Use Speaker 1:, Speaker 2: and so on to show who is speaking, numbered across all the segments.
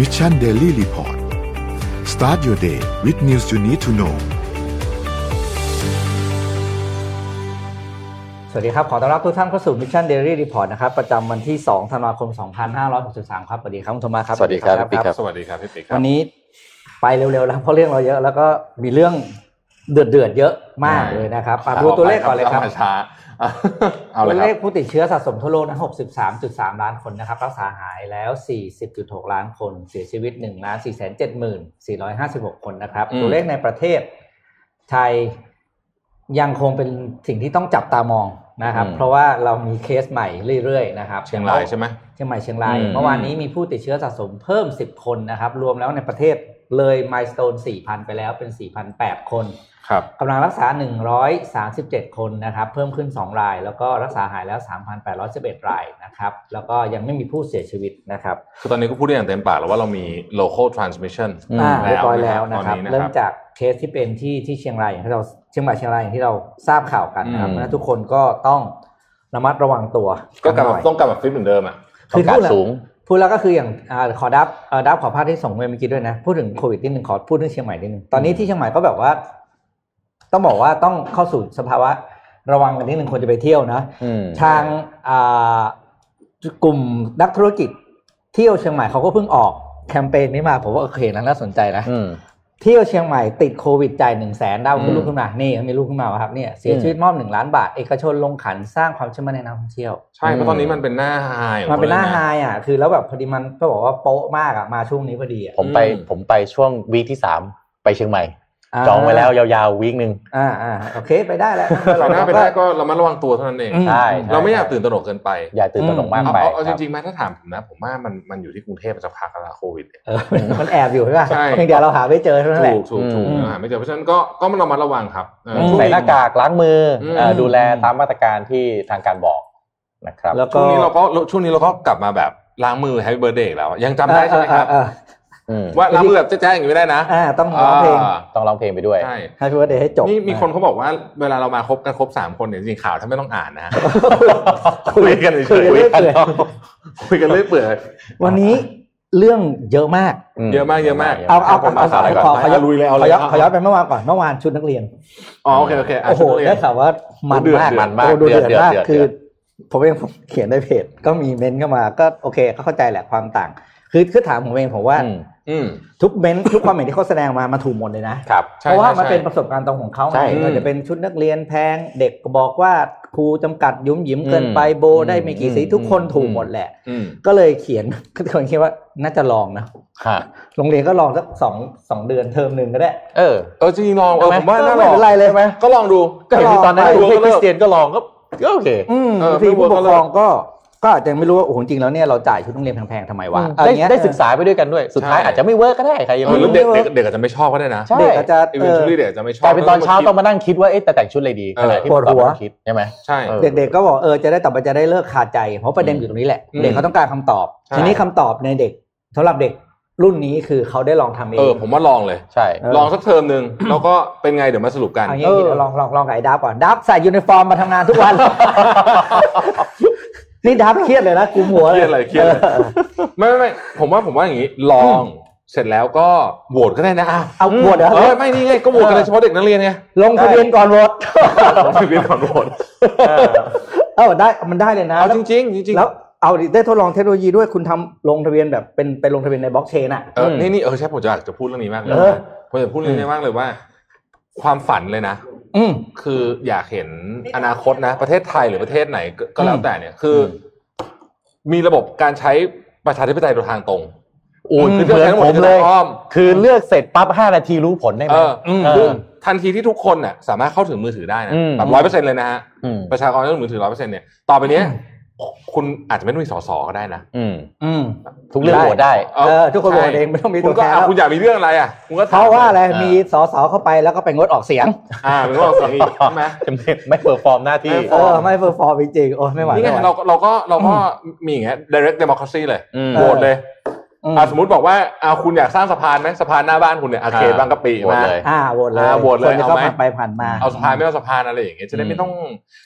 Speaker 1: Mission Daily Report start your day with news you need to know
Speaker 2: สวัสดีครับ ขอต้อนรับทุกท่านเข้าสู่ Mission Daily Report นะครับประจำวันที่ 2 ธันวาคม 2563 ครับ สวัสดีครับคุณธมาครับ
Speaker 3: สวัสดีครับพี่ปิ๊กครับ
Speaker 4: สวัสดีครับพี่ปิ๊กครั
Speaker 2: วั
Speaker 4: บ
Speaker 2: นนี้ไปเร็วๆแล้วเพราะเรื่องเราเยอะ แล้วก็มีเรื่องเดือดๆเยอะมาก
Speaker 4: ใช่
Speaker 2: เลยนะครับอ่ะดูตัวเลขก่อนเลยครับ
Speaker 4: ข้ามาช้า เอา เล
Speaker 2: ตั
Speaker 4: ยวค
Speaker 2: เล
Speaker 4: รั
Speaker 2: ข
Speaker 4: บ
Speaker 2: ผู้ติดเชื้อสะสมทั่วโลกนะ63.3 ล้านคนนะครับ รักษาหายแล้ว 40.6 ล้านคน เสียชีวิต1ล้าน4,70,456 คนนะครับ
Speaker 4: อืม
Speaker 2: ตัวเลขในประเทศไทยยังคงเป็นสิ่งที่ต้องจับตามองนะครับ เพราะว่าเรามีเคสใหม่เรื่อยๆนะครับ
Speaker 4: เชียงรายใช่ไหม
Speaker 2: เชียงใหม่เชียงราย
Speaker 4: อืม
Speaker 2: เมื่อวานนี้มีผู้ติดเชื้อสะสมเพิ่ม 10 คนนะครับ รวมแล้วในประเทศเลยมายสเตน4,000 ไปแล้วเป็น 4,008 คน
Speaker 4: ครับ
Speaker 2: กำลังรักษา 137 คนนะครับ เพิ่มขึ้น 2 ราย แล้วก็รักษาหายแล้ว 3,811 รายนะครับ แล้วก็ยังไม่มีผู้เสียชีวิตนะครับ
Speaker 4: คือตอนนี้ก็พูดได้อย่างเต็มปากแล้วว่าเรามี local transmission
Speaker 2: อ่าเรียบร้อย
Speaker 4: นะ
Speaker 2: แล้วนะครับ
Speaker 4: ตอ
Speaker 2: เริ่ม
Speaker 4: นะ
Speaker 2: จากเคสที่เป็นที่ที่เชียงรายอย่างที่เราเชียงใหม่เชียงรายอย่างที่เราทราบข่าวกันนะครับ
Speaker 4: อืม
Speaker 2: เพราะฉะนั้นทุกคนก็ต้องระมัดระวังตัว
Speaker 4: ก็กลับมา
Speaker 2: หน่อย
Speaker 4: ต้องกลับมาฟิตเหมือนเดิมอ่ะ
Speaker 2: คือพูดแล้
Speaker 3: โอกาส
Speaker 2: ว
Speaker 3: สูง
Speaker 2: พูดแล้วก็คืออย่างอาขอดับเอ่อดับขอภาพที่ส่งเมื่อกี้ด้วยนะ พูดถึงโควิดนิดนึงขอพูดเรื่องเชียงใหม่นิดนึงตอนนี้ที่เชียงใหม่ก็แบบว่า ต้องบอกว่าต้องเข้าสู่สภาวะระวังกันนิดนึงคนจะไปเที่ยวนะ
Speaker 3: อืม
Speaker 2: ทางอ่ากลุ่มนักธุรกิจเที่ยวเชียงใหม่เขาก็เพิ่งออกแคมเปญนี้มาผมว่าโอเคนะน่าสนใจนะ
Speaker 3: อืม
Speaker 2: เที่ยวเชียงใหม่ติดโควิดจ่ายหนึ่งแสนดาว
Speaker 3: อืม
Speaker 2: ขึ้นรูปขึ้นมานี่มีรูปขึ้นมาวะครับเนี่ยเสียชีวิตมอบหนึ่งล้านบาทเอกชนลงขันสร้างความเชื่อมั่นในนักท่องเที่ยว
Speaker 4: ใช่ เพราะตอนนี้มันเป็นหน้าไฮของ
Speaker 2: มันเป็นหน้า
Speaker 4: คลยะ
Speaker 2: ไฮอ่ะ คือแล้วแบบพอดีมันก็บอกว่าโป๊ะมากอ่ะ มาช่วงนี้พอดีอ่ะ
Speaker 3: ผมไป
Speaker 4: อืม
Speaker 3: ผมไปช่วงวีคที่สามไปเชียงใหม่ จองไว้แล้วยาวๆวีคหนึ่ง
Speaker 2: อ่าอ่าโอเคไปได้แล้ว
Speaker 4: ไปหน้าไปได้
Speaker 2: ก็
Speaker 4: ก็เรามาระวังตัวเท่านั้นเอง
Speaker 2: อืม
Speaker 3: ใช่
Speaker 4: เราไม่อยากตื่นตระหนกเกินไป
Speaker 3: อย่าตื่นตระหนกมาก
Speaker 4: เอา
Speaker 3: ไป
Speaker 4: เอาเอาจ
Speaker 3: คบ
Speaker 4: ริงๆไหมถ้าถามผมนะ ผมว่ามันมันอยู่ที่กรุงเทพมันจะพักแล้วโควิดเนี่ย
Speaker 2: เออมันแอบอยู่ใช่ป่ะ
Speaker 4: ใช่
Speaker 2: เพียงแต่เราหาไม่เจอเท่านั้นแหละ
Speaker 4: ถูกถูกถูก
Speaker 3: อืม
Speaker 4: อ่าไม่เจอเพราะฉะนั้นก็ก็มันเรามาระวังครับเออ
Speaker 2: อืม
Speaker 4: ช่วง
Speaker 3: ใส่
Speaker 4: นี้
Speaker 3: หน้ากากล้างมืออ
Speaker 4: ม
Speaker 3: เอ่อดูแลตามมาตรการที่ทางการบอกนะครับ
Speaker 2: แล้ว
Speaker 4: ช่
Speaker 2: ก็
Speaker 4: วงนี้เราก็ช่วงนี้เราก็กลับมาแบบล้างมือ Happy Birthday อีกแล้วอะยังจำได้ใช่ไหมครับ
Speaker 2: เออ
Speaker 3: อืม
Speaker 4: ว่าล้างมือแบบแจ้งๆอย่างนี้ไม่ได้นะ
Speaker 2: เออเอออ่าต้องร้องเพลง
Speaker 4: า
Speaker 3: ต้องร้องเพลงไปด้วย
Speaker 4: ใช่
Speaker 2: ให้พี่ว่าเดย์ให้จบ
Speaker 4: นี่มีคนเขาบอกว่าเวลาเรามาคบกันครบสามคนเนี่ยจริงๆข่าวถ้าไม่ต้องอ่านนะฮะ คุยกันเฉยๆ
Speaker 2: คุเรื่อยเปื่อย
Speaker 4: คุยกันเรื่อยเปื่อย
Speaker 2: วันนี้เรื่องเยอะมาก
Speaker 4: เยอะมากเยอะมาก
Speaker 2: เอาเอา
Speaker 4: ผมมาสาระก่อน
Speaker 2: ขอขอขอ
Speaker 4: ลุยเลยเอา
Speaker 2: ข
Speaker 4: เลย
Speaker 2: ย้อนขอย้อนไปเมื่อวานก่อนเมื่อวานชุดนักเรียน
Speaker 4: อ๋อโอเคโอเคะ
Speaker 2: โอ้โห
Speaker 4: ชุดนักเรีย
Speaker 2: ได้
Speaker 4: น
Speaker 2: ข่าวว่ามัน
Speaker 4: เดือด
Speaker 2: มาก
Speaker 4: เดือดมาก
Speaker 2: โอ้ดู
Speaker 3: เดื
Speaker 2: เดื
Speaker 3: อ
Speaker 2: อ
Speaker 3: ด
Speaker 2: ด
Speaker 3: เดือด
Speaker 2: มาก
Speaker 3: เดือด
Speaker 2: คือ ผมเอง ผมเขียนในเพจก็มีเม้นต์เข้ามาก็โอเคก็เข้าใจแหละความต่าง คือคือถามผมเองผมว่า
Speaker 3: อืม
Speaker 4: อืม
Speaker 2: ทุกเม้นต์ทุกความเห็นที่เขาแสดงมามาถูกหมดเลยนะ
Speaker 3: ครับ
Speaker 4: ใช่
Speaker 2: เพราะว่า
Speaker 4: ใช่
Speaker 2: มัน
Speaker 4: ใช่
Speaker 2: เป็นประสบการณ์ตรงของเขา
Speaker 3: ใช่
Speaker 2: ไงมันจะเป็นชุดนักเรียนแพงเด็กก็บอกว่าครูจำกัดยุ่มหยิมเกินไปโบได้ไม่กี่สี
Speaker 3: อืม
Speaker 2: ทุกคนถูกหมดแหละ
Speaker 4: อืม
Speaker 2: ก็เลยเขียน ก็คนคิดว่าน่าจะลองนะ
Speaker 3: ฮะ
Speaker 2: โรงเรียนก็ลองสักสองสองเดือนเทอมหนึ่งก็ได้
Speaker 3: เออ
Speaker 4: เออจริงๆลองเออผมว่าน่าล
Speaker 2: ไม่
Speaker 4: อง
Speaker 2: เป็นไรเลยไหม
Speaker 4: ก็ลองดู
Speaker 3: ก็เห็นที่ตอนนั้น
Speaker 4: ลองไป
Speaker 3: ดูให้
Speaker 4: ดูก็
Speaker 3: ค
Speaker 4: เลิ
Speaker 3: ริ
Speaker 4: ก
Speaker 3: สเตียนก็ลองก็ก็โอเค
Speaker 2: อืม
Speaker 4: เออบ
Speaker 2: างทีผู้ปกครอง
Speaker 4: ไม่รู้ว่า
Speaker 2: ก็ก็อาจจะไม่รู้ว่าโอ้โหจริงแล้วเนี่ยเราจ่ายชุดนักเรียนแพงๆทำไมวะอะร
Speaker 3: ได้
Speaker 2: เงี้ย
Speaker 3: ได้ศึกษาไปด้วยกันด้วย สุดท้าย
Speaker 4: ใช่
Speaker 3: อาจจะไม่เวิร์กก็ได้ใครยัง
Speaker 4: เออ
Speaker 3: ไม่
Speaker 4: แล้
Speaker 3: รู้
Speaker 4: วเด็กเด็กเด็กอาจจะไม่ชอบก็ได้นะ
Speaker 3: ใช่
Speaker 2: เด็กอาจจะ
Speaker 4: อี
Speaker 2: เอ
Speaker 4: เวน
Speaker 2: อ
Speaker 4: ต์เด็กอาจจะไม่ชอบ
Speaker 3: กลายเป็นตอนเช้าต้องมานั่งคิดว่าเอ๊ะแต่แต่งชุดอะไรดี
Speaker 4: เอ
Speaker 3: ข
Speaker 4: อ
Speaker 3: ณะที่
Speaker 2: ปวดหัว
Speaker 3: ตอนนั้นคิดใช่ไหม
Speaker 4: ใช่
Speaker 3: เออ
Speaker 2: เด็กๆก็บอกเออจะได้ตอบไปจะได้เลิกขาดใจ เพราะประเด็น
Speaker 3: อืม
Speaker 2: อยู่ตรงนี้แหละ
Speaker 4: อืม
Speaker 2: เด็กเขาต้องการคำตอบ
Speaker 4: ใช่
Speaker 2: ทีนี้คำตอบในเด็กสำหรับเด็กรุ่นนี้คือเขาได้ลองทำเอ
Speaker 4: เออง ผมว่าลองเลย
Speaker 3: ใช่
Speaker 2: เออ
Speaker 4: ลองสักเทอมหนึ่งแล้วก็เป็นไงเดี๋ยวมาสรุปกัน
Speaker 2: เอางี้เดี๋ยวลองลองลองกับไอ้ดับก่อนดับใส่ยูนิฟอร์มมาทำงานทุก วัน นี่ดับเครียดเลยนะกุมหัว
Speaker 4: เค
Speaker 2: เลย
Speaker 4: รียดอะไรเครียดอะไรไม่ไม่ไม่ผมว่าผมว่าอย่างนี้ลองเสร็จแล้วก็โหวตก็ได้นะอ้าว
Speaker 2: เอาบวชเหรอ
Speaker 4: เออไม่นี่ไงก็โหวตกันเลยเฉพาะเด็กนักเรียนไง
Speaker 2: ลงทะเบียนก่อนโหวต
Speaker 4: ผมเรียนก่อนโหวต
Speaker 2: เออได้มันได้เลยนะ
Speaker 4: เอา
Speaker 2: แล้ว
Speaker 4: จริงๆจริงๆ
Speaker 2: แล้วเอาดิได้ทดลองเทคโนโลยีด้วยคุณทำลงทะเบียนแบบเป็นเป็นลงทะเบียนในบล็อกเชนอ่ะ
Speaker 4: เออนี่นี่เออใช่ผมจะอยากจะพูดเรื่องนี้มากเลย
Speaker 2: เออ
Speaker 4: ผมจะพูดเรื่องนี้มากเลยว่า ความฝันเลยนะ
Speaker 2: อืม
Speaker 4: คืออยากเห็นอนาคตนะ ประเทศไทยหรือประเทศไหนก็ก็แล้วแต่เนี่ยคืออมีระบบการใช้ประชาธิปไตยโดยทางตรง
Speaker 3: โอ้ย
Speaker 4: คื
Speaker 3: คือ
Speaker 4: จะ
Speaker 3: เหมือน
Speaker 4: ใช้
Speaker 3: ผมเลย
Speaker 4: อ้อม
Speaker 3: คือเลือกเสร็จปั๊บห้านาทีรู้ผลได้ไหม
Speaker 4: เอออ
Speaker 2: ม
Speaker 4: คือทันทีที่ทุกคนน่ะสามารถเข้าถึงมือถือได้นะ
Speaker 3: อืม
Speaker 4: แบบร้อยเปอร์เซ็นต์เลยนะฮะ
Speaker 3: อืม
Speaker 4: ประชากรเข้าถึงมือถือร้อยเปอร์เซ็นต์เนี่ย ต่อไปเนี้ยคุณอาจจะไม่ต้องมีสสก็ได้นะ
Speaker 3: อืม
Speaker 2: อืม
Speaker 3: ทุกเรื่องโหวตได้
Speaker 2: เออทุกคนโหวตเองไม่ต้องมีตั
Speaker 4: คุ
Speaker 2: ว
Speaker 4: ณก็
Speaker 2: แทน
Speaker 4: อ่ะคุณอยากมีเรื่องอะไรอ่ะคุณก็ถ
Speaker 2: เพราะว่าอะไร
Speaker 3: อ่า
Speaker 2: มี
Speaker 3: มี
Speaker 2: สอสอเข้าไปแล้วก็ไปงดออกเสียง
Speaker 4: อ่าเป็นก็บอกเสียงอีกใช่ไหม
Speaker 3: ไม่เปอร์ฟอร์มหน้าที่
Speaker 4: ไม่
Speaker 2: เออไม่เฟอร์ฟอร์จริงๆโอ้ยไม่ไหว
Speaker 4: นี่ไง
Speaker 2: ไม่ไหว
Speaker 4: เราเราก็เราก็มีอย่างเงี้ย direct democracy เลย
Speaker 3: อืม
Speaker 4: โหวตเลย
Speaker 2: อืม
Speaker 4: อ่ะสมมติบอกว่าเอาคุณอยากสร้างสะพานไหมสะพานหน้าบ้านคุณเนี่ยอาเขต
Speaker 3: อ่า
Speaker 4: บางกะปิ
Speaker 3: โหวต
Speaker 4: มา
Speaker 3: เลย
Speaker 2: อ่าโหวตเลย
Speaker 4: อ่าโหวตเลย
Speaker 2: คนจะเข้า
Speaker 4: เอาไหม
Speaker 2: ผ่านไปผ่านมา
Speaker 4: เอาสะพานไม่เอาสะพานอะไรอย่างเงี้ยจะได้ไม่ต้อง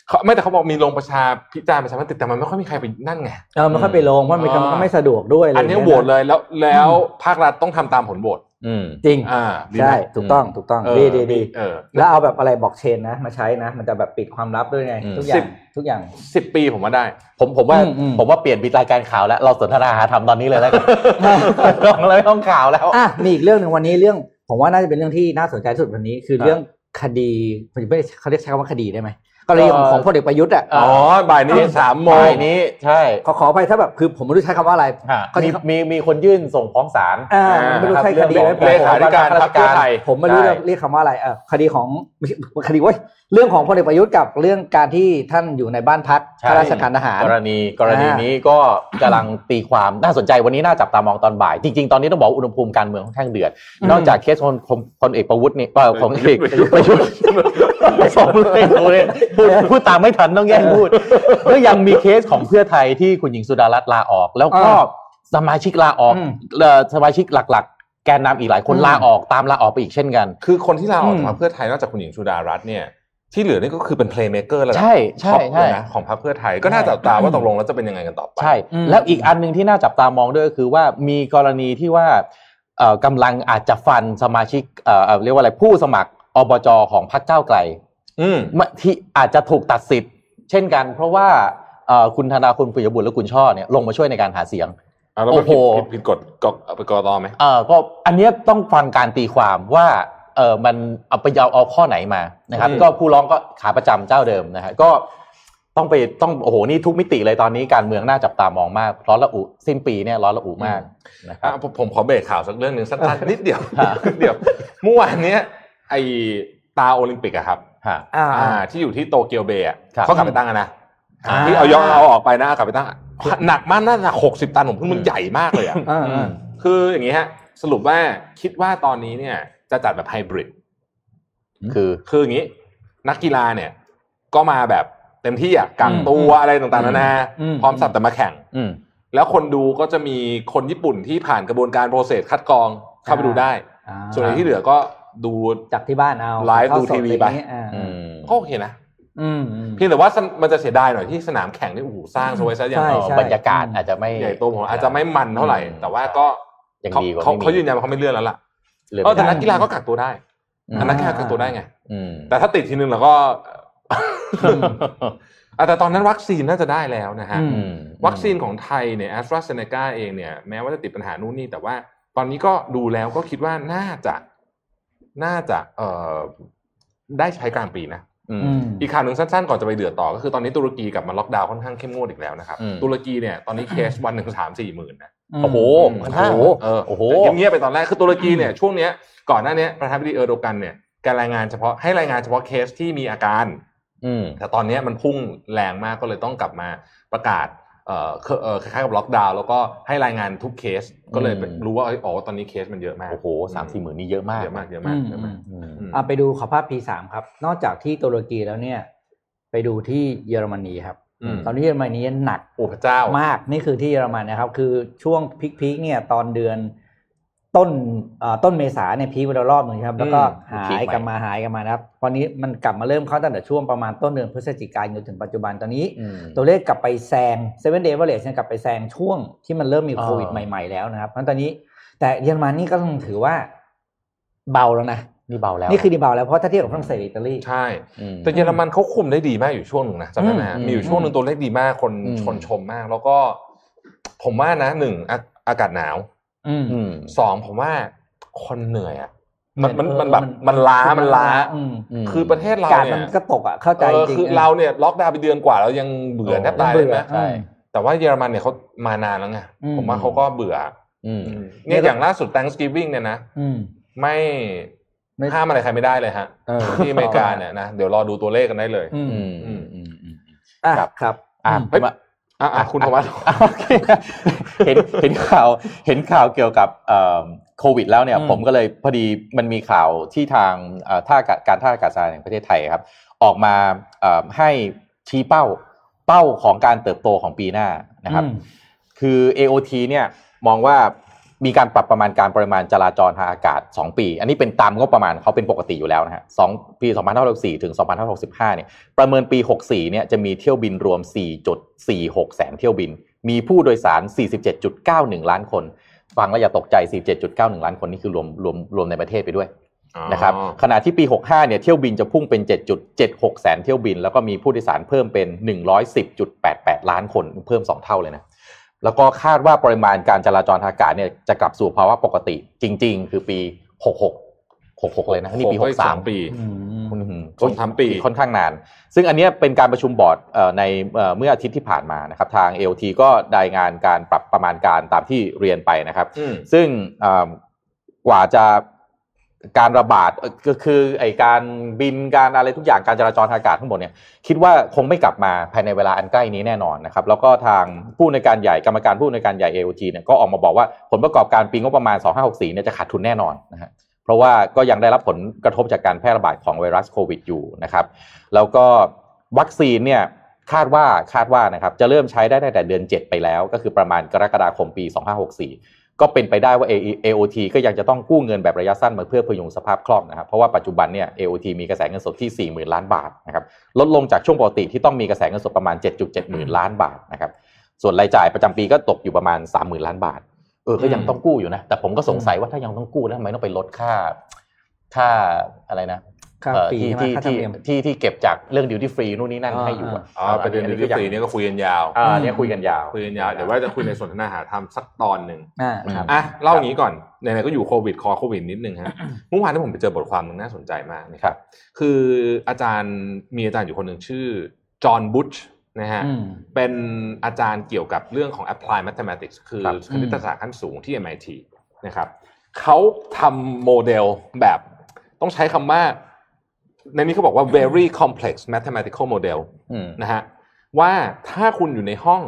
Speaker 4: เขาไม่แต่เขาบอกมีลงประชาพิจารณ์ประชามติแต่มันไม่ค่อยมีใครไปนั่นไง
Speaker 2: เออมันค่อยไปลงเพราะมัน
Speaker 4: อ่า
Speaker 2: ก็ไม่สะดวกด้วยะไร
Speaker 4: อั
Speaker 2: ย่าน ง
Speaker 4: นี้
Speaker 2: งี้ย
Speaker 4: โหวตเลยแล้วแล้วภาครัฐต้องทำตามผลโหวต
Speaker 3: อืม
Speaker 2: จริง
Speaker 4: อ่าดีไหม
Speaker 2: ใช่ถูกต้องถูกต้อง
Speaker 4: เออ
Speaker 2: ดีดีดี
Speaker 4: เออ
Speaker 2: แล้วเอาแบบอะไรบล็อกเชนนะมาใช้นะ มันจะแบบปิดความลับด้วยไง
Speaker 3: อืม
Speaker 2: ทุกอย่า
Speaker 4: สิ
Speaker 2: ง
Speaker 4: บ
Speaker 2: ทุกอย่าง
Speaker 4: สิบปีผมว่าได้
Speaker 3: ผมผมว่า
Speaker 2: อืมอืม
Speaker 3: ผมว่าเปลี่ยนวิธีการข่าวแล้ว เราสนทนาหาธรรมตอนนี้เลยแล้วกันเราไม่ต้องข่าวแล้ว
Speaker 2: อ่ะมีอีกเรื่องหนึ่งวันนี้เรื่อง ผมว่าน่าจะเป็นเรื่องที่น่าสนใจที่สุดวันนี้ คือเรื่องคดีผมจะไม่ได้เขาเรียกใช้คำว่าคดีได้ไหมกรณีของ
Speaker 3: เอ่อ
Speaker 2: ของพลเอกประยุทธ์อ่ะ
Speaker 4: อ๋อบ่ายนี้สามโมง
Speaker 3: บ่ายนี้ใช่
Speaker 2: ขอขอไปถ้าแบบคือผมไม่รู้ใช้คำว่าอะไร ก็
Speaker 3: มี
Speaker 2: ที่
Speaker 3: มีมีคนยื่นส่งฟ้องศาล
Speaker 2: อ่าไม่รู้ใช้คดีไหม
Speaker 3: เรื่
Speaker 2: ผม
Speaker 4: เล
Speaker 3: องของ
Speaker 4: ขาธิการพรรคเพื่อไทย
Speaker 2: ผมไม่รู้
Speaker 3: ใช่
Speaker 2: จะเรียกคำว่าอะไรเออคดีของไม่ใช่คดีเว้ยเรื่องของพลเอกประยุทธ์กับเรื่องการที่ท่านอยู่ในบ้านพัก
Speaker 3: ใช่
Speaker 2: ข้าราชการทหาร
Speaker 3: กรณีกรณีนี้ก็กำลังตีความน่าสนใจวันนี้น่าจับตามองตอนบ่าย จริง ๆ ตอนนี้ต้องบอกว่าอุณหภูมิการเมืองค่อนข้างเดือด
Speaker 2: อืม
Speaker 3: นอกจากเคสคนคนคนเอกประวุฒินี่เปล่าของเอกประยุทธ์สองเรื่องเลยพูดพูดตามไม่ทันต้องแย่งพูดก็ยังมีเคสของเพื่อไทยที่คุณหญิงสุดารัตน์ลาออก แล้วก็สมาชิกลาออก
Speaker 2: อืม
Speaker 3: เอ่อสมาชิกหลัก ๆ แกนนำอีกหลายคน
Speaker 2: อืม
Speaker 3: ลาออกตามลาออกไปอีกเช่นกัน
Speaker 4: คือคนที่ลาออก
Speaker 2: อืม
Speaker 4: จากพรรคเพื่อไทยนอกจากคุณหญิงชุดารัตน์เนี่ย ที่เหลือนี่ก็คือเป็นเพลย์เมเกอร์ระดับ
Speaker 3: ใช่ใช่
Speaker 4: ท็อปเล
Speaker 3: ใช่
Speaker 4: ยนะของพรรคเพื่อไทยก็น่าจับตาว่าตกลงแล้วจะเป็นยังไงกันต่อไป
Speaker 3: ใช่
Speaker 2: อืม
Speaker 3: แล้วอีกอันหนึ่งที่น่าจับตามองด้วยก็คือว่ามีกรณีที่ว่าเอ่อกำลังอาจจะฟันสมาชิกเอ่อเอ่อเรียกว่าอะไรผู้สมัครอบจของพรรคก้าวไกล
Speaker 4: อืม
Speaker 3: มะที่อาจจะถูกตัดสิทธิ์ เช่นกัน เพราะว่าเอ่อคุณธนาคุณปิยบุตรและคุณช่อเนี่ยลงมาช่วยในการหาเสียง
Speaker 4: อ่ะแล้วมัน
Speaker 3: โอ้
Speaker 4: ผิด
Speaker 3: โห
Speaker 4: ผิดผิดกฎกฎกฎตอไหม
Speaker 3: เออก็อันเนี้ยต้องฟังการตีความว่าเออมันเอาไปเอาเอาข้อไหนมานะครับ
Speaker 4: อืม
Speaker 3: ก็ผู้ร้องก็ขาประจำเจ้าเดิมนะฮะก็ต้องไปต้องโอ้โหนี่ทุกมิติเลยตอนนี้การเมืองน่าจับตามองมากร้อนระอุสิ้นปีเนี่ยร้อนระอุมากนะครั
Speaker 4: อ่ะ
Speaker 3: บ
Speaker 4: ผมผมขอเบรกข่าวสักเรื่องหนึ่งสั้น ๆนิดเดียว
Speaker 3: ฮะ
Speaker 4: นิดเดียวเมื่อวานเนี้ยไอตาโอลิมปิกอะครับ
Speaker 3: ฮะ
Speaker 2: อ่า
Speaker 4: อ่า ที่อยู่ที่โตเกียวเบย์อะ
Speaker 3: ครับ
Speaker 4: เขากลับไปตั้งอะนะ
Speaker 2: อ่า
Speaker 4: ที่เอายองเอาออกไปนะเอากลับไปตั้งอะหนักมากน่าจะหกสิบตันผมเพิ่งมันใหญ่มากเลยอะ
Speaker 2: อ่าอ่า
Speaker 4: คืออย่างงี้ฮะ สรุปว่าคิดว่าตอนนี้เนี่ยจะจัดแบบไฮบริด
Speaker 3: คือ
Speaker 4: คืออย่างนี้ นักกีฬาเนี่ย ก็มาแบบเต็มที่อ่ะกักตัวอะไรต่างๆนานา
Speaker 2: อืม
Speaker 4: พร้อมสับแต่มาแข่ง
Speaker 3: อืม
Speaker 4: แล้วคนดูก็จะมีคนญี่ปุ่นที่ผ่านกระบวนการโปรเซสคัดกรองเข้าไปดูได้
Speaker 2: อ่า
Speaker 4: ส่วนที่เหลือก็ดู
Speaker 2: จากที่บ้านเอา
Speaker 4: ไลฟ์ดู
Speaker 2: เข้าส
Speaker 4: ทีวีไป
Speaker 2: อะรเงี้ยอ่า
Speaker 3: อืม
Speaker 4: ก็โอเคนะ
Speaker 2: อืมอืม
Speaker 4: เพียงแต่ว่าสนมันจะเสียดายหน่อยที่สนามแข่งนี่โอ้โหสร้างสวยซะอย่าง
Speaker 2: ใช่ใช่
Speaker 3: บรรยากาศอาจจะไม่
Speaker 4: ใหญ่โตผมอาจจะไม่มันเท่าไหร่
Speaker 3: อืม
Speaker 4: แต่ว่าก็
Speaker 3: ยัง
Speaker 4: เขา
Speaker 3: ดีกว่า
Speaker 4: เขา
Speaker 3: ไม่มี
Speaker 4: เขายืนยันว่าเขาไม่เลื่อนแล้วล่ะ
Speaker 3: หรือ
Speaker 4: เออแต่
Speaker 3: ไม่
Speaker 4: นักกีฬาก็กักตัวได้
Speaker 3: อืม
Speaker 2: อั
Speaker 4: นักกีฬากักตัวได้ไง
Speaker 3: อืม
Speaker 4: แต่ถ้าติดทีนึงเราก็ อ่ะแต่ตอนนั้นวัคซีนน่าจะได้แล้วนะฮะ
Speaker 2: อืม
Speaker 3: อืม
Speaker 4: วัคซีนของไทยเนี่ยแอสตราเซเนกาเองเนี่ยแม้ว่าจะติดปัญหานู่นนี่ แต่ว่าตอนนี้ก็ดูแล้วก็คิดว่าน่าจะน่าจะเอ่อได้ใช้กลางปีนะ
Speaker 3: อื
Speaker 2: อื
Speaker 3: ม
Speaker 2: ม
Speaker 4: อีกข่าวหนึ่งสั้นๆ ก่อนจะไปเดือดต่อ ก็คือตอนนี้ตุรกีกลับมาล็อกดาวน์ค่อนข้างเข้มงวดอีกแล้วนะครับ
Speaker 3: อืม
Speaker 4: ตุรกีเนี่ยตอนนี้เคสวันหนึ่งสามสี่หมื่นนะ
Speaker 3: โอ้โห
Speaker 4: ม
Speaker 3: โอ้โห
Speaker 4: เออ
Speaker 3: โอ้โห
Speaker 4: แต่เงียบๆไปตอนแรกคือตุรกีเนี่ยช่วงเนี้ยก่อนหน้าเนี้ยประธานาธิบดีเออร์โดกันเนี่ยแการรายงานเฉพาะให้รายงานเฉพาะเคสที่มีอาการ
Speaker 3: อืม
Speaker 4: แต่ตอนนี้มันพุ่งแรงมากก็เลยต้องกลับมาประกาศเอ่อเคเอ่อคล้ายๆกับล็อกดาวน์แล้วก็ให้รายงานทุกเคส ก็เลยเป็น
Speaker 3: อืม
Speaker 4: รู้ว่าเอ้ยอ๋อตอนนี้เคสมันเยอะมาก
Speaker 3: โอ้โหสามสี่หมื่นนี่เยอะมาก
Speaker 4: เยอะมากเยอะมากเยอะมาก
Speaker 3: อืม
Speaker 4: อืม
Speaker 2: อ่ะไปดูขอภาพ P3 ครับ นอกจากที่ตุรกีแล้วเนี่ย ไปดูที่เยอรมนีครับ
Speaker 4: อืม
Speaker 2: ตอนนี้เยอรมนีหนัก
Speaker 4: โอ้พระเจ้าม
Speaker 2: ากนี่คือที่เยอรมันนะครับ คือช่วงพีคๆเนี่ยตอนเดือนต้นเอ่อต้นเมษาเนี่ยพีคไปแล้วรอบหนึ่งครับ แล้วก็
Speaker 3: อืม
Speaker 2: หา
Speaker 3: พีค
Speaker 2: ย
Speaker 3: ไป
Speaker 2: กลันมาหายกลันมานะครับตอนนี้มันกลับมาเริ่มเข้าตั้งแต่ช่วงประมาณต้นเดือนพฤศจิกายนจนถึงปัจจุบันตอนนี้
Speaker 3: อืม
Speaker 2: ตัวเลขกลับไปแซงเซเว่นเดย์เวลเนี่ยกลับไปแซงช่วงที่มันเริ่มมี
Speaker 3: อ่า
Speaker 2: โควิดใหม่ๆแล้วนะครับเพราะฉะนั้นตอนนี้ แต่เยอรมันนี่ก็ต้องถือว่าเบาแล้วนะ
Speaker 3: นี่เบาแล้ว
Speaker 2: นี่คือดีเบาแล้วเพราะถ้าเทียบกับฝรั่งเศสอิตาลี
Speaker 4: ใช่
Speaker 3: ม
Speaker 4: แต่เยอรมันเขาคุมได้ดีมากอยู่ช่วงหนึ่งนะจำได้ไหมฮะ
Speaker 3: อืม
Speaker 4: มีอยู่ช่วงหนึ่งตัวเลขดีมากคน
Speaker 3: อืม
Speaker 4: ชนชมมาก แล้วก็ผมว่านะหนึ่งอาอากาศหนาว
Speaker 2: อืม
Speaker 3: อืม
Speaker 4: สองผมว่าคนเหนื่อยอ่ะมันมันมั
Speaker 2: เอ
Speaker 4: น
Speaker 2: อ
Speaker 4: แบบ
Speaker 2: มัน
Speaker 4: มันล้ามันล้า
Speaker 2: อืม
Speaker 3: อืม
Speaker 4: คือประเทศเรา
Speaker 2: อากาศ
Speaker 4: เนี่
Speaker 2: มัน
Speaker 4: ย
Speaker 2: ก็ตกอ่ะเข้าใจ
Speaker 4: เออ
Speaker 2: จริง
Speaker 4: คือ
Speaker 2: ๆ
Speaker 4: เราเนี่ยล็อกดาวน์ไปเดือนกว่าแล้วยังเบื่อแทบตายเลย
Speaker 2: เบื่อ
Speaker 4: นะ
Speaker 2: ใช่
Speaker 4: แต่ว่าเยอรมันเนี่ยเขามานานแล้วไง
Speaker 2: อืม
Speaker 4: ผมว่าเขาก็เบื่อ
Speaker 3: อื
Speaker 4: อ
Speaker 3: ม
Speaker 4: เนี่ยอย่างล่าสุด Thanksgiving เนี่ยนะ
Speaker 2: อืม
Speaker 4: ไม่
Speaker 2: ไม่
Speaker 4: ห้ามอะไรใครไม่ได้เลยฮะ
Speaker 2: เออ
Speaker 4: ที่อเมริกาเนี่ยนะเดี๋ยวรอดูตัวเลขกันได้เลย
Speaker 2: อืม
Speaker 3: อืมอืมอืมอืม
Speaker 2: อ่ะ
Speaker 4: ครับ
Speaker 2: ครับ
Speaker 3: อ่ะ
Speaker 4: เฮ้ย
Speaker 3: มา
Speaker 4: อ่ะอ่ะคุณธวัช
Speaker 3: อ่ะโอเค เห็นเห็นข่าวเห็นข่าวเกี่ยวกับเอ่อโควิดแล้วเนี่ย
Speaker 2: อืม
Speaker 3: ผมก็เลยพอดีมันมีข่าวที่ทางเอ่อท่าอากาศการท่าอากาศยานแห่งประเทศไทยครับ ออกมาเอ่อให้ชี้เป้าเป้าของการเติบโตของปีหน้านะครับ
Speaker 2: อืม
Speaker 3: คือ AOT เนี่ยมองว่า มีการปรับประมาณการปริมาณจราจรทางอากาศ 2 ปี อันนี้เป็นตามงบประมาณเขาเป็นปกติอยู่แล้วนะฮะสองปี2564ถึง2565เนี่ยประเมินปี 64เนี่ยจะมีเที่ยวบินรวม 4.46 แสนเที่ยวบิน มีผู้โดยสาร 47.91 ล้านคน ฟังแล้วอย่าตกใจ 47.91 ล้านคนนี่คือรวมรวมรวมในประเทศไปด้วย นะครับขณะที่ปี 65 เนี่ยเที่ยวบินจะพุ่งเป็น 7.76 แสนเที่ยวบิน แล้วก็มีผู้โดยสารเพิ่มเป็น 110.88 ล้านคนเพิ่ม 2 เท่าเลยนะ แล้วก็คาดว่าปริมาณการจราจรทางอากาศเนี่ยจะกลับสู่ภาวะปกติจริง ๆ คือปี 66 66 เลยนะ นี่ปี
Speaker 4: โอ้โหอีกสาม
Speaker 3: 63
Speaker 4: ปี
Speaker 3: อืม
Speaker 4: สองสามปี
Speaker 3: ค่อนข้างนาน ซึ่งอันเนี้ยเป็นการประชุมบอร์ดเอ่อในเอ่อเมื่ออาทิตย์ที่ผ่านมานะครับ ทาง AOT ก็รายงานการปรับประมาณการตามที่เรียนไปนะครับ
Speaker 4: อืม
Speaker 3: ซึ่งเอ่อกว่าจะการระบาดเอ่อก็คือไอการบินการอะไรทุกอย่างการจราจรทางอากาศทั้งหมดเนี่ยคิดว่าคงไม่กลับมาภายในเวลาอันใกล้นี้แน่นอนนะครับแล้วก็ทางผู้ในวยการใหญ่กรรมการผู้ในวยการใหญ่ AOT เนี่ยก็ออกมาบอกว่าผลประกอบการปีงบประมาณ 2564เนี่ยจะขาดทุนแน่นอนนะฮะเพราะว่าก็ยังได้รับผลกระทบจากการแพร่ระบาดของไวรัสโควิดอยู่นะครับแล้วก็วัคซีนเนี่ยคาดว่าคาดว่านะครับจะเริ่มใช้ได้ตั้งแต่เดือน 7 ไปแล้ว ก็คือประมาณกรกฎาคมปี 2564 ก็เป็นไปได้ว่า AE AOT ก็ยังจะต้องกู้เงินแบบระยะสั้นมาเพื่อพยุงสภาพคล่องนะครับ เพราะว่าปัจจุบันเนี่ย AOT มีกระแสเงินสดที่ 40,000 ล้านบาทนะครับลดลงจากช่วงปกติที่ต้องมีกระแสเงินสดประมาณ 7.7หมื่นล้านบาทนะครับส่วนรายจ่ายประจำปีก็ตกอยู่ประมาณ 30,000 ล้านบาทเออก็ยัง
Speaker 4: อืม
Speaker 3: ต้องกู้อยู่นะ แต่ผมก็สงสัยว่าถ้ายังต้องกู้แล้วทำไมต้องไปลดค่าค่าอะไรนะ
Speaker 2: ค่า
Speaker 3: เอ่อ
Speaker 2: ปี
Speaker 3: ที่
Speaker 2: ใช่ไหมค่าธรร
Speaker 3: ที่ที่
Speaker 2: มเนียม
Speaker 3: ที่ที่เก็บจากเรื่องดิวตี้ฟรีนู่นนี่นั่น
Speaker 2: อ่า
Speaker 3: ให้อยู่อะ
Speaker 4: อ๋อประเด็นดิวตี้ฟรีเนี่ยก็คุยกันยาว
Speaker 3: อ่าเนี่ยคุยกันยาว
Speaker 4: คุยกันยาวเดี๋ยวว่าจะคุยในสนทนาหาธรรมสักตอนหนึ่ง
Speaker 2: อ่า
Speaker 3: ครับ
Speaker 4: อ่ะเล่าอย่างนี้ก่อนไหนๆก็อยู่โควิดคอโควิดนิดนึ งฮะ เมื่อวานที่ผมไปเจอบทความหนึ่งน่าสนใจมากนะค
Speaker 3: ครั
Speaker 4: รับ
Speaker 3: บ
Speaker 4: คืออาจารย์มีอาจารย์อยู่คนหนึ่งชื่อจอห์นบุชนะฮะ
Speaker 2: อืม
Speaker 4: เป็นอาจารย์เกี่ยวกับเรื่องของ applied mathematics คือ
Speaker 3: ครับ
Speaker 4: คณิตศาสตร์ขั้นสูงที่ MIT นะครับเขาทำโมเดลแบบต้องใช้คำว่า ในนี้เขาบอกว่า very complex mathematical model
Speaker 3: อืม
Speaker 4: นะฮะว่าถ้าคุณอยู่ในห้อง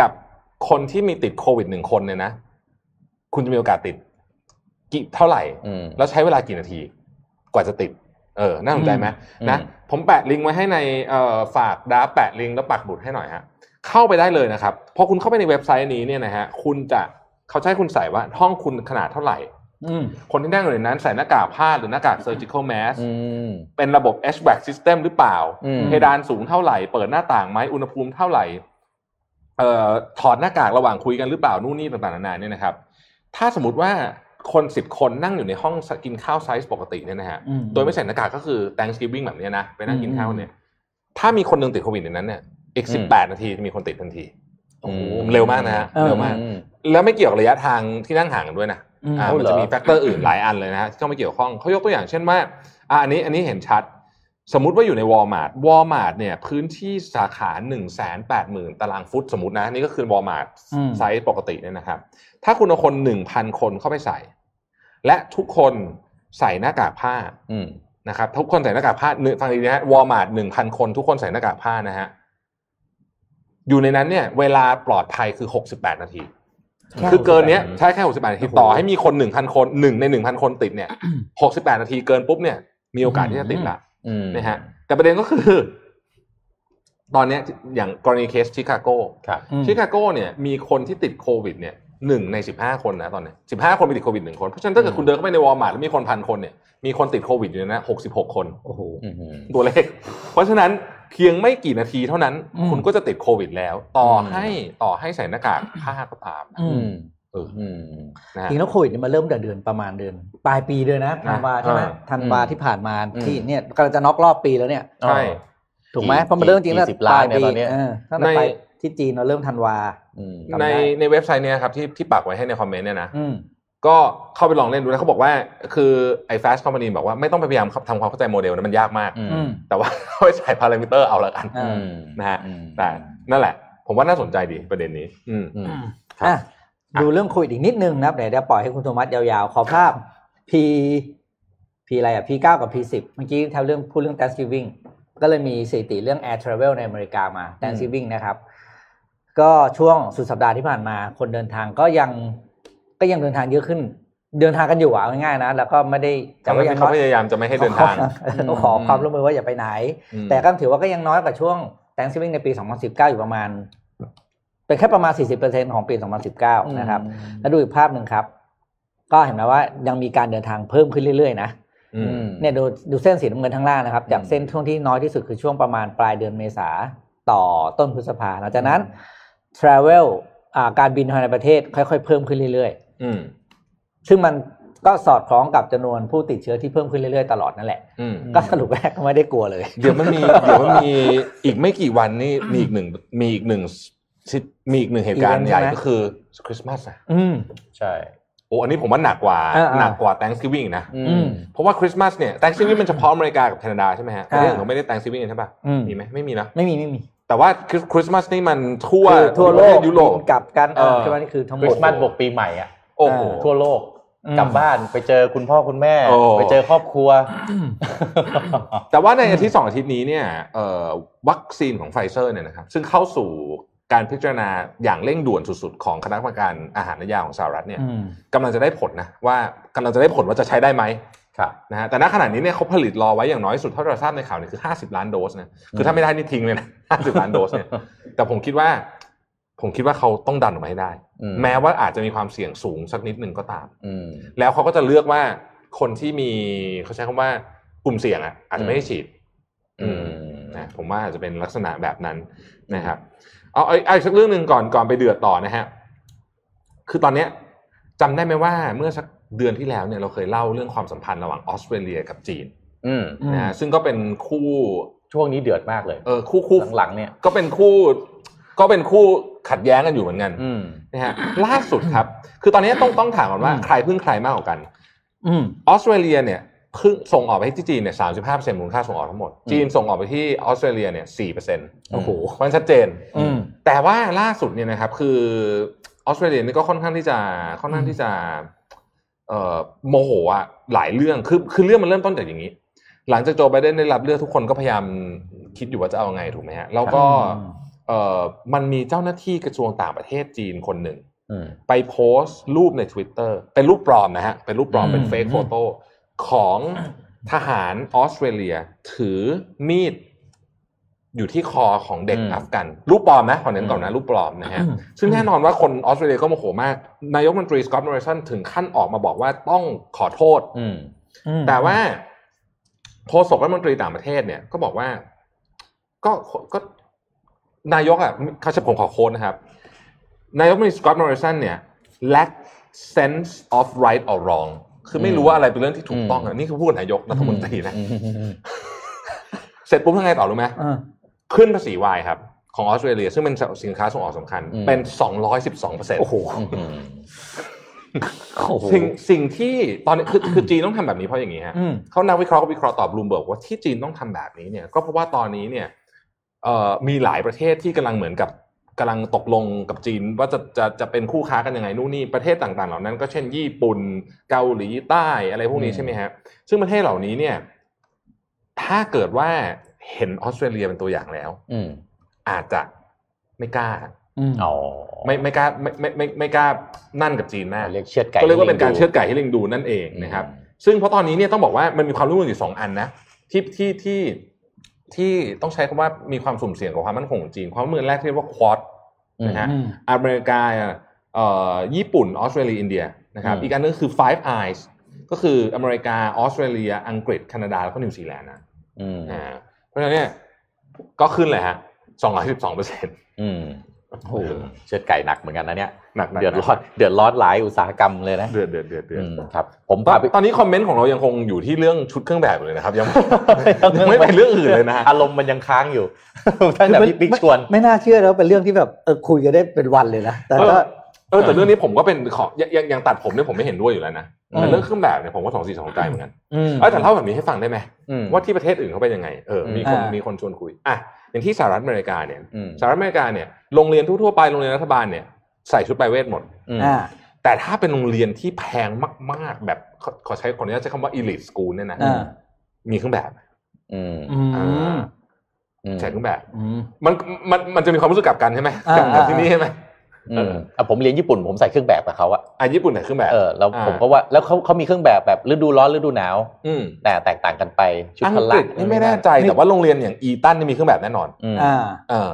Speaker 4: กับคนที่มีติดโควิดหนึ่งคนเนี่ยนะ คุณจะมีโอกาสติดกี่เท่าไหร่
Speaker 3: อืม
Speaker 4: แล้วใช้เวลากี่นาที กว่าจะติด เออ น่าสนใจไหม
Speaker 3: อืม
Speaker 4: นะ ผมแปะลิงก์ไว้ให้ในเอ่อฝากดาแปะลิงก์แล้วปักบุตรให้หน่อยฮะ เข้าไปได้เลยนะครับ พอคุณเข้าไปในเว็บไซต์นี้เนี่ยนะฮะ คุณจะเขาจะใช้คุณใส่ว่าห้องคุณขนาดเท่าไหร่
Speaker 2: อืม
Speaker 4: คนที่นั่งอยู่ในนั้นใส่หน้ากากผ้าหรือหน้ากาก surgical mask
Speaker 3: อืม
Speaker 4: เป็นระบบ HVAC system หรือเปล่า
Speaker 3: อืม
Speaker 4: เพดานสูงเท่าไหร่ เปิดหน้าต่างไหมอุณหภูมิเท่าไหร่ เอ่อถอดหน้ากากระหว่างคุยกันหรือเปล่า นู่นนี่ต่างๆนานาเนี่ยนะครับ ถ้าสมมติว่าคนสิบคนนั่งอยู่ในห้องกินข้าวไซส์ปกติเนี่ยนะฮะ
Speaker 2: อืม
Speaker 4: โดยไม่ใส่หน้ากากก็คือ Thanksgiving แบบเนี้ยนะ ไปนั่งกินข้าว
Speaker 2: อืม
Speaker 4: เนี่ย ถ้ามีคนหนึ่งติดโควิดในนั้นเนี่ย อีก
Speaker 3: อื
Speaker 4: สิบ
Speaker 3: ม
Speaker 4: แปดนาทีจะมีคนติดทันที
Speaker 3: อื
Speaker 4: มันเร็วมากนะฮะ
Speaker 2: เออ
Speaker 4: เร็วมาก แล้วไม่เกี่ยวกับระยะทางที่นั่งห่างกันด้วยนะ
Speaker 2: อืม
Speaker 4: อ่า
Speaker 3: เอา
Speaker 4: มัน
Speaker 3: เหร
Speaker 4: จะ
Speaker 3: อ
Speaker 4: มีแฟกเตอร์อื่นหลายอันเลยนะฮะที่เข้ามาเกี่ยวข้องเขายกตัวอย่างเช่นว่าอ่าอันนี้อันนี้เห็นชัด สมมุติว่าอยู่ในวอลมาร์ทวอลมาร์ทเนี่ยพื้นที่สาขา1นึ0 0 0 0 ตารางฟุตสมมตินะ นี่ก็คือวอลมาร์ท
Speaker 2: อืม
Speaker 4: ไซส์ปกติเนี่ยนะครับ ถ้าคุณเอาคน 1,000 คนเข้าไปใส่ และทุกคนใส่หน้ากากผ้า
Speaker 3: อืม
Speaker 4: นะครับ ทุกคนใส่หน้ากากผ้าหนึ่งฟังดีนะฮะวอลมาร์ทหนึ่งพันคน ทุกคนใส่หน้ากากผ้านะฮะอยู่ในนั้นเนี่ยเวลาปลอดภัยคือ 68 นาที คือเกินเนี้ยใช้แค่68นาที
Speaker 3: โอ้โห
Speaker 4: ต่อให้มีคน 1,000 คนหนึ่งใน 1,000 คนติดเนี่ย 68 นาทีเกินปุ๊บเนี่ย มีโอกาสที่จะติดละ
Speaker 3: อืม
Speaker 4: นะฮะแต่ประเด็นก็คือ ตอนเนี้ยอย่างกรณีเคสชิคาโก
Speaker 3: ครับ
Speaker 2: อืม
Speaker 4: ชิคาโกเนี่ยมีคนที่ติดโควิดเนี่ยหนึ่งใน 15 คนนะตอนเนี้ย15 คนมีติดโควิดหนึ่งคน เพราะฉะนั้นถ้าเกิดคุณเดินเข้าไปในวอลมาร์ทแล้วมีคนพันคนเนี่ยมีคนติดโควิดอยู่ในนะ66 คน
Speaker 2: โอ้โห
Speaker 3: อืม
Speaker 4: ตัวเลข เพราะฉะนั้นเพียงไม่กี่นาทีเท่านั้น
Speaker 2: อืม
Speaker 4: คุณก็จะติดโควิดแล้ว ต่ออ
Speaker 3: ม
Speaker 4: ให้ต่อให้ใส่หน้ากากผ้าก็ตาม
Speaker 2: อื
Speaker 3: อื
Speaker 2: ม
Speaker 3: ม
Speaker 4: เออ
Speaker 3: อืม
Speaker 4: นะฮะ
Speaker 2: จริงแล้วโควิดเนี่ยมาเริ่มแต่เดือนประมาณเดือน ปลายปีเลยนะธันวาใช่ไหม
Speaker 4: อ่า
Speaker 2: ธันวาที่ผ่านมา
Speaker 3: อืม
Speaker 2: ที่เนี่ยกำลังจะน็อกรอบปีแล้วเนี่ย
Speaker 4: ใช่
Speaker 2: ถูกไหม
Speaker 3: กี่
Speaker 2: เพราะมันเริ่มจริงตั้ง
Speaker 3: กี่สิ
Speaker 2: แต่
Speaker 3: บ
Speaker 2: ป
Speaker 3: ล้า
Speaker 2: ลาน ย
Speaker 3: เนี่ย
Speaker 2: ปี
Speaker 3: ตอนเนี้ย
Speaker 2: เออตั้งแต่
Speaker 4: ใน
Speaker 2: ไปที่จีนเราเริ่มธันวา
Speaker 3: อืม
Speaker 2: จำได้
Speaker 4: ในในเว็บไซต์เนี่ยครับที่ที่ปักไว้ให้ในคอมเมนต์เนี่ยนะ
Speaker 2: อืม
Speaker 4: ก็เข้าไปลองเล่นดูนะเขาบอกว่า คือไอ้ fast company บอกว่าไม่ต้องไปพยายามทำความเข้าใจโมเดลนะมันยากมาก
Speaker 3: อื
Speaker 2: อื
Speaker 3: ม
Speaker 2: ม
Speaker 4: แต่ว่า เอาไปใส่พารามิเตอร์เอาละกัน
Speaker 2: อ่า
Speaker 3: อืม
Speaker 4: นะฮะ
Speaker 3: อืม
Speaker 4: แต่นั่นแหละ ผมว่าน่าสนใจดีประเด็นนี้ อืม
Speaker 3: อืม ครับ
Speaker 2: อ่ะดูเรื่องโควิดอีกนิดนึงนะครับเดี๋ยวเดี๋ยวปล่อยให้คุณโทมัสยาวๆ ขอภาพ P P อะไรอ่ะ P 9กับ P 10เมื่อกี้แถวเรื่องพูดเรื่อง Thanksgiving ก็เลยมีสถิติเรื่อง Air Travel ในอเมริกามา Thanksgiving นะครับ ก็ช่วงสุดสัปดาห์ที่ผ่านมา คนเดินทางก็ยังก็ยังเดินทางเยอะขึ้น เดินทางกันอยู่อ่ะเอาง่ายๆนะ แล้วก็ไม่ได้
Speaker 4: แต่ว่าที่เขาพยายามจะไม่ให้เดินทาง
Speaker 2: ก็ขอความร่วมมือว่าอย่าไปไหน
Speaker 4: อืม
Speaker 2: แต่ก็ถือว่าก็ยังน้อยกว่าช่วง Thanksgiving ในปี 2019 อยู่ประมาณ ไป เป็นแค่ประมาณ 40%ของปี 2019 นะครับ แล้วดูอีกภาพหนึ่งครับ ก็เห็นไหมว่ายังมีการเดินทางเพิ่มขึ้นเรื่อยๆนะ
Speaker 4: อืม
Speaker 2: เนี่ยดูดูเส้นสีน้ำเงินข้างล่างนะครับ จาก
Speaker 3: อืม
Speaker 2: เส้นช่วงที่น้อยที่สุดคือช่วงประมาณปลายเดือนเมษาต่อต้นพฤษภาหลังจากนั้น travel อ่าการบินภายในประเทศค่อยๆ เพิ่มขึ้นเรื่อย
Speaker 4: อืม
Speaker 2: ๆ ซึ่งมันก็สอดคล้องกับจำนวนผู้ติดเชื้อที่เพิ่มขึ้นเรื่อยๆ ตลอดนั่นแหละ
Speaker 4: อืม
Speaker 2: ก็สรุปแรกก็ไม่ได้กลัวเลย
Speaker 4: เดี๋ยวมันมี เดี๋ยวมันมีอีกไม่กี่วันนี่มีอีกหนึ่งมีอีกหนึ่งสิมีอีกหนึ่งเหตุการณ์
Speaker 2: อีเวนต์
Speaker 4: ใหญ่
Speaker 2: ใช่ไหม
Speaker 4: ก็คือคริสต์มาสอะ
Speaker 2: อืม
Speaker 3: ใช่
Speaker 4: โอ้อันนี้ผมว่าหนักกว่า
Speaker 2: อ่าๆ
Speaker 4: หนักกว่า Thanksgiving นะ
Speaker 2: อืม
Speaker 4: เพราะว่าคริสต์มาสเนี่ย Thanksgiving มันเฉพาะอเมริกากับแคนาดาใช่ไหมฮะประ
Speaker 2: อ่า
Speaker 4: เทศอื่นเขาไม่ได้ Thanksgiving กันใช่ป่ะ
Speaker 2: อืม
Speaker 4: มีไหมไม่มีนะ
Speaker 2: ไม่มีไม่มี
Speaker 4: แต่ว่าคริสต์มาสนี่มันทั่ว
Speaker 2: คือทั่วโลก
Speaker 4: ประเทศยุโรป
Speaker 2: บินกลับกัน
Speaker 4: เออ
Speaker 2: ใช่ไหมนี่คือทั้งห
Speaker 3: ค
Speaker 2: ม
Speaker 3: ริ
Speaker 2: ด
Speaker 3: สต์มาสบวกปีใหม่อ่ะ
Speaker 4: โอ้โห
Speaker 3: ทั่วโลก
Speaker 2: อืม
Speaker 3: กลับบ้านไปเจอคุณพ่อคุณแม่
Speaker 4: โอ้
Speaker 3: ไปเจอครอบครัว
Speaker 4: แต่ว่าในอาทิตย์สองอาทิตย์นี้เนี่ยเอ่อวัคซีนของไฟเซอร์เนี่ยนะครับซึ่งเข้าสู่การพิจารณาอย่างเร่งด่วนสุดๆ ของคณะกรรมการอาหารและยาของสหรัฐเนี่ย
Speaker 2: อืม
Speaker 4: กำลังจะได้ผลนะว่ากำลังจะได้ผลว่าจะใช้ได้ไหม
Speaker 3: ครับ
Speaker 4: นะฮะแต่ณขณะนี้เนี่ยเขาผลิตรอไว้อย่างน้อยสุดเท่าที่เราทราบในข่าวเนี่ยคือ 50 ล้านโดสนะคือถ้าไม่ได้นี่ทิ้งเลยนะ 50 ล้านโดสเนี่ยแต่ผมคิดว่า ผมคิดว่าเขาต้องดันออกมาให้ได้
Speaker 3: อืม
Speaker 4: แม้ว่าอาจจะมีความเสี่ยงสูงสักนิดหนึ่งก็ตาม
Speaker 3: อืม
Speaker 4: แล้วเขาก็จะเลือกว่าคนที่มีเขาใช้คำว่ากลุ่มเสี่ยงอ่ะอาจจะไม่ได้ฉีด
Speaker 3: อืม
Speaker 4: นะผมว่าอาจจะเป็นลักษณะแบบนั้นนะครับ เอาเอาเอาอีกสักเรื่องหนึ่งก่อนก่อนไปเดือดต่อนะฮะคือตอนเนี้ยจำได้ไหมว่าเมื่อสักเดือนที่แล้วเนี่ยเราเคยเล่าเรื่องความสัมพันธ์ระหว่างออสเตรเลียกับจีน
Speaker 3: อืม
Speaker 2: อืม
Speaker 4: นะฮะซึ่งก็เป็นคู่
Speaker 3: ช่วงนี้เดือดมากเลย
Speaker 4: เออคู่คู่
Speaker 3: หลังๆเนี่ย
Speaker 4: ก็เป็นคู่ ก็เป็นคู่ขัดแย้งกันอยู่เหมือนกัน
Speaker 3: อืม
Speaker 4: นะฮะล่าสุดครับ คือตอนเนี้ยต้องต้องถามก่อนว่าใครพึ่งใครมากกว่ากัน
Speaker 2: อืม
Speaker 4: ออสเตรเลียเนี่ยเพึ่งส่งออกไปที่จีนเนี่ยสามสิบห้าเปอร์เซ็นต์มูลค่าส่งออกทั้งหมด จีนส่งออกไปที่ออสเตรเลียเนี่ยสี่เปอร์เซ็นต์
Speaker 3: โอ้โห
Speaker 4: มันชัดเจน
Speaker 2: อืม
Speaker 4: แต่ว่าล่าสุดเนี่ยนะครับคือออสเตรเลียนี่ก็ค่อนข้างที่จะค่อนข้างที่จะเอ่อโมโหอะหลายเรื่องคือคือเรื่องมันเริ่มต้นจากอย่างนี้ หลังจากโจไบเดนได้รับเลือกทุกคนก็พยายามคิดอยู่ว่าจะเอาไงถูกไหมฮะแล้วก็เอ่อมันมีเจ้าหน้าที่กระทรวงต่างประเทศจีนคนหนึ่ง
Speaker 3: อืม
Speaker 4: ไปโพสต์รูปใน Twitter เป็นรูปปลอมนะฮะ เป็นรูปปลอม
Speaker 3: อืม
Speaker 4: เป็นเฟกโฟโต้ของทหารออสเตรเลีย ถือมีดอยู่ที่คอของเด็กอัฟกันรูปปลอมนะขอเน้นก่อนนะรูปปลอมนะฮะ
Speaker 2: อืม
Speaker 4: ซึ่งแน่นอนว่าคนออสเตรเลียก็โมโหมาก นายกรัฐมนตรีสกอตต์มอริสันถึงขั้นออกมาบอกว่าต้องขอโทษ
Speaker 3: อืม
Speaker 2: อืม
Speaker 4: แต่ว่าโฆษกรัฐมนตรีต่างประเทศเนี่ยก็บอกว่า ก็ก็นายกอ่ะเขาจะผมขอโค้ดนะครับ นายกรัฐมนตรีสกอตต์มอริสันเนี่ย lack sense of right or wrong คือไม่รู้ว่าอะไรเป็นเรื่องที่ถูกต้องอะนี่คือพูดนายกรัฐมนตรีนะ เสร็จปุ๊บทั้งไงต่อรู้ไหม
Speaker 2: อ่า
Speaker 4: ขึ้นภาษีวายครับ ของออสเตรเลีย ซึ่งเป็นสินค้าส่งออกสำคัญ
Speaker 3: อืม
Speaker 4: เป็น 212เปอร์เซ็นต์
Speaker 2: โอ้โห
Speaker 3: อืม
Speaker 4: สิ่งสิ่งที่ตอนนี้คือคือจีนต้องทำแบบนี้เพราะอย่างนี้ฮะ
Speaker 2: อืม
Speaker 4: เขานักวิเคราะห์ก็วิเคราะห์ตอบบลูมเบิร์กว่าที่จีนต้องทำแบบนี้เนี่ยก็เพราะว่าตอนนี้เนี่ยเอ่อมีหลายประเทศที่กำลังเหมือนกับกำลังตกลงกับจีน ว่าจะจะจะเป็นคู่ค้ากันยังไงนู่นนี่ประเทศต่างๆ เหล่านั้น ก็เช่นญี่ปุ่นเกาหลีใต้อะไรพวกนี้
Speaker 3: อืม
Speaker 4: ใช่ไหมฮะซึ่งประเทศเหล่านี้เนี่ยถ้าเกิดว่าเห็นออสเตรเลียเป็นตัวอย่างแล้ว
Speaker 3: อืม
Speaker 4: อาจจะไม่กล้า
Speaker 2: อืม
Speaker 3: อ๋อ
Speaker 4: ไม่ไม่กล้าไม่ไมไม่ไม่กล้านั่นกับจีนมาก
Speaker 3: เรียกเชือดไก่
Speaker 4: ก็เรียกว่าเป็นการเชือดไก่ให้ลิงดูนั่นเองนะครับ ซึ่งเพราะตอนนี้เนี่ยต้องบอกว่ามันมีความร่วมมืออยู่สองอันนะที่ที่ที่ที่ต้องใช้คำว่ามีความสุ่มเสี่ยงกับความมั่นคงของจีน ความร่วมมือแรกเรียกว่าควอด นะฮะ
Speaker 2: อืม
Speaker 4: อเมริกาเอ่อญี่ปุ่นออสเตรเลียอินเดียนะครับ อีกอันนึงคือ five eyes ก็คืออเมริกาออสเตรเลีย อังกฤษแคนาดาแล้วก็นิวซีแลนด์นะ
Speaker 3: อืม
Speaker 4: อ่าเพราะฉะนั้นเนี่ยก็ขึ้นเลยฮะสองร้อยสิบสองเปอร์เซ็นต์
Speaker 3: อืมโอ้โหเชือดไก่หนักเหมือนกันนะเนี่ย
Speaker 4: หนักๆ
Speaker 3: เดือดร้อนเดือดร้อนหลายอุตสาหกรรมเลยนะ
Speaker 4: เดือดเดือดเดือดเดือด
Speaker 3: อืมครับ ผม
Speaker 4: ตอ
Speaker 3: พาน ไป
Speaker 4: ตอนนี้คอมเมนต์ของเรายังคงอยู่ที่เรื่องชุดเครื่องแบบอยู่เลยนะครับ ยัง ยังไม่
Speaker 3: ไม่
Speaker 4: ไปเรื่องอื่นเลยนะฮะ
Speaker 3: อารมณ์มันยังค้างอยู่ ตั้งแต่พี่ปิ๊กชวน
Speaker 2: ไม่ไม่น่าเชื่อแล้วาเป็นเรื่องที่แบบเออคุยกันได้เป็นวันเลยนะแต่ก็
Speaker 4: เออแต่เรื่องนี้ผมก็เป็นขอยังยังยังตัดผมเนี่ยผมไม่เห็นด้วยอยู่แล้วนะ
Speaker 3: อืม
Speaker 4: แต่เรื่องเครื่องแบบเนี่ยผมก็สองสี่สองใจเหมือนกัน
Speaker 3: อืม
Speaker 4: เออแต่เล่าแบบนี้ให้ฟังได้ไหม
Speaker 3: อืม
Speaker 4: ว่าที่ประเทศอื่นเขาเป็นยังไงเออมีคน
Speaker 2: อ่ามี
Speaker 4: มีคนชวนคุยอ่ะอย่างที่สหรัฐอเมริกาเนี่ย
Speaker 3: อืม
Speaker 4: สหรัฐอเมริกาเนี่ยโรงเรียนทั่วๆไปโรงเรียนรัฐบาลเนี่ยใส่ชุดไปเวทหมด
Speaker 3: อืม
Speaker 2: อ่า
Speaker 4: แต่ถ้าเป็นโรงเรียนที่แพงมากๆ แบบขอขอใช้ขออนุญาตใช้คำว่า elite school เนี่ยนะ
Speaker 2: อ่า
Speaker 4: มีเครื่องแบบ
Speaker 3: อืม
Speaker 2: อืม
Speaker 3: อืม
Speaker 4: ใส่เครื่องแบบ
Speaker 2: อืม
Speaker 4: มันมันมันจะมีความรู้สึกกลับกันใช่ไหม
Speaker 2: อ่า
Speaker 4: กับกับที่นี่ใช่ไหม
Speaker 3: อืมอ่ะผมเรียนญี่ปุ่นผมใส่เครื่องแบบกับเขาอะ
Speaker 4: อ่ะญี่ปุ่นเนี่ยเครื่องแบบ
Speaker 3: เออแล้ว
Speaker 4: อ่า
Speaker 3: ผมก็ว่าแล้วเขาเขามีเครื่องแบบแบบฤดูร้อนฤดูหนาว
Speaker 4: อืม
Speaker 3: แต่แตกต่างกันไปชุด
Speaker 4: อัง
Speaker 3: พละ
Speaker 4: กฤษนี่ไม่แน่ใจแต่ว่าโรงเรียนอย่างอีตันนี่มีเครื่องแบบแน่นอน
Speaker 3: อืม
Speaker 2: อ่า
Speaker 4: เออ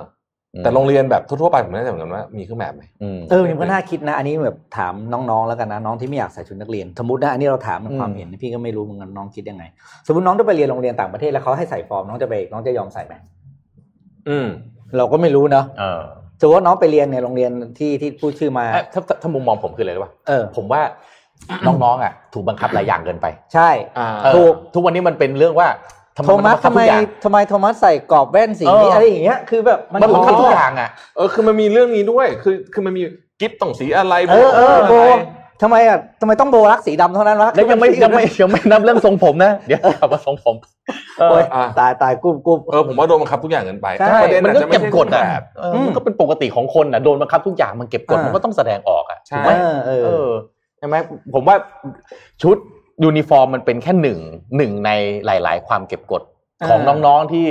Speaker 4: แต่โรงเรียนแบบทั่วๆไปผมไม่แน่ใจเหมือนกันว่ามีเครื่องแบบไหม
Speaker 3: อืม
Speaker 2: เออมันก็น่าคิดนะ อันนี้แบบถามน้องๆแล้วกันนะน้องที่ไม่อยากใส่ชุดนักเรียน สมมตินะอันนี้เราถามใน
Speaker 3: อืม
Speaker 2: ความเห็นพี่ก็ไม่รู้เหมือนกันน้องคิดยังไง สมมติน้องจะไปเรียนโรงเรียนต่างประเทศแล้วเขาให้ใส่ฟอร์มน้องจะไปน้องจะยอมใส่ไหม
Speaker 4: อืม
Speaker 2: เราก็ไม่รู้เนาะ
Speaker 3: เออ
Speaker 2: สมมติว่าน้องไปเรียนในโรงเรียนที่ที่พูดชื่อมา
Speaker 3: เอ้ยถ้าถ้าถ้ามุมมองผมคืออะไรรู้ป่ะ
Speaker 2: เออ
Speaker 3: ผมว่าน้องๆอ่ะ ถูกบังคับหลายอย่างเกินไป
Speaker 2: ใช่
Speaker 4: อ่า
Speaker 3: เออ
Speaker 2: ถูก
Speaker 3: ทุกวันนี้มันเป็นเรื่องว่า
Speaker 2: โทมัส
Speaker 3: นบั
Speaker 2: ทำ
Speaker 3: ง
Speaker 2: ไม
Speaker 3: คับทุกอย่าง
Speaker 2: ทำไมโทมัสใส่กรอบแว่นสีนี้
Speaker 3: เอออ
Speaker 2: อะไรอย่างเงี้ยคือแบบ
Speaker 3: มันบังคับทุกอย่างอ่ะ
Speaker 4: เออคือมันมีเรื่องนี้ด้วย คือคือมันมีกิฟต์ต้องสีอะไร
Speaker 2: เออเออ
Speaker 4: โบ
Speaker 2: โบ
Speaker 4: ว์ะไร
Speaker 2: ทำไมอ่ะทำไมต้องโบรักสีดำเท่านั้นวะ
Speaker 3: แล้วยังไม่ยังไม่ยังไม่นับเรื่องทรงผมนะ เดี๋ยวกลับมาทรงผมเออ
Speaker 2: โอ๊ยตายตายกุบกุบ
Speaker 4: เออผมว่าโดนบังคับทุกอย่างเกินไป
Speaker 2: ใช่
Speaker 4: แต่ประเด็นอาจ
Speaker 3: มันก็
Speaker 4: จะไม่
Speaker 3: เก็บ
Speaker 4: ใช่
Speaker 3: กด
Speaker 4: แบ
Speaker 3: อ่ะ
Speaker 4: บ
Speaker 3: เออมันก็เป็นปกติของคนอ่ะโดนบังคับทุกอย่างมันเก็บกด
Speaker 2: อ่ามั
Speaker 3: มันก็ต้องแสดงออกอ่ะ
Speaker 4: ใช่
Speaker 3: ถูกไหม
Speaker 2: เออเอ
Speaker 3: เอ
Speaker 2: อ
Speaker 3: อใช่ไหมผมว่าชุดยูนิฟอร์มมันเป็นแค่หนึ่งหนึ่งในหลาย ๆ ความเก็บกดของ
Speaker 2: อ่า
Speaker 3: น้องๆที่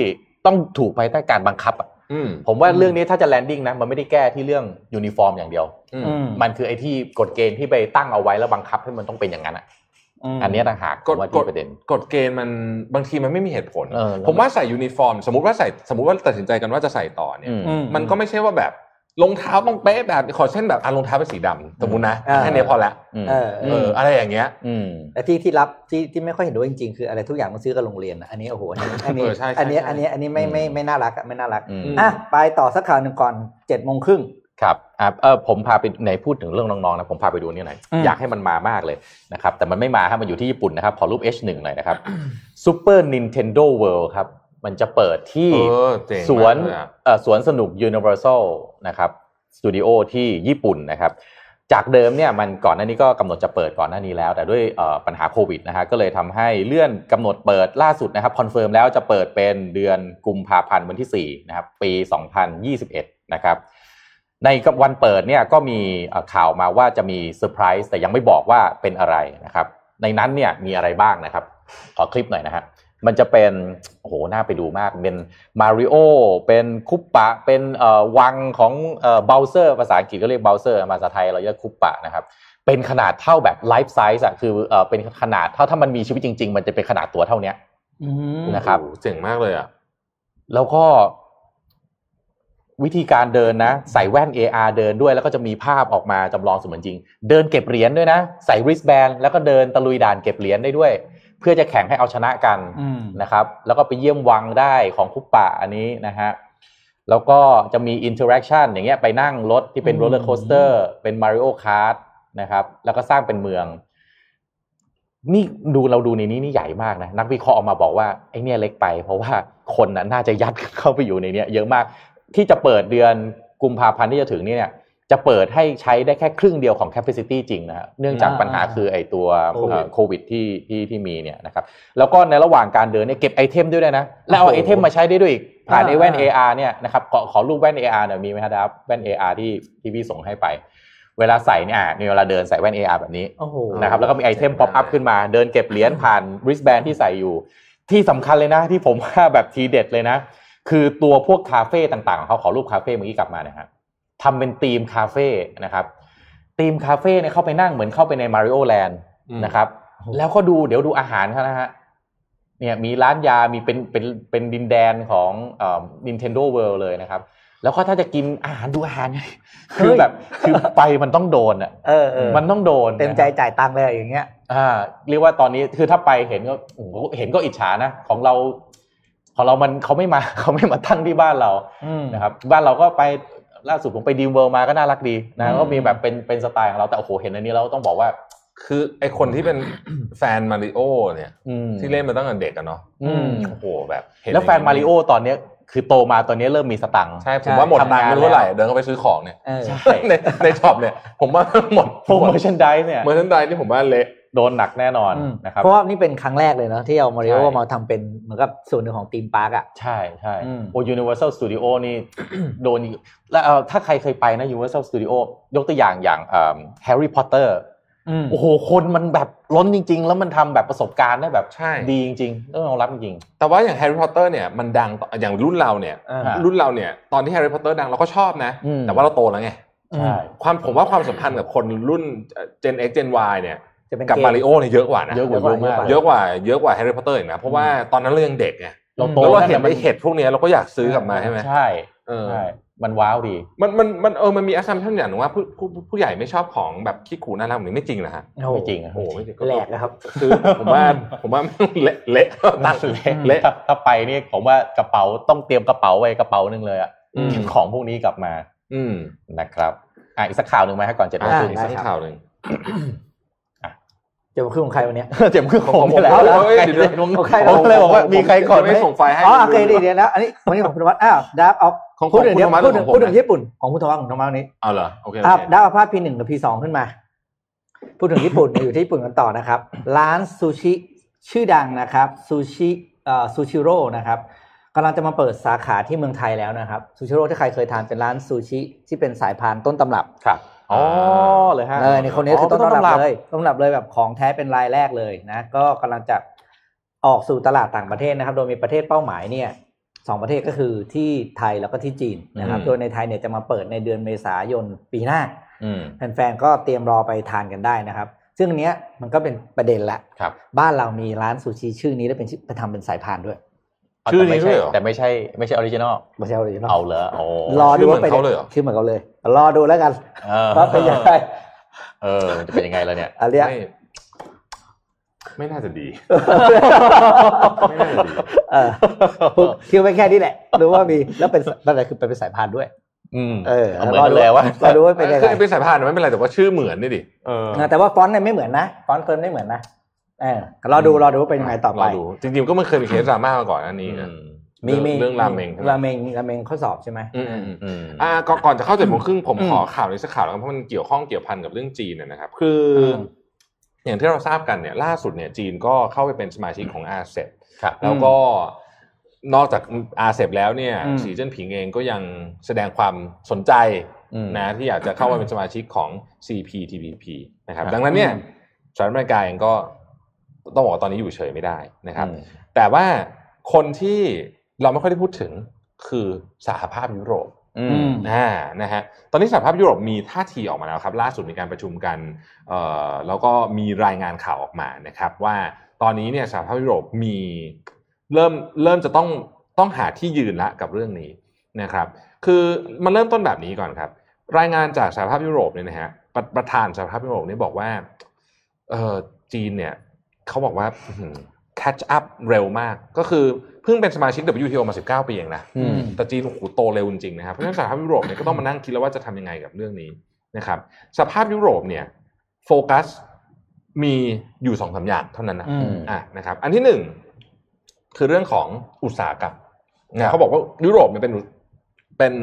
Speaker 3: ต้องถูกภายใต้การบังคับอ่ะ
Speaker 4: อืม
Speaker 3: ผมว่าเรื่องนี้ถ้าจะแลนดิ้งนะ มันไม่ได้แก้ที่เรื่องยูนิฟอร์มอย่างเดียว
Speaker 4: อืม
Speaker 2: อืม
Speaker 3: มันคือไอ้ที่กฎเกณฑ์ที่ไปตั้งเอาไว้แล้วบังคับให้มันต้องเป็นอย่างนั้นอ่ะ
Speaker 2: ม
Speaker 3: อันเนี้ยต่างหาก
Speaker 4: กฎ
Speaker 3: ว่า
Speaker 4: ก
Speaker 3: ที่
Speaker 4: ฎ
Speaker 3: ประเด็น
Speaker 4: กฎเกณฑ์มันบางทีมันไม่มีเหตุผล
Speaker 3: เออแล้ว
Speaker 4: ผมว่าใส่ยูนิฟอร์ม สมมติว่าใส่สมมติว่าตัดสินใจกันว่าจะใส่ต่อเนี่ย
Speaker 3: อืม
Speaker 2: อืม
Speaker 4: มันก็ไม่ใช่ว่าแบบรองเท้าต้องเป๊ะแบบขอเช่นแบบอ่ะรองเท้าเป็นสีดำสมมตินะ
Speaker 2: อ่า
Speaker 4: แค่เนี้ยพอละ
Speaker 3: อืม
Speaker 2: เออเอ
Speaker 4: เอ
Speaker 2: อ
Speaker 4: ออะไรอย่างเงี้ย
Speaker 3: อืม
Speaker 2: แต่ที่ที่รับที่ที่ไม่ค่อยเห็นด้วยจริงๆคืออะไรทุกอย่างต้องซื้อกับโรงเรียนอะอันนี้โอ้โหอันนี้อัน
Speaker 4: เอ
Speaker 2: นี้
Speaker 4: อใช่ใช่
Speaker 2: อันนี้
Speaker 4: ใช่
Speaker 2: อันนี้อันนี้ไม่ไม่ไม่ไม่น่ารักอะไม่น่ารัก
Speaker 3: อืม
Speaker 2: อ่ะไปต่อสักข่าวหนึ่งก่อนเจ็ดโมงครึ่ง
Speaker 3: ครับอ่าเออผมพาไปไหนพูดถึงเรื่องน้องๆนะผมพาไปดูนี่หน่อย
Speaker 2: อืม
Speaker 3: อยากให้มันมามากเลยนะครับ แต่มันไม่มาครับมันอยู่ที่ญี่ปุ่นนะครับ ขอรูป H1 หน่อยนะครับ Super Nintendo World ครับ มันจะเปิดที่
Speaker 4: เออเจ๋ง
Speaker 3: สว
Speaker 4: มาน กเลยอะ
Speaker 3: เอ่อสวนสนุก Universal นะครับสตูดิโอที่ญี่ปุ่นนะครับ จากเดิมเนี่ยมันก่อนหน้านี้ก็กำหนดจะเปิดก่อนหน้านี้แล้ว แต่ด้วยเอ่อปัญหาโควิดนะฮะก็เลยทำให้เลื่อนกำหนดเปิดล่าสุดนะครับคอนเฟิร์มแล้วจะเปิดเป็นเดือนกุมภาพันธ์วันที่ 4 นะครับ ปี 2021 นะครับ ในวันเปิดเนี่ยก็มีเอ่อข่าวมาว่าจะมีเซอร์ไพรส์แต่ยังไม่บอกว่าเป็นอะไรนะครับ ในนั้นเนี่ยมีอะไรบ้างนะครับ ขอคลิปหน่อยนะฮะมันจะเป็นโอ้โหน่าไปดูมากเป็นมาริโอเป็นคุปปะ เป็นเอ่อวังของเบลเซอร์ภาษาอังกฤษก็เรียกเบลเซอร์ภาษาไทยเราเรียกคุปปะนะครับ เป็นขนาดเท่าแบบไลฟ์ไซส์อะคือเอ่อเป็นขนาดเท่าถ้ามันมีชีวิตจริง ๆ มันจะเป็นขนาดตัวเท่าเนี้ย นะ ครับ
Speaker 4: โอ้โหเจ๋งมากเลยอ่ะ
Speaker 3: แล้วก็วิธีการเดินนะ ใส่แว่น AR เดินด้วย แล้วก็จะมีภาพออกมาจำลองเสมือนจริง เดินเก็บเหรียญด้วยนะ ใส่ wristband แล้วก็เดินตะลุยด่านเก็บเหรียญได้ด้วย เพื่อจะแข่งให้เอาชนะกัน
Speaker 2: อืม
Speaker 3: นะครับ แล้วก็ไปเยี่ยมวังได้ของคุปปะอันนี้นะฮะแล้วก็จะมี interaction อย่างเงี้ยไปนั่งรถที่เป็น roller coaster เป็น Mario Kart นะครับ แล้วก็สร้างเป็นเมือง นี่ดูเราดูในนี้นี่ใหญ่มากนะนักวิเคราะห์ออกมาบอกว่าไอ้เนี่ยเล็กไป เพราะว่าคนน่ะน่าจะยัดเข้าไปอยู่ในเนี้ยเยอะมากที่จะเปิดเดือนกุมภาพันธ์ที่จะถึงนี่เนี่ย จะเปิดให้ใช้ได้แค่ครึ่งเดียวของ capacity จริงนะฮะเนื่องจากปัญหาคือไอ้ตัว
Speaker 4: โควิด
Speaker 3: เอ่อโควิดที่ที่ที่มีเนี่ยนะครับ แล้วก็ในระหว่างการเดินเนี่ยเก็บไอเทมด้วยนะ แล้วเอาไอเทมมาใช้ได้ด้วยอีก ผ่านไอแว่น AR เนี่ยนะครับขอขอรูปแว่น AR หน่อยมีไหมครับดับแว่น AR ที่ที่พี่ส่งให้ไป เวลาใส่เนี่ยอ่ะเวลาเดินใส่แว่น AR แบบนี้
Speaker 2: โอ้โห
Speaker 3: นะครับแล้วก็มีไอเทมป๊อปอัพขึ้นมา เดินเก็บเหรียญผ่านริสแบนที่ใส่อยู่ ที่สำคัญเลยนะ ที่ผมว่าแบบทีเด็ดเลยนะ คือตัวพวกคาเฟ่ต่างๆของเขาขอรูปคาเฟ่เมื่อกี้กลับมานะครับทำเป็นธีมคาเฟ่นะครับธีมคาเฟ่เนี่ยเข้าไปนั่งเหมือนเข้าไปในมาริโอแลนด์
Speaker 4: อืม
Speaker 3: นะครับ แล้วก็ดูเดี๋ยวดูอาหารเขานะฮะเนี่ยมีร้านยามีเป็นเป็นเป็นดินแดนของเอ่อ Nintendo World เลยนะครับ แล้วก็ถ้าจะกินอาหารดูอาหารไงคือแบบคือไปมันต้องโดนอ่ะ
Speaker 2: เออเออ
Speaker 3: มันต้องโดน
Speaker 2: เต็ม
Speaker 3: นะ
Speaker 2: ใจจ่ายตังค์เลยอะอย่างเงี้ย
Speaker 3: อ่าเรียกว่าตอนนี้คือถ้าไปเห็นก็โอ้โหเห็นก็อิจฉานะของเรา ของเรามันเขาไม่มา เขาไม่มาตั้งที่บ้านเรา
Speaker 2: อืม
Speaker 3: นะครับ บ้านเราก็ไปล่าสุดผมไปดีมเวิลด์มาก็น่ารักดีนะ
Speaker 2: อืม
Speaker 3: ก็มีแบบเป็นเป็นสไตล์ของเราแต่โอ้โหเห็นอันนี้เราต้องบอกว่า
Speaker 4: คือไอคนที่เป็น แฟนมาริโอเนี่ย
Speaker 3: อืม
Speaker 4: ที่เล่นมาตั้งแต่เด็กอะเนาะ
Speaker 3: อืม
Speaker 4: โอ้โหแบบเห็
Speaker 3: แล้วแฟนมาริโอตอนเนี้ยคือโตมาตอนนี้เริ่มมีสตังค์
Speaker 4: ใช่ผมว่าหมดตังค์ไม่รู้เท่าไหร่เดินเข้าไปซื้อของเนี่ย
Speaker 2: เออ
Speaker 3: ใช่
Speaker 4: ในในช็อปเนี่ย ผมว่า หมด
Speaker 3: พวกเมอร์ชันดายเนี่ย
Speaker 4: เมื่อทันใดนี่ผมว่าเละ
Speaker 3: โดนหนักแน่นอน
Speaker 2: อืม
Speaker 3: นะครับ
Speaker 2: เพราะว่านี่เป็นครั้งแรกเลยเนาะที่เอามาริโอ
Speaker 3: ใช่
Speaker 2: มาทำเป็นเหมือนกับส่วนหนึ่งของทีมพาร์คอ่ะ
Speaker 3: ใช่ใช่
Speaker 2: อืม
Speaker 3: โอ้ Universal Studio นี่ โดนอีกแล้วเอ่อถ้าใครเคยไปนะ Universal Studio ยกตัวอย่างอย่างแฮร์รี่พอตเตอร์
Speaker 2: อืม
Speaker 3: โอ้โห คนมันแบบล้นจริง ๆ แล้วมันทำแบบประสบการณ์ได้แบบ
Speaker 4: ใช่
Speaker 3: ดีจริงๆต้องยอมรับจริง
Speaker 4: แต่ว่าอย่างแฮร์รี่พอตเตอร์เนี่ยมันดังต่ออย่างรุ่นเราเนี่ย
Speaker 2: อ่า
Speaker 4: รุ่นเราเนี่ยตอนที่แฮร์รี่พอตเตอร์ดังเราก็ชอบนะ
Speaker 3: อืม
Speaker 4: แต่ว่าเราโตแล้วไง
Speaker 3: ๆใช่
Speaker 4: ความผมว่าความสัมพันธ์กับคนรุ่นเจน X Gen Y เนี่ย
Speaker 2: จะเป็น
Speaker 4: กับ
Speaker 2: เก
Speaker 4: มาริโอเนี่ยเยอะกว่านะ
Speaker 3: เยอะกว่าเยอะมาก
Speaker 4: เยอะกว่าเยอะกว่าแฮร์รี่พอตเตอร์อีกนะเพราะว่าตอนนั้นเรายังเด็กไง
Speaker 3: เราโต
Speaker 4: แล้วเรา
Speaker 3: แล้
Speaker 4: เห็น
Speaker 3: ว
Speaker 4: ไอเห็ดพวกเนี้ยเราก็อยากซื้อกลับมาใช่ไหม
Speaker 3: ใช่
Speaker 4: เออ
Speaker 3: ใช่มันว้าวดี
Speaker 4: มันมันมันเออมันมีแอสซัมชันอย่างหนึงว่าผู้ผู้ผู้ใหญ่ไม่ชอบของแบบขี้ขู่น่ารักแบบนี้ไม่จริงนะฮะ
Speaker 3: ไม่จริงอะ
Speaker 4: โอ้โหไม่จริงก็
Speaker 2: แหลกนะครับ
Speaker 4: คือผมว่าผมว่า เละเละ
Speaker 3: ตัดเละเละถ้าถ้าไปนี่ผมว่ากระเป๋าต้องเตรียมกระเป๋าไว้กระเป๋าหนึ่งเลยอะ
Speaker 4: อืม
Speaker 3: ของพวกนี้กลับมา
Speaker 4: อืม
Speaker 3: นะครับอ่ะอีกสักข่าวหนึ่งไหมฮะก่อนเจ็ดโม
Speaker 4: อ่ะ
Speaker 3: งครึ่ง
Speaker 4: อีก
Speaker 2: ได้
Speaker 4: สักข่าวหนึ่ง
Speaker 2: จะมาขึ้นของใครวันเนี้ย
Speaker 3: เจ็บคือผม
Speaker 4: ผม
Speaker 3: แล้ว
Speaker 4: ผม
Speaker 3: นะ
Speaker 4: เอ้ย
Speaker 3: ใคร
Speaker 4: เดี๋ยว
Speaker 3: เจ็บลง
Speaker 2: เอาใคร
Speaker 3: ผมก็เลยบอกว่ามีใครก่อนไหม
Speaker 4: ไม่ส่งไฟล์ให้
Speaker 2: อ๋อโอเคดีเดี๋ยวนะอันนี้วันนี้ของคุณธวัฒน์อ้าวดับเอา
Speaker 4: ของ
Speaker 2: พูดถึง
Speaker 4: ของ
Speaker 2: เดี๋ยว
Speaker 4: คุณธวัฒน์
Speaker 2: พูดถึง
Speaker 4: หรื
Speaker 2: พูดถึง
Speaker 4: อของผมนะ
Speaker 2: ญี่ปุ่นของคุณธวัฒน์ของธวัฒน์นี้
Speaker 4: เอาเหรอโอเคโอ
Speaker 2: อ้าว
Speaker 4: เค
Speaker 2: ดับเอาภาพ P1 กับ P2 ขึ้นมา พูดถึงญี่ปุ่น อยู่ที่ญี่ปุ่นกันต่อนะครับ ร้านซูชิชื่อดังนะครับซูชิเอ่อซูชิโร่นะครับกำลังจะมาเปิดสาขาที่เมืองไทยแล้วนะครับซูชิโร่ถ้าใครเคยทานเป็นร้านซูชิที่เป็นสายพานต้นตำรับ
Speaker 3: ครับอ๋อเลยฮะ
Speaker 2: เลยในคนนี้คือต้นตำรับ
Speaker 3: เล
Speaker 2: เลย ยต้นตำรับเลยแบบของแท้เป็นรายแรกเลยนะก็กำลังจะออกสู่ตลาดต่างประเทศนะครับ โดยมีประเทศเป้าหมายเนี่ยสองประเทศก็คือที่ไทยแล้วก็ที่จีนนะครับ
Speaker 4: อืม
Speaker 2: โดยในไทยเนี่ยจะมาเปิดในเดือนเมษายนปีหน้า
Speaker 3: อืม
Speaker 2: แฟนๆก็เตรียมรอไปทานกันได้นะครับ ซึ่งอันเนี้ยมันก็เป็นประเด็นละ
Speaker 3: ครับ
Speaker 2: นเรามีร้านซูชิชื่อนี้แล้วเป็นชื่อไปทำเป็นสายพานด้วย
Speaker 4: ชื่อนี้ด้วยเหรอ
Speaker 3: แต่ไม่ใช่แต่ไม่ใช่ไม่ใช่ออริจินอล
Speaker 2: ไม่ใช่เลย
Speaker 3: เอาเลยโอ้
Speaker 2: รอดูว่า
Speaker 4: ชื่อเหมือนเขาเลยเหรอ
Speaker 2: ชื่อเหมือนเขาเลย รอดูแล้ว กัน
Speaker 3: เออ
Speaker 2: ว่าเป็นยังไง
Speaker 3: เออมันจะเป็นยังไงแล้วเนี่ย
Speaker 2: อะไรเนี้ย
Speaker 4: ไม่ไม่น่าจะดี ไม่น่าจะดี
Speaker 2: เออ ปุ๊บคิวไปแค่นี้แหละ รู้ว่ามีแล้วเป็นอะไรคือเป็นสายพานด้วย
Speaker 3: อืม
Speaker 2: เออ
Speaker 3: เอาเหมือนกันเลยว่า
Speaker 2: เราดูว่าเป็นยัง
Speaker 4: คื
Speaker 2: ไง
Speaker 4: อเป็นสายพานไม่เป็นไรแต่ว่าชื่อเหมือนนี่ดิ
Speaker 3: เออ
Speaker 2: เออแต่ว่าฟอนต์เนี่ยไม่เหมือนนะ ฟอนต์เฟิร์มไม่เหมือนนะเออรอดูรอดูว่าเป็นยังไงต่อไป
Speaker 4: เราดูจริงๆก็มันเคยมีเคสดราม่ามาก่อนอันนี้นะ
Speaker 3: ม
Speaker 2: มีมี
Speaker 4: เรื่องรามเมง
Speaker 2: รามเมงรามเมงข้อสอบใช่ไหม
Speaker 4: อืมอืมอืม
Speaker 3: อืม
Speaker 4: อ่าก่อนก่อนจะเข้าเจ็ดโมงครึ่งผม
Speaker 2: อืม
Speaker 4: ขอข่าวนี้สักข่าวแล้วกันเพราะมันเกี่ยวข้องเกี่ยวพันกับเรื่องจีนนะนะครับ คือ
Speaker 2: ม
Speaker 4: อย่างที่เราทราบกันเนี่ย ล่าสุดเนี่ยจีนก็เข้าไปเป็นสมาชิกของอาเซบ
Speaker 3: ครับ
Speaker 4: แล้วก็นอกจากอาเซบแล้วเนี่ย
Speaker 2: อืม
Speaker 4: สีเจิ้นผิงเองก็ยังแสดงความสนใจ
Speaker 3: อืม
Speaker 4: นะที่อยากจะเข้ามาเป็นสมาชิกของ CPTPP นะครับ
Speaker 3: ครับ
Speaker 4: ดังนั้นเนี่ยสหรัฐอเมริกาเองก็ต้องบอกว่าตอนนี้อยู่เฉยไม่ได้นะครับ
Speaker 3: อืม
Speaker 4: แต่ว่าคนที่เราไม่ค่อยได้พูดถึงคือสหภาพยุโรป
Speaker 3: อื
Speaker 2: อื
Speaker 3: ม
Speaker 2: ม
Speaker 4: อ่านะฮะตอนนี้สหภาพยุโรปมีท่าทีออกมาแล้วครับ ล่าสุดมีการประชุมกันเอ่อแล้วก็มีรายงานข่าวออกมานะครับ ว่าตอนนี้เนี่ยสหภาพยุโรปมีเริ่มเริ่มจะต้องต้องหาที่ยืนละกับเรื่องนี้นะครับ คือมันเริ่มต้นแบบนี้ก่อนครับ รายงานจากสหภาพยุโรปเนี่ยนะฮะประประธานสหภาพยุโรปเนี่ยบอกว่าเออจีนเนี่ยเขาบอกว่า catch up เร็วมาก ก็คือเพิ่งเป็นสมาชิก WTO มา 19 ปีเองนะ
Speaker 3: อืม
Speaker 4: แต่จีนโอ้โหโตเร็วจริงๆนะครับเพราะฉะนั้นสหภาพยุโรปเนี่ยก็ต้องมานั่งคิดแล้วว่าจะทำยังไงกับเรื่องนี้นะครับสภาพยุโรปเนี่ยโฟกัสมีอยู่สองสามอย่างเท่านั้นนะ
Speaker 2: อืม
Speaker 4: อ่ะนะครับ อันที่หนึ่งคือเรื่องของอุตสาหกรรมนะเขาบอกว่ายุโรปเนี่ยเป็นเป็น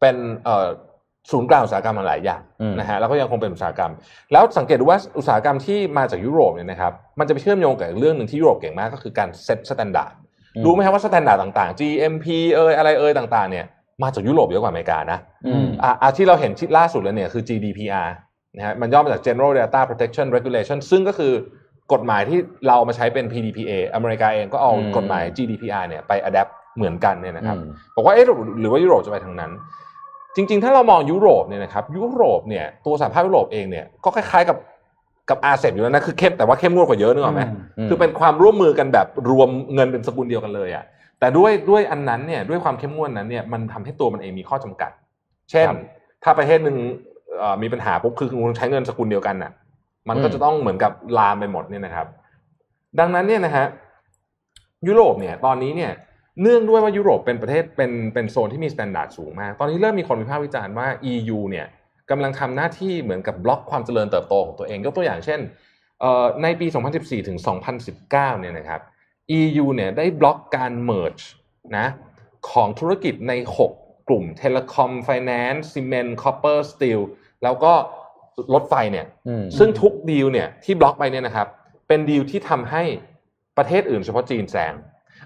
Speaker 4: เป็นเอ่อศูนย์กลางอุตสาหกรรมมาหลายอย่าง
Speaker 3: อืม
Speaker 4: นะฮะแล้วก็ยังคงเป็นอุตสาหกรรม แล้วสังเกตดูว่าอุตสาหกรรมที่มาจากยุโรปเนี่ยนะครับมันจะไปเชื่อมโยงกับอีกเรื่องหนึ่งที่ยุโรปเก่งมากก็คือการเซตสแตนดาร์ด รู้ไหมครับว่าสแตนดาร์ดต่างๆ GMP เอยอะไรเอยต่างๆ เนี่ยมาจากยุโรปเยอะกว่าอเมริกานะ
Speaker 3: อืม
Speaker 4: อ่าอ่าที่เราเห็นที่ล่าสุดเลยเนี่ยคือ GDPR นะฮะมันย่อมาจาก General Data Protection Regulation ซึ่งก็คือกฎหมายที่เรามาใช้เป็น PDPA อเมริกาเองก็เอา
Speaker 3: อืม
Speaker 4: กฎหมาย GDPR เนี่ยไป adapt เหมือนกันเนี่ยนะครับ
Speaker 3: อืม
Speaker 4: บอกว่าเอ๊ะหรือว่ายุโรปจะไปทางนั้น จริง ๆ ถ้าเรามองยุโรปเนี่ยนะครับยุโรปเนี่ยตัวสหภาพยุโรปเองเนี่ยก็คล้ายๆกับกับอาเซียนอยู่แล้วนะคือเข้มแต่ว่าเข้มงวดกว่าเยอะนึกออกไหม คือเป็นความร่วมมือกันแบบรวมเงินเป็นสกุลเดียวกันเลยอะ่ะแต่ด้วยด้วยอันนั้นเนี่ยด้วยความเข้มงวดนั้นเนี่ยมันทำให้ตัวมันเองมีข้อจำกัด เช่น
Speaker 3: ครับ
Speaker 4: ถ้าประเทศหนึ่งเอ่อมีปัญหาปุ๊บคือคุณใช้เงินสกุลเดียวกันน่ะ มันก็
Speaker 3: อืม
Speaker 4: จะต้องเหมือนกับลามไปหมดเนี่ยนะครับ ดังนั้นเนี่ยนะฮะยุโรปเนี่ยตอนนี้เนี่ยเนื่องด้วยว่ายุโรปเป็นประเทศเป็นเป็นโซนที่มีมาตรฐานสูงมาก ตอนนี้เริ่มมีคนวิพากษ์วิจารณ์ว่า EU เนี่ยกำลังทำหน้าที่เหมือนกับบล็อกความเจริญเติบโตของตัวเองยกตัวอย่างเช่น เอ่อในปี 2014 ถึง 2019 เนี่ยนะครับ EU เนี่ยได้บล็อกการ merge นะของธุรกิจใน 6 กลุ่ม Telecom, Finance, Cement, Copper, Steel แล้วก็รถไฟเนี่ย
Speaker 3: อืม
Speaker 4: ซึ่งทุกดีลเนี่ยที่บล็อกไปเนี่ยนะครับ เป็นดีลที่ทำให้ประเทศอื่นเฉพาะจีนแซง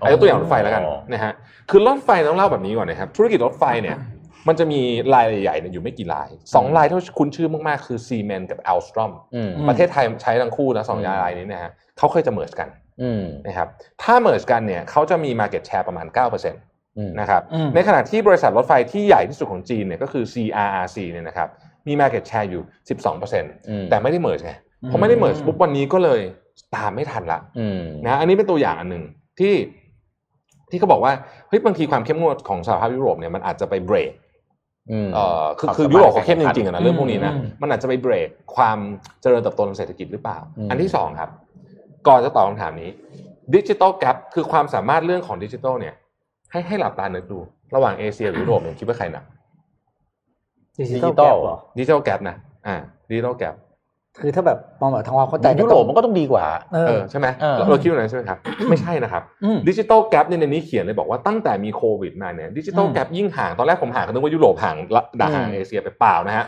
Speaker 3: อ๋อ
Speaker 4: เอายกตัวอย่างรถไฟแล้วกัน
Speaker 3: อ๋อ
Speaker 4: นะฮะคือรถไฟต้องเล่าแบบนี้ก่อนนะครับ ธุรกิจรถไฟเนี่ยมันจะมีรายใหญ่ๆเนี่ยอยู่ไม่กี่รายสองรายที่คุ้นชื่อมากๆคือซีเมนกับอัลสตรอม
Speaker 3: อืม
Speaker 4: ประเทศไทยใช้ทั้งคู่นะสองยารายนี้นะฮะเขาเคยจะเมิร์กัน
Speaker 3: อืม
Speaker 4: นะครับ ถ้าเมิร์กันเนี่ยเขาจะมี Market Share ประมาณ 9%
Speaker 3: อืม
Speaker 4: นะครับ
Speaker 2: อืม
Speaker 4: ในขณะที่บริษัทรถไฟที่ใหญ่ที่สุดของจีนเนี่ยก็คือ CRRC เนี่ยนะครับ มี Market Share อยู่ 12%
Speaker 3: อืม
Speaker 4: แต่ไม่ได้เมิร์ไงพอไม่ได้เมิร์ปุ๊บวันนี้ก็เลยตามไม่ทันละ
Speaker 3: อืม
Speaker 4: นะ อันนี้เป็นตัวอย่างอันหนึ่งที่ ที่เขาบอกว่าเฮ้ยบางทีความเข้มงวดของสหภาพยุโรปเนี่ยมันอาจจะไปเบรก
Speaker 3: ม
Speaker 4: เอ่อคือ
Speaker 3: ความ
Speaker 4: คือ
Speaker 3: สามารถ
Speaker 4: ยุโรปเขาเข้มจริงๆอะนะ
Speaker 2: อืม
Speaker 4: เรื่องพวกนี้นะ
Speaker 2: อืม
Speaker 4: มันอาจจะไปเบรกความเจริญเติบโตทางเศรษฐกิจหรือเปล่า
Speaker 3: อืม
Speaker 4: อันที่สองครับ ก่อนจะตอบคำถามนี้ดิจิ t a ลแก p คือความสามารถเรื่องของดิจิ t a ลเนี่ย ให้ให้หลับตาเนึกดู ระหว่างเอเชียหรือยุโรปเนี่ยคิดว่าใครหนัก
Speaker 2: ดิจิ
Speaker 3: ดิ
Speaker 2: ตอล
Speaker 3: จิต
Speaker 2: แก
Speaker 3: อล
Speaker 2: ปเหรอ
Speaker 4: ดิจิ t a ลแก p นะอ่าดิจิ t a ลแก p
Speaker 2: คือถ้าแบบมองแบบทางความเข้าใจ
Speaker 3: ยุโรปมันก็ต้องดีกว่า
Speaker 2: เอ
Speaker 4: เอ
Speaker 2: อ
Speaker 4: อใช่ไหม
Speaker 3: เออ
Speaker 4: เราเราคิดว่านั้นใช่ไหมครับ ไม่ใช่นะครับ
Speaker 2: อืม
Speaker 4: ดิจิ t a ลแก p เนี่ยในนี้เขียนเลยบอกว่าตั้งแต่มีโควิดมาเนี่ยดิจิ t a ล
Speaker 2: อืม
Speaker 4: แก p ยิ่งห่างตอนแรกผมห่างก็นึกว่ายุโรปห่างละด่าห่างเอเชียไปเปล่านะฮะ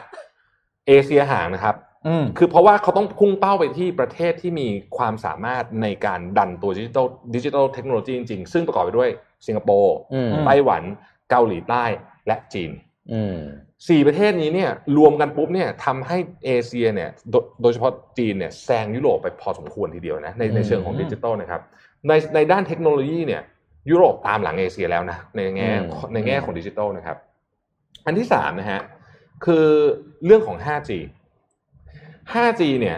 Speaker 4: เอเชียห่างนะครับ
Speaker 2: อืม
Speaker 4: คือเพราะว่าเขาต้องพุ่งเป้าไปที่ประเทศที่มีความสามารถในการดันตัวดิจิทัลดิจิทัลเทคโนโลยีจริงๆ ซึ่งประกอบไปด้วยสิงคโปร์
Speaker 3: อืม
Speaker 2: ม
Speaker 4: ไต้หวัน เกาหลีใต้และจีน
Speaker 3: อืม
Speaker 4: สี่ประเทศนี้เนี่ยรวมกันปุ๊บเนี่ยทำให้เอเชียเนี่ยโดโดยเฉพาะจีนเนี่ยแซงยุโรปไปพอสมควรทีเดียวนะในใน
Speaker 3: อืม
Speaker 4: เชิงของดิจิทัลนะครับในในด้านเทคโนโลยีเนี่ยยุโรปตามหลังเอเชียแล้วนะในแง่ในแง่ของดิจิทัลนะครับ อันที่สามนะฮะคือเรื่องของ 5G 5G เนี่ย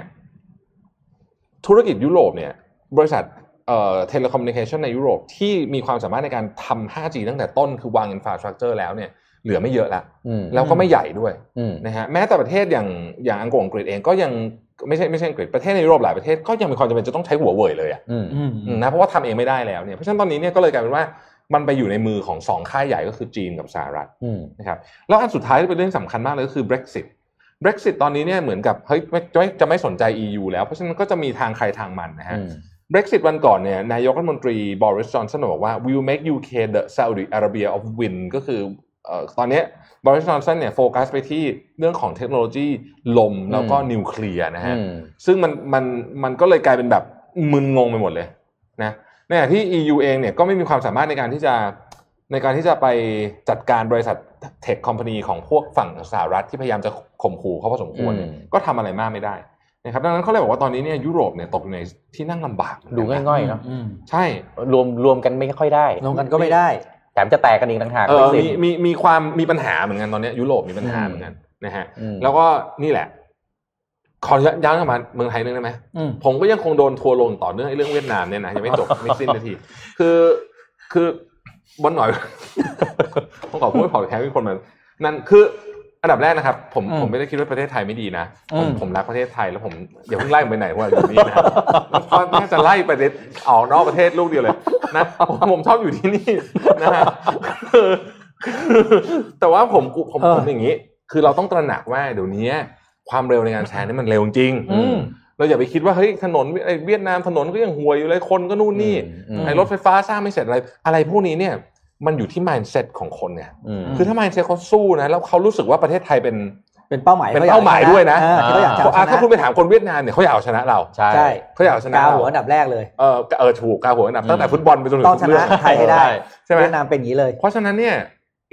Speaker 4: ธุรกิจยุโรปเนี่ยบริษัทเอ่อเทเลคอมมิวนิเคชันในยุโรปที่มีความสามารถในการทำ 5G ตั้งแต่ต้นคือวางอินฟราสตรักเจอร์แล้วเนี่ยเหลือไม่เยอะละ
Speaker 3: อืม
Speaker 4: แล้วก็ไม่ใหญ่ด้วย
Speaker 3: อืม
Speaker 4: นะฮะแม้แต่ประเทศอย่างอย่างอังกฤษอังกฤษเองก็ยังไม่ใช่ไม่ใช่อังกฤษประเทศในยุโรปหลายประเทศก็ยังมีความจำเป็นจะต้องใช้หัวเว่ยเลยอะ
Speaker 3: อืม
Speaker 2: อืม
Speaker 4: อืมนะเพราะว่าทำเองไม่ได้แล้วเนี่ยเพราะฉะนั้นตอนนี้เนี่ยก็เลยกลายเป็นว่ามันไปอยู่ในมือของสองค่ายใหญ่ก็คือจีนกับสหรัฐ
Speaker 3: อืม
Speaker 4: นะครับแล้วอันสุดท้ายที่เป็นเรื่องสำคัญมากเลยก็คือ Brexit Brexit ตอนนี้เนี่ยเหมือนกับเฮ้ยไม่จะไม่จะไม่สนใจ EU แล้วเพราะฉะนั้นก็จะมีทางใครทางมันนะฮะ
Speaker 3: อืม
Speaker 4: Brexit วันก่อนเนี่ยนายกรัฐมนตรีบอริสจอนสันบอกว่า we will make UK the Saudi Arabia of win ก็คือเอ่อตอนเนี้บริสจอนสันเนี่ยโฟกัสไปที่เรื่องของเทคโนโลยีลมแล้วก็นิวเคลียร์นะฮะ
Speaker 3: อืม
Speaker 4: ซึ่งมันมันมันก็เลยกลายเป็นแบบมึนงงไปหมดเลยนะในขณะที่ EU เองเนี่ยก็ไม่มีความสามารถในการที่จะในการที่จะไปจัดการบริษัทเทคคอมพานีของพวกฝั่งสหรัฐที่พยายามจะข่มขู่เขาพอสมควรเนี่ย
Speaker 3: อืม
Speaker 4: ก็ทำอะไรมากไม่ได้นะครับดังนั้นเขาเลยบอกว่าตอนนี้เนี่ยยุโรปเนี่ยตกอยู่ในที่นั่งลำบากเหมือน
Speaker 3: ดู
Speaker 4: กันนะ
Speaker 3: ง่อยๆเนาะ
Speaker 2: อืม
Speaker 4: ใช่
Speaker 3: รวมรวมกันไม่ค่อยได้
Speaker 2: ลงกันก็ไม่ได้
Speaker 3: แถมจะแตกกันเองต่างหาก
Speaker 4: เออ
Speaker 3: ไม่
Speaker 4: มี
Speaker 3: สิ้น
Speaker 4: มีมีความมีปัญหาเหมือนกันตอนเนี้ยยุโรปมีปัญหาเหมือนกันนะฮะ
Speaker 3: อืม
Speaker 4: แล้วก็นี่แหละ ขอย้อนกลับมาเมืองไทยนึงได้ไหม
Speaker 2: อืม
Speaker 4: ผมก็ยังคงโดนทัวร์ลงต่อเนื่องไอ้เรื่องเวียดนามเนี่ยนะยังไม่จ บ ไม่สิ้นนาที คือคือบนหน่อย ผมขอพูดขอแค่มีคนมานั่นคืออันดับแรกนะครับ ผม
Speaker 2: อืม
Speaker 4: ผมไม่ได้คิดว่าประเทศไทยไม่ดีนะ
Speaker 2: อื
Speaker 4: ผม
Speaker 2: ม
Speaker 4: ผมรักประเทศไทยแล้วผมอย่าเพิ่งไล่ผมไปไหนว่าอยู่นี่นะเพราะน่าจะไล่ประเทศออกนอกประเทศลูกเดียวเลยนะผมผมชอบอยู่ที่นี่นะ ฮะคือแต่ว่าผมผมผมอย่างนี้ คือเราต้องตระหนักว่าเดี๋ยวนี้ความเร็วในการแชร์นี่มันเร็วจริง
Speaker 2: อืม
Speaker 4: เราอย่าไปคิดว่าเฮ้ยถนนไอ้เวียดนามถนนก็ยังห่วยอยู่เลยคนก็นู่นนี่
Speaker 3: อืม
Speaker 4: ไอ้รถไฟฟ้าสร้างไม่เสร็จอะไร อะไรพวกนี้เนี่ยมันอยู่ที่ mindset ของคนไง
Speaker 3: อืม
Speaker 4: คือถ้า mindset เขาสู้นะแล้วเขารู้สึกว่าประเทศไทยเป็น
Speaker 2: เป็นเป้าหมาย
Speaker 4: เป็นเป้าหมาย
Speaker 2: ขอ
Speaker 4: ด้วยนะ
Speaker 2: เออเขาอยากจะ
Speaker 4: เพราะอ่ะ
Speaker 2: ชนะ
Speaker 4: ถ้าคุณไปถามคนเวียดนามเนี่ยเขาอยากเอาชนะเรา
Speaker 3: ใช่
Speaker 2: ใช่
Speaker 4: เขาอยากเอาชนะ
Speaker 2: กา
Speaker 4: เรา
Speaker 2: หัวอันดับแรกเลย
Speaker 4: เออเออถูกกาหัวอันดับตั้งแต่ฟุตบอลไปจนถึง
Speaker 2: ต้องช
Speaker 4: ทุกเรื่
Speaker 2: นะ
Speaker 4: อง
Speaker 2: ไทยให้ได้
Speaker 4: ใช่ไหม
Speaker 2: เวียดนามเป็นอย่างนี้เลย
Speaker 4: เพราะฉะนั้นเนี่ย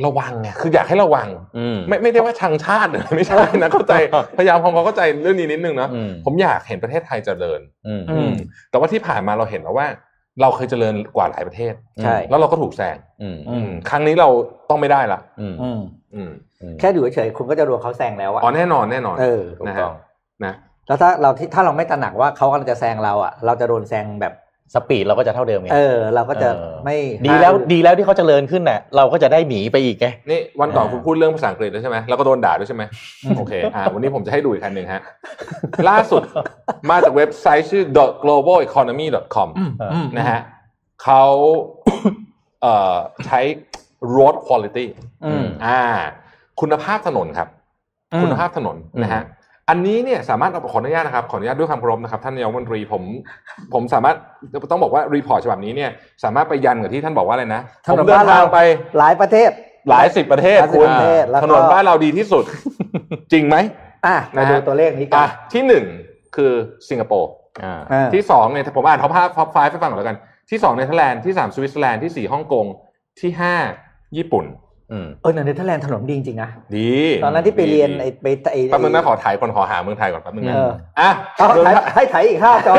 Speaker 4: ระวังไงคืออยากให้ระวัง
Speaker 3: อืม
Speaker 4: ไม่ไม่ได้ว่าชังชาติหรือ ไม่ใช่นะเข้าใจพยายามทำความเข้าใจเรื่องนี้นิดนึงนะ
Speaker 3: อืม
Speaker 4: ผมอยากเห็นประเทศไทยเจริญ
Speaker 3: อืม
Speaker 2: ม
Speaker 4: แต่ว่าที่ผ่านมาเราเห็นแล้วว่า เราเคยเจริญกว่าหลายประเทศ
Speaker 3: อืม
Speaker 2: ใช่
Speaker 4: แล้วเราก็ถูกแซง
Speaker 3: อืม
Speaker 2: อืม
Speaker 4: ครั้งนี้เราต้องไม่ได้ละ
Speaker 3: อืม
Speaker 2: อืม
Speaker 4: อืม
Speaker 2: แค่อยู่เฉยๆคุณก็จะรวมเขาแซงแล้วอะ
Speaker 4: อ๋อแน่นอนแน่นอน
Speaker 2: เออ
Speaker 3: ถูก
Speaker 4: นะ
Speaker 3: ต้
Speaker 4: ฮะ
Speaker 3: อง
Speaker 4: นะ
Speaker 2: แล้วถ้าเราที่ถ้าเราไม่ตระหนักว่าเขากำลังจะแซงเราอ่ะ เราจะโดนแซงแบบ
Speaker 3: สปีดเราก็จะเท่าเดิมไง
Speaker 2: เออ เราก็จะ
Speaker 3: เออ
Speaker 2: ไม่
Speaker 3: ดีแล้วดีแล้วที่เขาเจริญขึ้นน่ะ เราก็จะได้หนีไปอีกไง
Speaker 4: นี่วันก่อน
Speaker 3: อ่า
Speaker 4: คุณพูดเรื่องภาษาอังกฤษแล้วใช่ไหมแล้วก็โดนด่าด้วยใช่ไหมโอเคอ่าวันนี้ผมจะให้ดูอีกคันหนึ่งฮะ ล่าสุดมาจากเว็บไซต์ชื่อ globaleconomy.com
Speaker 2: อืม
Speaker 4: นะฮะเขาเอ่อใช้ road quality
Speaker 2: อืม
Speaker 4: อ่า คุณภาพถนนครับ
Speaker 2: อืม
Speaker 4: คุณภาพถนนนะฮะอันนี้เนี่ยสามารถเอาขออนุญาตนะครับขออนุญาตด้วยความเคารพนะครับท่านนายกรัฐมนตรีผม ผมสามารถต้องบอกว่ารีพอร์ตฉบับนี้เนี่ยสามารถไปยันกับที่ท่านบอกว่าอะไรนะ
Speaker 2: ถ
Speaker 4: ผม
Speaker 2: นน
Speaker 4: เดิ
Speaker 2: บ้าน น
Speaker 4: ทา
Speaker 2: เรา
Speaker 4: งไป
Speaker 2: หลายประเทศ
Speaker 4: หลายสิบประเทศ
Speaker 2: หลายสิบ
Speaker 4: คุณ
Speaker 2: ประเทศแล้วก็
Speaker 4: ถนนบ้านเราดีที่ สุด จริงไหม
Speaker 2: อ่ะมาดู
Speaker 4: นะฮะ
Speaker 2: ตัวเลขนี้กั
Speaker 4: อ่ะ
Speaker 2: น
Speaker 4: ที่หนึ่งคือสิงคโปร์
Speaker 3: อ่า
Speaker 2: อ่า
Speaker 4: ที่สองเนี่ยผมอ่านท็อปห้าท็อปไฟฟ์ให้ฟังก่อนแล้วกัน ที่สองเนเธอร์แลนด์ที่สามสวิตเซอร์แลนด์ที่สี่ฮ่องกงที่ห้าญี่ปุ่น
Speaker 3: อืม
Speaker 2: เออเนเธอร์แลนด์ถนนดีจริงๆนะ
Speaker 4: ดี
Speaker 2: ตอนนั้นที่ไปเรียน
Speaker 4: ดี
Speaker 2: ไอ้ไปไอ้
Speaker 4: แป๊บนึงนะขอถ่ายก่อนขอหาเมืองไทยก่อนแป๊บนึงนะ
Speaker 2: เออ
Speaker 4: อ่ะ
Speaker 2: เอาถ่ายให้ถ่ายอีกห้าจอ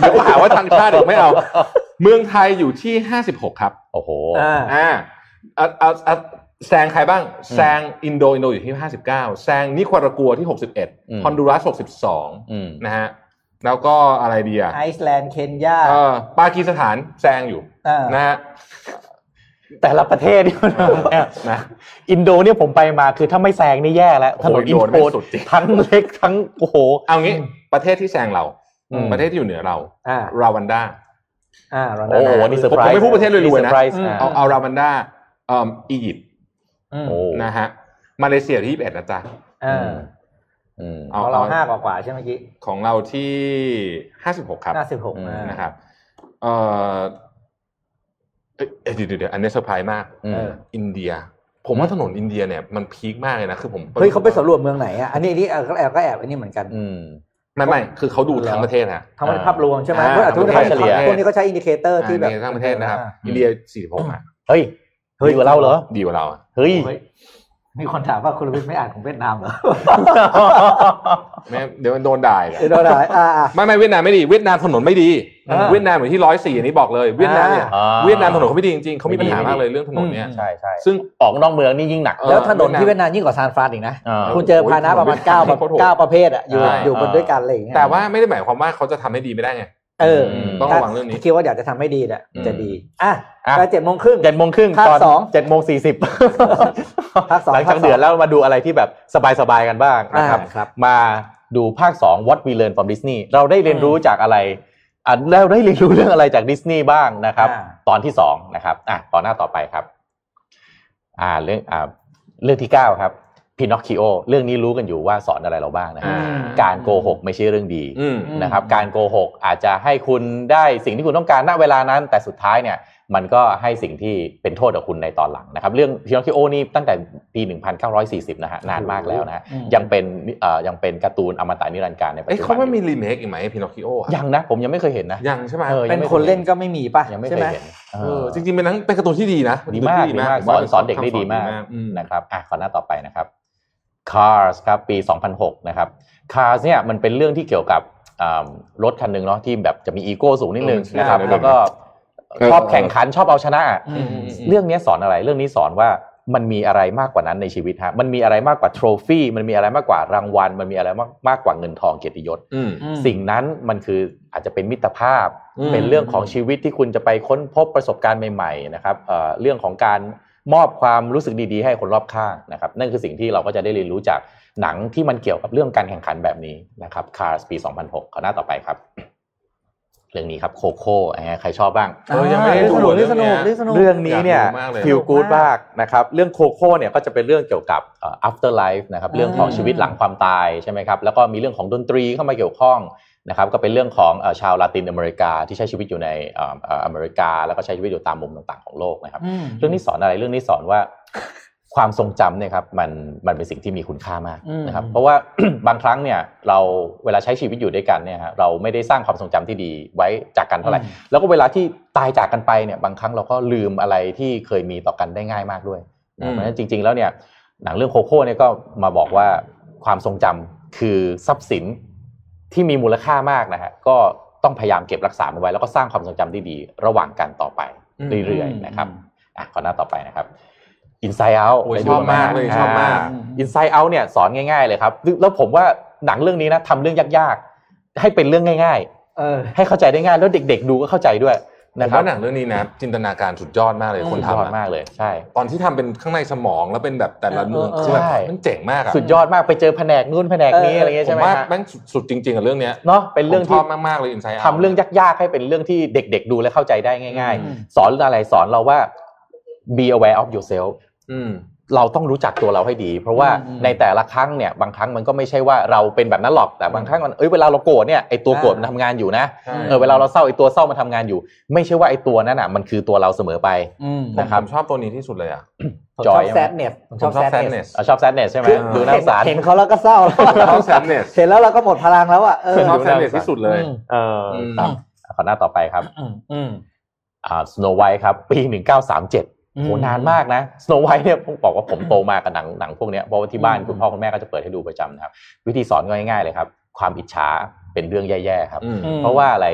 Speaker 4: ไม่เดี๋ยวหาว่าทางชาติอีกไม่เอา เมืองไทยอยู่ที่ 56 ครับ
Speaker 3: โอ้โห
Speaker 2: อ่า
Speaker 4: อ่าอ่ะอ่ะอ่ะแซงใครบ้าง แซงอินโดอินโดอยู่ที่ 59 แซงนิควารากัวที่
Speaker 3: อืม
Speaker 4: 61 ฮอนดูรัส
Speaker 3: อืม
Speaker 4: 62 นะฮะ แล้วก็อะไรดีอ่ะ
Speaker 2: ไอซ์แลนด์เคนยา
Speaker 4: เออปากีสถานแซงอยู่
Speaker 2: อ่า
Speaker 4: นะฮะ
Speaker 3: แต่ละประเทศเนี่ย นะ
Speaker 4: นะ
Speaker 3: อินโดเนี่ยผมไปมาคือถ้าไม่แซงนี่แย่แล้ว
Speaker 4: โอ้
Speaker 3: ถ
Speaker 4: โห
Speaker 3: นน
Speaker 4: อิ
Speaker 3: อิ
Speaker 4: น
Speaker 3: น
Speaker 4: โด
Speaker 3: โด
Speaker 4: ไม่สุดจริง
Speaker 3: ทั้งเล็กทั้งโอ้โห
Speaker 4: เอางี้ประเทศที่แซงเรา
Speaker 3: อืม
Speaker 4: ประเทศที่อยู่เหนือเรา
Speaker 2: อ่า
Speaker 4: ราวันดา
Speaker 2: อ่ารอน
Speaker 3: โอ้โหนี่เซอร์ไพร
Speaker 4: ผ
Speaker 3: ส์
Speaker 4: มไม่พูดประเทศรวยๆนะ
Speaker 3: เซอไพส์
Speaker 4: เอาเอาราวันดาเอ่ออียิปต์
Speaker 2: อืม
Speaker 3: โอ้
Speaker 4: นะฮะมาเลเซียที่21นะจ๊ะ
Speaker 2: อ่า
Speaker 3: อืม
Speaker 4: เอา
Speaker 2: ของเรา
Speaker 4: เอา
Speaker 2: ห้ากว่าๆใช่ไหมเมื่อกี้
Speaker 4: ของเราที่ 56 ครับ
Speaker 2: ห้าสิบหก
Speaker 3: อืม
Speaker 2: นะ
Speaker 4: นะ
Speaker 2: ค
Speaker 4: ครับ รับเอ่อเอ้ยเอ้ยเดี๋ยวเดี๋ยวเดี๋ยวอันนี้เซอร์ไพรส์มาก
Speaker 3: อืม
Speaker 4: อินเดีย ผมว่าถนนอินเดียเนี่ยมันพีคมากเลยนะ คือผม
Speaker 2: เฮ้ยเขาไปสำรวจเมืองไหนอ่ะ อันนี้อันนี้เออก็แอบก็แอบอันนี้เหมือนกัน
Speaker 3: อืม
Speaker 4: ไม่ไม่คือเขาดูทั้งประเทศนะ
Speaker 2: ทั้งภาพรวมใช่ไหม
Speaker 4: อ่า
Speaker 2: เพราะอาจจะ
Speaker 4: ทั้งประเทศ
Speaker 2: พวกนี้เขาพวกนี้ก็ใช้อินดิเคเตอร์
Speaker 4: อ่า
Speaker 2: ที่แบบ
Speaker 4: ในทั้งประเทศนะครับ อินเดีย 46อ่ะ
Speaker 3: เฮ้ยเฮ้ยกว่าเราเหรอ
Speaker 4: ดีกว่าเราอะ
Speaker 3: เฮ้ย
Speaker 2: เฮ้ยมีคนถามว่าคุณรวิทย์ไม่อ่านของเวียดนามเหรอ
Speaker 4: แม่เดี๋ยวมันโดนด่าอีกอะ
Speaker 2: เดี๋ยวเราได้อ่าอ่า
Speaker 4: ไม่ไม่เวียดนามไม่ดีเวียดนามถนนไม่ดี
Speaker 2: อ่า
Speaker 4: เวียดนามอยู่ที่ร้อยสี่อันนี้บอกเลยเวียดนามเนี่ย
Speaker 3: อ่า
Speaker 4: เวียดนามถนนเขาไม่ดีจริงๆเขามีปัญหามากเลยเรื่องถนนเนี่ย
Speaker 2: อืม
Speaker 3: ใช่ใช่
Speaker 4: ซึ่ง
Speaker 3: ออกนอกเมืองนี่ยิ่งหนัก
Speaker 4: เออ
Speaker 2: แล้วถนนที่เวียดนามยิ่งกว่าซานฟรานอีกนะ
Speaker 3: เออ
Speaker 2: คุณเจอพาหนะประมาณเก้า
Speaker 4: โอ้โห
Speaker 2: เก้าประเภทอ่ะอยู่
Speaker 3: ใช่
Speaker 2: อยู่บน
Speaker 3: เออ
Speaker 2: ด้วยกันอะไรอย่างเงี้ย
Speaker 4: แต่ว่าไม่ได้หมายความว่าเขาจะทำให้ดีไม่ได้ไง
Speaker 2: เออ
Speaker 4: อืมต้องระวังเรื่องนี้
Speaker 2: ถ้าคิดว่าอยากจะทำให้ดีแหละจะดี อ่ะ
Speaker 3: อ่ะ
Speaker 2: ไปเจ็ดโมงครึ่ง
Speaker 3: เจ็ดโมงครึ่ง
Speaker 2: ภาค
Speaker 3: ตอน
Speaker 2: สอง
Speaker 3: เจ็ดโมงสี่สิบ
Speaker 2: ภาคสอง
Speaker 3: หลัง
Speaker 2: ภา
Speaker 3: จา
Speaker 2: คสอ
Speaker 3: ก
Speaker 2: ง
Speaker 3: เดือดแล้วมาดูอะไรที่แบบสบายๆกันบ้าง
Speaker 2: อ่า
Speaker 3: นะครับ
Speaker 2: ครับ
Speaker 3: มาดูภาค 2 What We Learn from Disney เราได้เรียนรู้จากอะไรอ่ะแล้วได้เรียนรู้เรื่องอะไรจากดิสนีย์บ้างนะครับ
Speaker 2: อ่า
Speaker 3: ตอนที่ 2 นะครับอ่ะตอนหน้าต่อไปครับ อ่าเรื่องอ่าเรื่องที่ 9 ครับพินอคคิโอเรื่องนี้รู้กันอยู่ว่าสอนอะไรเราบ้างนะครับ
Speaker 4: อ่า
Speaker 3: การโกหกไม่ใช่เรื่องดี
Speaker 4: อืม
Speaker 3: นะครับ การโกหกอาจจะให้คุณได้สิ่งที่คุณต้องการณเวลานั้น แต่สุดท้ายเนี่ย มันก็ให้สิ่งที่เป็นโทษกับคุณในตอนหลังนะครับ เรื่องพินอคคิโอนี่ตั้งแต่ปี 1940 นะฮะนานมากแล้วนะฮะ
Speaker 2: อืม
Speaker 3: ยังเป็นเอ่อยังเป็นการ์ตูนอมตะนิรันดร์การในปัจ
Speaker 4: เอ้ย
Speaker 3: จุ
Speaker 4: เขา
Speaker 3: บัน
Speaker 4: ไม่มี
Speaker 3: อยู่
Speaker 4: รีเมคอีกไหมพินอคคิโอ
Speaker 3: ยังนะ ผมยังไม่เคยเห็นนะ
Speaker 4: ยังใช่ไหม
Speaker 3: เออ
Speaker 2: เป็นคนเล่นก็ไม่มีป่ะ
Speaker 3: ยังไม่
Speaker 2: ใช่ไห
Speaker 3: เคย
Speaker 2: ม
Speaker 3: เห็นเอ
Speaker 4: เอ
Speaker 3: อ
Speaker 4: อจริงๆเป็นหนังเป็นการ์ตูนที่ดีนะ
Speaker 3: ดีมาก
Speaker 4: เป็
Speaker 3: ดี
Speaker 4: น
Speaker 3: มาก
Speaker 4: ร์
Speaker 3: ส
Speaker 4: ตู
Speaker 3: อน
Speaker 4: ที่
Speaker 3: สอนเด็กได้ดีมาก
Speaker 4: อืม
Speaker 3: นะครับอ่ะขอหน้าต่อไปนะครับ Cars ครับปี 2006 นะครับ Cars เนี่ยมันเป็นเรื่องที่เกี่ยวกับอ่ารถคันหนึ่งเนาะที่แบบจะมีอีโก้สูงนิดนึง
Speaker 4: เออใช่
Speaker 3: นะครับ
Speaker 4: เดี๋ยว
Speaker 3: แล้วก็
Speaker 4: เออ
Speaker 3: ชอบแข่งขันชอบเอาชนะอ่ะ
Speaker 2: อืม
Speaker 3: เรื่องเนี้ยสอนอะไรเรื่องนี้สอนว่ามันมีอะไรมากกว่านั้นในชีวิตฮะมันมีอะไรมากกว่าโทรฟี่มันมีอะไรมากกว่ารางวัล มันมีอะไรมากมากกว่าเงินทองเกียรติยศ
Speaker 4: ืม
Speaker 2: อืม
Speaker 3: สิ่งนั้นมันคืออาจจะเป็นมิตรภาพ
Speaker 4: อืม
Speaker 3: เป็นเรื่องของชีวิตที่คุณจะไปค้นพบประสบการณ์ใหม่ๆนะครับเอ่อเรื่องของการมอบความรู้สึกดีๆ ให้คนรอบข้างนะครับนั่นคือสิ่งที่เราก็จะได้เรียนรู้จากหนังที่มันเกี่ยวกับเรื่องการแข่งขันแบบนี้นะครับ Cars ปี 2006ขอหน้าต่อไปครับ เรื่องนี้ครับโคโค่ใครชอบบ้าง
Speaker 4: เออยังไม่ได้ดู
Speaker 2: เรื่องสนุก
Speaker 4: เรื่องเนี้ย
Speaker 2: เรื่องสนุก
Speaker 3: เรื่องนี้เนี่ย
Speaker 4: อยากดูมากเลย
Speaker 3: ฟิลกูด
Speaker 2: สนุกมาก
Speaker 3: มากนะครับ เรื่องโคโค่เนี่ยก็จะเป็นเรื่องเกี่ยวกับเอ่อ after life นะครับ เรื่องของ
Speaker 2: อ่า
Speaker 3: ชีวิตหลังความตายใช่ไหมครับ แล้วก็มีเรื่องของดนตรีเข้ามาเกี่ยวข้องนะครับ ก็เป็นเรื่องของเอ่อชาวลาตินอเมริกาที่ใช้ชีวิตอยู่ในเอ่อเอ่ออเมริกา แล้วก็ใช้ชีวิตอยู่ตามมุมต่างๆของโลกนะครับ
Speaker 2: อืม
Speaker 3: เรื่องนี้สอนอะไรเรื่องนี้สอนว่า ความทรงจำเนี่ยครับมันมันเป็นสิ่งที่มีคุณค่ามาก
Speaker 2: อืม
Speaker 3: นะครับ เพราะว่า บางครั้งเนี่ยเราเวลาใช้ชีวิตอยู่ด้วยกันเนี่ยฮะเราไม่ได้สร้างความทรงจำที่ดีไว้จากกันเท่าไหร่
Speaker 2: อืม
Speaker 3: แล้วก็เวลาที่ตายจากกันไปเนี่ยบางครั้งเราก็ลืมอะไรที่เคยมีต่อกันได้ง่ายมากด้วย
Speaker 4: อื
Speaker 3: นะ
Speaker 4: ม
Speaker 3: เพราะฉะนั้นจริง ๆ แล้วเนี่ยหนังเรื่องโคโค่เนี่ยก็มาบอกว่าความทรงจำคือทรัพย์สินที่มีมูลค่ามากนะฮะก็ต้องพยายามเก็บรักษามันไว้ แล้วก็สร้างความทรงจำที่ดีระหว่างกันต่อไปเรื่อยๆนะครับ อ่ะขอหน้าต่อไปนะครับ Inside Out
Speaker 4: โอ้ยชอบมากเลยชอบมาก
Speaker 3: Inside Out เนี่ยสอนง่ายๆเลยครับ แล้วผมว่าหนังเรื่องนี้นะทำเรื่องยากๆ ให้เป็นเรื่องง่าย
Speaker 2: เออ
Speaker 3: ๆ ให้เข้าใจได้ง่าย แล้วเด็กๆ ดูก็เข้าใจด้วย
Speaker 4: ผม
Speaker 3: นะครับ
Speaker 4: ว่าหนังเรื่องนี้นะจินตนาการสุดยอดมากเลย
Speaker 2: อืม
Speaker 4: คน
Speaker 3: สุดย
Speaker 4: ทำ
Speaker 3: อด
Speaker 4: อะ
Speaker 3: มากเลยใช่
Speaker 4: ตอนที่ทำเป็นข้างในสมองแล้วเป็นแบบแต่ละเมือง
Speaker 2: เออเออ
Speaker 4: คือแบบ
Speaker 3: ใช่
Speaker 4: มันเจ๋งมากอะ
Speaker 3: สุดยอดมากไปเจอแผนกนู่นแผนกนี้อะไรเงี้ย
Speaker 4: ผม
Speaker 3: ใช่ไหม
Speaker 4: ว่า
Speaker 3: ฮะ
Speaker 4: แม่งสุดจริงๆกับเรื่องเนี้ย
Speaker 3: เนาะเป็นเรื่อง
Speaker 4: ผมช
Speaker 3: ที่
Speaker 4: อบมากๆเลยอินไซด์
Speaker 3: ทำเรื่องยากๆ ให้เป็นเรื่องที่เด็กๆ ดูและเข้าใจได้ง่าย
Speaker 2: อืม
Speaker 3: ๆ สอนอะไรสอนเราว่า be aware of yourself
Speaker 4: อืม
Speaker 3: เราต้องรู้จักตัวเราให้ดี เพราะว่า
Speaker 2: อืม
Speaker 3: ในแต่ละครั้งเนี่ยบางครั้งมันก็ไม่ใช่ว่าเราเป็นแบบนั้นหรอกแต่บางครั้งมันเอ้ยเวลาเราโกรธเนี่ยไอตัวโกรธมันทำงานอยู่นะ
Speaker 4: ใช่
Speaker 3: เออเวลาเราเศร้าไอตัวเศร้ามันทำงานอยู่ ไม่ใช่ว่าไอตัวนั้นอ่ะมันคือตัวเราเสมอไป
Speaker 2: อืม
Speaker 4: ผม
Speaker 3: นะครับ
Speaker 4: ผมชอบตัวนี้ที่สุดเลย อ่ะ
Speaker 2: ผม
Speaker 3: จ
Speaker 2: ช
Speaker 3: อ
Speaker 2: อย บ
Speaker 3: ใช่ไหม
Speaker 2: แซดเนส
Speaker 4: ผมชอบแซนเนส
Speaker 3: อ่ะชอบแซดเนสใช่ไหม
Speaker 2: คือ
Speaker 3: ดูน่าสงสาร
Speaker 2: เห็นเขาแล้วก็เศร้าแล้วอะ
Speaker 4: ชอบ sadness
Speaker 2: เห็นแล้วเราก็หมดพลังแล้วอ่ะเออ
Speaker 4: ชอบ
Speaker 3: ดู
Speaker 4: แซ
Speaker 3: น่าน สงสาร
Speaker 4: เนสที่สุดเลย
Speaker 2: อืม
Speaker 3: เออ
Speaker 4: อืม
Speaker 3: ตามขอหน้าต่อไปครับ
Speaker 2: อืมอืม
Speaker 3: อ่าสโนไวท์ครับ ปี 1937โหนานมากนะสโนไวท์เนี่ยผมบอกว่าผมโตมากับหนังหนังพวกเนี้ยเพราะว่าที่บ้าน
Speaker 2: อืม
Speaker 3: คุณพ่อคุณแม่ก็จะเปิดให้ดูประจำนะครับ วิธีสอนก็ง่ายๆเลยครับ ความอิจฉาเป็นเรื่องแย่ๆครับ
Speaker 4: อืม
Speaker 2: อืม
Speaker 3: เพราะว่าอะไร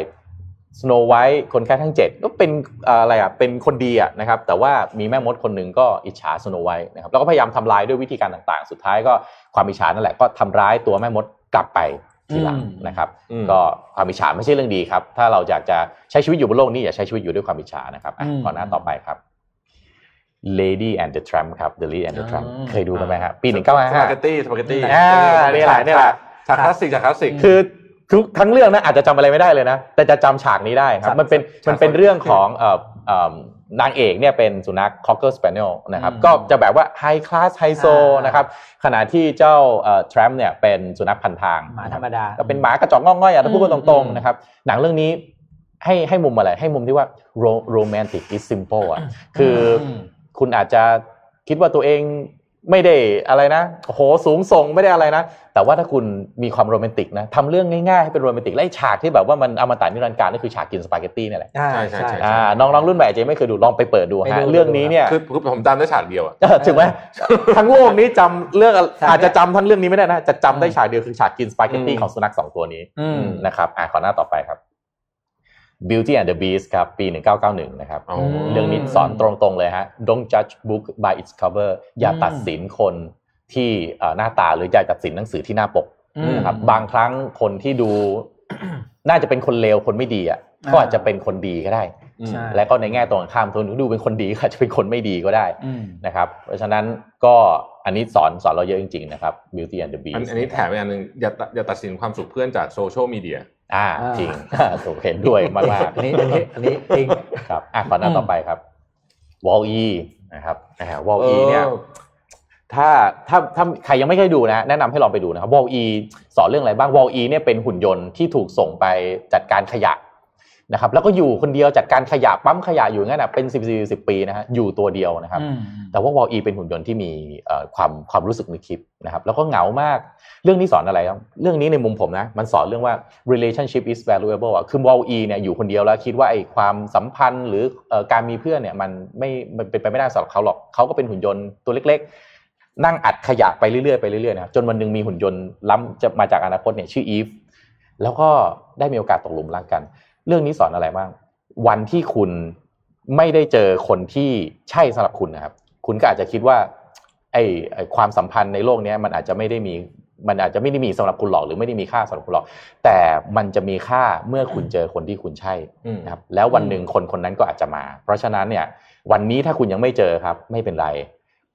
Speaker 3: สโนไวท์คนแค่ทั้งเจ็ดก็เป็นเอ่ออะไรอ่ะเป็นคนดีอ่ะนะครับ แต่ว่ามีแม่มดคนหนึ่งก็อิจฉาสโนไวท์นะครับแล้วก็พยายามทำลายด้วยวิธีการต่างๆ สุดท้ายก็ความอิจฉานั่นแหละก็ทำร้ายตัวแม่มดกลับไป ทีหลัง
Speaker 2: อืม
Speaker 3: นะครับ
Speaker 4: อืม
Speaker 3: ก็ความอิจฉาไม่ใช่เรื่องดีครับ ถ้าเราอยากจะใช้ชีวิตอยู่บนโลกนี้อย่าใช้ชีวิตอยู่ด้วยความอิจฉานะครับอ่ะ
Speaker 2: อืม
Speaker 3: ขอหน้าต่อไปครับ Lady and the Tramp ครับ The Lady and the Tramp
Speaker 2: อืม
Speaker 3: เคยดูกันไหมครับปี
Speaker 4: สปาเกต
Speaker 3: 1955
Speaker 4: ตี้สปาเกตตี้
Speaker 3: อ่าเนี่ยแหละเนี่ยแหละ
Speaker 4: ฉากคลาสสิกฉากคลาสสิก
Speaker 3: คือทุกทั้งเรื่องนะอาจจะจำอะไรไม่ได้เลยนะ แต่จะจำฉากนี้ได้ครับ
Speaker 4: ฉาก
Speaker 3: มันเป็น
Speaker 4: ฉาก
Speaker 3: มันเป็น
Speaker 4: ฉาก
Speaker 3: เรื่องของเอ่อเอ่อนางเอกเนี่ยเป็นสุนัข Cocker Spaniel นะครับ
Speaker 2: อืม
Speaker 3: ก็จะแบบว่าไฮคลาสไฮโซ
Speaker 2: อ่าน
Speaker 3: นะครับขณะที่เจ้าแทรมเนี่ยเป็นสุนัขพันทาง
Speaker 2: หมา
Speaker 3: นะค
Speaker 2: ธรร
Speaker 3: บ
Speaker 2: มดา
Speaker 3: ก็เป็นหมากระจอกงอกง่อยอะถ้าพูดกันตรง
Speaker 2: อืม
Speaker 3: ๆนะครับ หนังเรื่องนี้ให้ให้มุมอะไร ให้มุมที่ว่า ro- romantic is simple อ่ะ คืออ
Speaker 2: ม
Speaker 3: คุณอาจจะคิดว่าตัวเองไม่ได้อะไรนะโอ้โหสูงส่งไม่ได้อะไรนะ แต่ว่าถ้าคุณมีความโรแมนติกนะทำเรื่องง่ายๆ ให้เป็นโรแมนติก และไอ้ฉากที่แบบว่ามันอมตะนิรันดร์การก็คือฉากกินสปาเกตตี้เนี่ยแหละ
Speaker 2: อ่า
Speaker 4: ใช่ใช่ใช่
Speaker 3: อ่าน้องๆรุ่นใหม่อาจจะไม่เคยดูลองไปเปิดดู
Speaker 2: ไปดู
Speaker 3: ฮะเรื่องนี้เนี่ย
Speaker 4: คือคือผมจำได้ฉากเดียวอะ
Speaker 3: เออถึงไหมทั้งโลกนี้จำเรื่อง
Speaker 2: ฉากเนี้ย
Speaker 3: อาจจะจำทั้งเรื่องนี้ไม่ได้นะ จะจำได้
Speaker 2: อืม
Speaker 3: ฉากเดียวคือฉากกินสปาเกตตี้
Speaker 4: อืม
Speaker 3: ของสุนัขสองตัวนี้
Speaker 2: อืม
Speaker 3: นะครับอ่ะขอหน้าต่อไปครับ Beauty and the Beast ครับ ปี 1991 นะครับ
Speaker 4: อ๋อ
Speaker 2: ม
Speaker 3: เรื่องนี้สอนตรงๆเลยฮะ Don't judge book by its cover อย่าตัดสินคนที่เอ่อหน้าตาหรืออย่าตัดสินหนังสือที่หน้าปก
Speaker 2: อืม
Speaker 3: นะครับ บางครั้งคนที่ดู น่าจะเป็นคนเลวคนไม่ดีอ่ะ
Speaker 2: อ่า
Speaker 3: ก็อาจจะเป็นคนดีก็ได้
Speaker 4: อืม
Speaker 2: ใช่
Speaker 3: และก็ในแง่ตรงกันข้ามตัวหนูดูเป็นคนดีก็อาจจะเป็นคนไม่ดีก็ได้
Speaker 2: อืม
Speaker 3: นะครับ เพราะฉะนั้นก็อันนี้สอนสอนเราเยอะจริง ๆ นะครับ Beauty and the
Speaker 4: อัน
Speaker 3: Beast
Speaker 4: อันนี้แถมอีกอันหนึ่งอย่าตัดอย่าตัดสินความสุขเพื่อนจากโซเชียลมีเดีย
Speaker 3: อ่า
Speaker 2: อ่า
Speaker 3: จริง ถูกเห็นด้วยมาก
Speaker 2: อันนี้อันนี้อันนี้จริง
Speaker 3: ๆครับอ่ะขอหน้า
Speaker 2: อืม
Speaker 3: ต่อไปครับ Wall E นะครับวอล E เนี่ย
Speaker 4: เออ
Speaker 3: ถ้าถ้าถ้าใครยังไม่เคยดูนะ แนะนำให้ลองไปดูนะครับวอล E สอนเรื่องอะไรบ้างวอล E เนี่ยเป็นหุ่นยนต์ที่ถูกส่งไปจัดการขยะนะครับ แล้วก็อยู่คนเดียวจัดการขยะปั๊มขยะอยู่อย่างนั้นนะเป็นสิบสิบสิบปีนะฮะอยู่ตัวเดียวนะครับ
Speaker 2: อืม
Speaker 3: แต่ว่าวอลอีเป็นหุ่นยนต์ที่มีเอ่อความความรู้สึกนึกคิดนะครับ แล้วก็เหงามาก เรื่องนี้สอนอะไรครับ เรื่องนี้ในมุมผมนะ มันสอนเรื่องว่า relationship is valuable อ่ะคือวอลอีเนี่ยอยู่คนเดียวแล้วคิดว่าไอ้ความสัมพันธ์หรือเอ่อการมีเพื่อนเนี่ยมันไม่มันเป็นไปไม่ได้สำหรับเขาหรอกเขาก็เป็นหุ่นยนต์ตัวเล็ก ๆ นั่งอัดขยะไปเรื่อยๆไปเรื่อยๆนะครับจนวันหนึ่งมีหุ่นยนต์ล้ำจะมาจากอนาคตเนี่ยชื่ออีฟแล้วก็ได้มีโอกาสตกหลุมรักกัน เรื่องนี้สอนอะไรบ้าง วันที่คุณไม่ได้เจอคนที่ใช่สำหรับคุณนะครับ คุณก็อาจจะคิดว่าไอ้ไอ้ความสัมพันธ์ในโลกเนี้ยมันอาจจะไม่ได้มีมันอาจจะไม่ได้มีสำหรับคุณหรอกหรือไม่ได้มีค่าสำหรับคุณหรอก แต่มันจะมีค่าเมื่อคุณเจอคนที่คุณใช่
Speaker 4: อืม
Speaker 3: นะครับ แล้ววันหนึ่งคนคนนั้นก็อาจจะมา เพราะฉะนั้นเนี่ย วันนี้ถ้าคุณยังไม่เจอครับ ไม่เป็นไร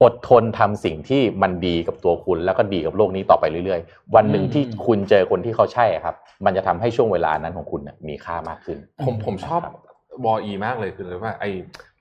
Speaker 3: อดทนทำสิ่งที่มันดีกับตัวคุณแล้วก็ดีกับโลกนี้ต่อไปเรื่อยๆ วันหนึ่งที่
Speaker 2: อืม
Speaker 3: คุณเจอคนที่เขาใช่ครับ มันจะทำให้ช่วงเวลานั้นของคุณน่ะมีค่ามากขึ้น
Speaker 4: ผมผมชอบวออีมากเลยคือเลยว่าไอ้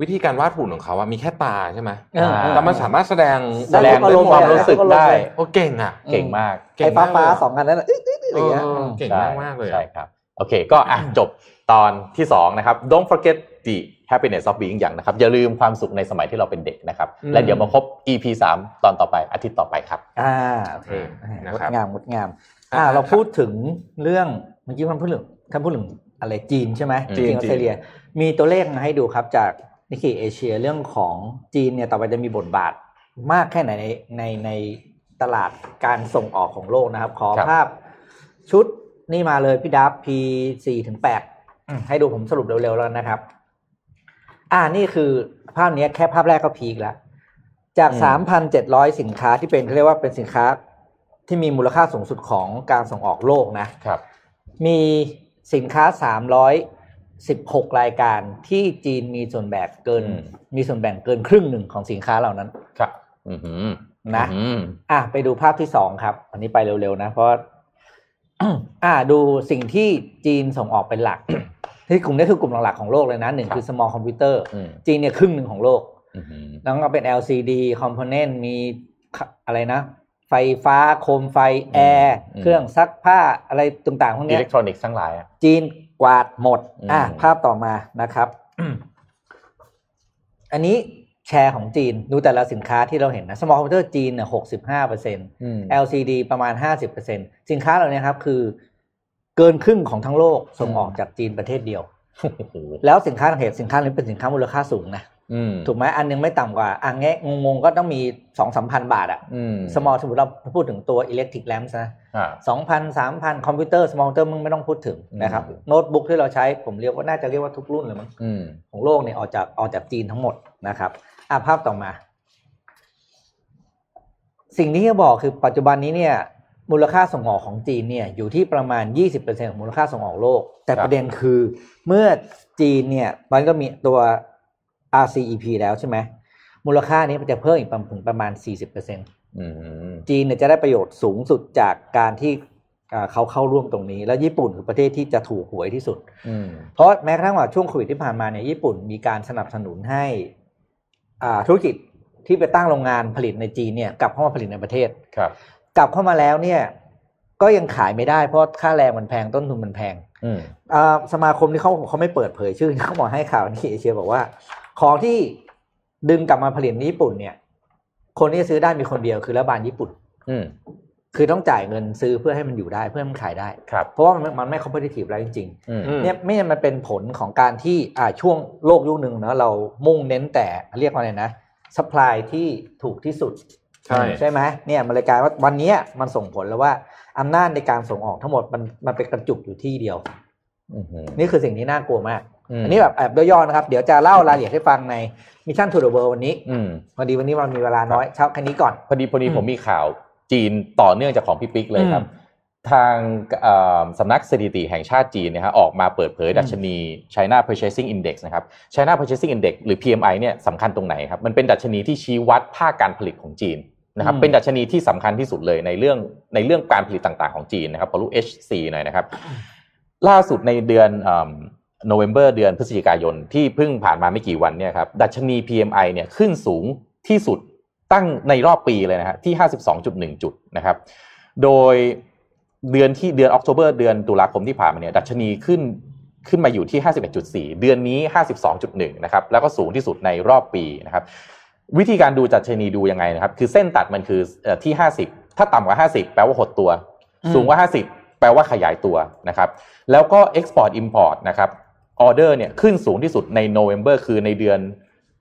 Speaker 4: วิธีการวาดหุ่นของเขาอะมีแค่ตาใช่ไหม
Speaker 2: อ่า
Speaker 4: แต่มันสามารถแสดง
Speaker 3: แสดง
Speaker 2: อารมณ์
Speaker 3: ความ
Speaker 2: ได้
Speaker 3: รู้สึกได้
Speaker 4: โอ้เก่งอะ
Speaker 3: เก่งมาก
Speaker 4: เก่
Speaker 2: ไอ้
Speaker 4: ง
Speaker 2: ฟ้าม
Speaker 4: ก
Speaker 2: ฟ้า
Speaker 4: เลยะ
Speaker 2: สองอันนั้นอะอื้ออื้ออื้ออะไรเงี้ย
Speaker 4: เออ
Speaker 2: ม
Speaker 4: เก่ง
Speaker 3: ใช่
Speaker 4: มากมากเลยอะ
Speaker 3: ใช่ครับ โอเคก็อ่ะจบตอนที่ 2 นะครับ don't forget the happiness of being young นะครับ อย่าลืมความสุขในสมัยที่เราเป็นเด็กนะครับ และเดี๋ยวมาพบ EP 3 ตอนต่อไปอาทิตย์ต่อไปครับ
Speaker 2: อ่าโอ
Speaker 4: โอ
Speaker 2: เค
Speaker 4: เคนะ
Speaker 2: งด
Speaker 4: ครับ
Speaker 2: งามงดงาม อ่า
Speaker 4: อ่า
Speaker 2: เราพูดถึงเรื่องเมื่อกี้ท่านพูดถึงท่านพูดถึงอะไรจีนใช่ไหม
Speaker 3: อืม
Speaker 2: จีนออสเตรเลีย มีตัวเลขมาให้ดูครับจากนิกเกิเอเชียเรื่องของจีนเนี่ยต่อไปจะมีบทบาทมากแค่ไหนในในในตลาดการส่งออกของโลกนะครับ ขอภาพชุดนี่มาเลยพี่ดับ P สี่ถึงแปดให้ดูผมสรุปเร็วๆแล้วกันนะครับ อ่านี่คือภาพเนี้ยแค่ภาพแรกก็พีคแล้ว จาก
Speaker 3: อืม
Speaker 2: สามพันเจ็ดร้อยสินค้าที่เป็นเขาเรียกว่าเป็นสินค้าที่มีมูลค่าสูงสุดของการส่งออกโลกนะ
Speaker 3: ครับ
Speaker 2: มีสินค้าสามร้อยสิบหกรายการที่จีนมีส่วนแบ่งเกิน
Speaker 3: อืม
Speaker 2: มีส่วนแบ่งเกินครึ่งหนึ่งของสินค้าเหล่านั้น
Speaker 3: ครับอือหือ
Speaker 2: นะ
Speaker 3: อือหือ
Speaker 2: อ่ะไปดูภาพที่สองครับ อันนี้ไปเร็วๆนะ เพราะ อ่ะดูสิ่งที่จีนส่งออกเป็นหลัก ที่กลุ่มนี้คือกลุ่มหลักๆของโลกเลยนะหนึ่งคือ small computer
Speaker 3: อืม
Speaker 2: จีนเนี่ยครึ่งหนึ่งของโลก
Speaker 3: อือหือ
Speaker 2: แล้วก็เป็น LCD component มีขะอะไรนะ ไฟฟ้าโคมไฟแอร์
Speaker 3: อืม
Speaker 2: เครื่องซักผ้าอะไรต่างๆพวก
Speaker 3: อิ
Speaker 2: เนี้ย
Speaker 3: เล็กทรอนิกส์ทั้งหลายอ่ะ
Speaker 2: จีนกวาดหมด
Speaker 3: อืม
Speaker 2: อ่ะภาพต่อมานะครับ อันนี้แชร์ของจีนดูแต่ละสินค้าที่เราเห็นนะ small computer จีนเนี่ยหกสิบห้าเปอร์เซ็นต์ LCD ประมาณ 50%สินค้าเหล่านี้ครับ คือเกินครึ่งของทั้งโลกส่งออกจากจีนประเทศเดียว
Speaker 3: โอ้โห
Speaker 2: แล้วสินค้าทางเหตุสินค้านี้เป็นสินค้ามูลค่าสูงนะ
Speaker 3: อืม
Speaker 2: ถูกไหมอันหนึงไม่ต่ำกว่า อันงี้งงๆก็ต้องมีสองสามพันบาทอะ
Speaker 3: อืม
Speaker 2: สมอลสมมติเราพูดถึงตัวอิเล็กทริกแลมส์นะ
Speaker 3: อ่า
Speaker 2: สองพันสามพันคอมพิวเตอร์สมอลเตอร์มึงไม่ต้องพูดถึงนะครับ
Speaker 3: อืม
Speaker 2: โน้ตบุ๊กที่เราใช้ผมเรียกว่าน่าจะเรียกว่าทุกรุ่นเลยมั้ง
Speaker 3: อืม
Speaker 2: ของโลกเนี่ยออกจากออกจากจีนทั้งหมดนะครับอ่ะภาพต่อมา สิ่งที่จะบอกคือปัจจุบันนี้เนี่ย มูลค่าส่งออกของจีนเนี่ยอยู่ที่ประมาณ 20%ของมูลค่าส่งออกโลก แต่
Speaker 4: ครับ
Speaker 2: ประเด็นคือ เมื่อจีนเนี่ยมันก็มีตัว RCEP แล้วใช่ไหมมูลค่านี้มันจะเพิ่มอีกประมาณถึงประมาณ 40%
Speaker 4: อืม
Speaker 2: จีนเนี่ยจะได้ประโยชน์สูงสุดจากการที่อ่าเขาเข้าร่วมตรงนี้ แล้วญี่ปุ่นคือประเทศที่จะถูกหวยที่สุด
Speaker 4: อืม
Speaker 2: เพราะแม้กระทั่งว่าช่วงโควิดที่ผ่านมาเนี่ยญี่ปุ่นมีการสนับสนุนให้อ่าธุรกิจที่ไปตั้งโรงงานผลิตในจีนเนี่ยกลับเข้ามาผลิตในประเทศ
Speaker 4: ครับ
Speaker 2: กลับเข้ามาแล้วเนี่ยก็ยังขายไม่ได้เพราะค่าแรงมันแพงต้นทุนมันแพง
Speaker 4: อืม
Speaker 2: อ่าสมาคมที่เขาเขาไม่เปิดเผยชื่อนะเขาบอกให้ข่าวนี่เอเชียบอกว่า ของที่ดึงกลับมาผลิตในญี่ปุ่นเนี่ย คนที่จะซื้อได้มีคนเดียวคือรัฐบาลญี่ปุ่น
Speaker 4: อืม
Speaker 2: คือต้องจ่ายเงินซื้อเพื่อให้มันอยู่ได้เพื่อให้มันขายได้
Speaker 4: ครับ
Speaker 2: เพราะว่ามันมันไม่ competitive แล้วจริง
Speaker 4: อืม
Speaker 2: ๆเนี่ยไม่งั้นมันเป็นผลของการที่อ่าช่วงโลกยุคหนึ่งเนาะเรามุ่งเน้นแต่เรียกว่าอะไรนะ supply ที่ถูกที่สุด
Speaker 4: ใช่
Speaker 2: ใช่ไหมเนี่ยมันเลยกลายว่าวันเนี้ยมันส่งผลแล้วว่าอำนาจในการส่งออกทั้งหมดมันมันไปกระจุกอยู่ที่เดียว
Speaker 4: อืมอืม
Speaker 2: นี่คือสิ่งที่น่ากลัวมาก
Speaker 4: อั
Speaker 2: อั
Speaker 4: น
Speaker 2: น
Speaker 4: นี้
Speaker 2: นี้
Speaker 4: แบบ
Speaker 2: แบบแอบย่อๆนะครับ เดี๋ยวจะเล่ารายละเอียดให้ฟังในมิชชั่นทูเดอะเวิร์วันนี้
Speaker 4: อืม
Speaker 2: พอดีวันนี้เรามีเวลาน้อยเช้าแค่นี้ก่อน
Speaker 3: พอดีพอดี
Speaker 2: อืม
Speaker 3: ผมมีข่าวจีนต่อเนื่องจากของพี่ปิ๊กเลยครับ ทางเอ่อสำนักสถิติแห่งชาติจีนนะฮะออกมาเปิดเผยดัชนี China Purchasing Index นะครับ China Purchasing Index หรือ PMI เนี่ยสำคัญตรงไหนครับ มันเป็นดัชนีที่ชี้วัดภาคการผลิตของจีนนะครับ
Speaker 2: อืม
Speaker 3: เป็นดัชนีที่สำคัญที่สุดเลยในเรื่องในเรื่องการผลิตต่างๆของจีนนะครับขอรู้ H4 หน่อยนะครับ ล่าสุดในเดือนเอิ่ม November เดือนพฤศจิกายนที่เพิ่งผ่านมาไม่กี่วันเนี่ยครับดัชนี PMI เนี่ยขึ้นสูงที่สุดตั้งในรอบปีเลยนะฮะที่ 52.1 จุดนะครับ โดยเดือนที่เดือนออก o b เบเดือนตุลาคมที่ผ่านมาเนี่ยดัชนีขึ้นขึ้นมาอยู่ที่ 51.4 เดือนนี้ 52.1 นะครับ แล้วก็สูงที่สุดในรอบปีนะครับ วิธีการดูดัชนีดูยังไงนะครับ คือเส้นตัดมันคือเอ่อที่ 50 ถ้าต่ำกว่า 50 แปลว่าหดตัว
Speaker 2: อืม
Speaker 3: สูงกว่า 50 แปลว่าขยายตัวนะครับ แล้วก็ Export Import นะครับออเดอร์เนี่ยขึ้นสูงที่สุดในโนเวม ber คือในเดือน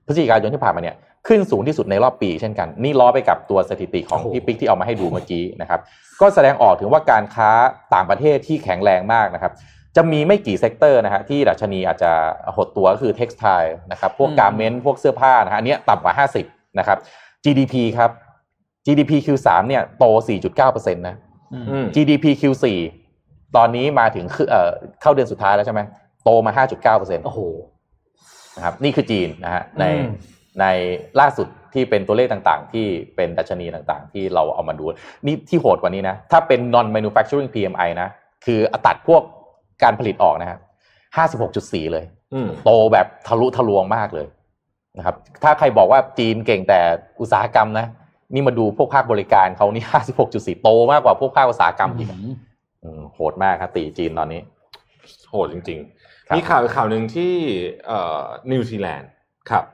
Speaker 3: พฤศจิกายนที่ผ่านมาเนี่ยขึ้นสูงที่สุดในรอบปีเช่นกัน นี่ล้อไปกับตัวสถิติของ
Speaker 2: โอ้โห
Speaker 3: พี่ปิ๊กที่เอามาให้ดูเมื่อกี้นะครับ ก็แสดงออกถึงว่าการค้าต่างประเทศที่แข็งแรงมากนะครับ จะมีไม่กี่เซกเตอร์นะฮะที่ดัชนีอาจจะหดตัวก็คือเท็กซ์ไทลนะครับพวก
Speaker 2: อืม
Speaker 3: การเมนต์พวกเสื้อผ้านะฮะอันเนี้ยต่ำกว่า 50 นะครับ GDP ครับ GDP Q3 เนี่ยโต 4.9%นะ
Speaker 4: อืม
Speaker 3: GDP Q4 ตอนนี้มาถึงคือเอ่อเข้าเดือนสุดท้ายแล้วใช่ไหมโตมา 5.9%น
Speaker 2: โอ้โห
Speaker 3: ะครับนี่คือจีนนะฮะใน
Speaker 2: อืม
Speaker 3: ในล่าสุดที่เป็นตัวเลขต่างๆ ที่เป็นดัชนีต่างๆ ที่เราเอามาดู นี่ที่โหดกว่านี้นะ ถ้าเป็น non manufacturing PMI นะ คือตัดพวกการผลิตออกนะฮะ56.4 เลย
Speaker 4: อืม
Speaker 3: โตแบบทะลุทะลวงมากเลยนะครับ ถ้าใครบอกว่าจีนเก่งแต่อุตสาหกรรมนะ นี่มาดูพวกภาคบริการเขานี่ 56.4 โตมากกว่าพวกภาคอุตสาหกรรมอีกอะอืมโหดมากครับตีจีนตอนนี้
Speaker 4: โหดจริง
Speaker 3: ครับ
Speaker 4: ๆ มีข่าวอีกข่าวหนึ่งที่เอ่อนิวซีแลนด์ครับ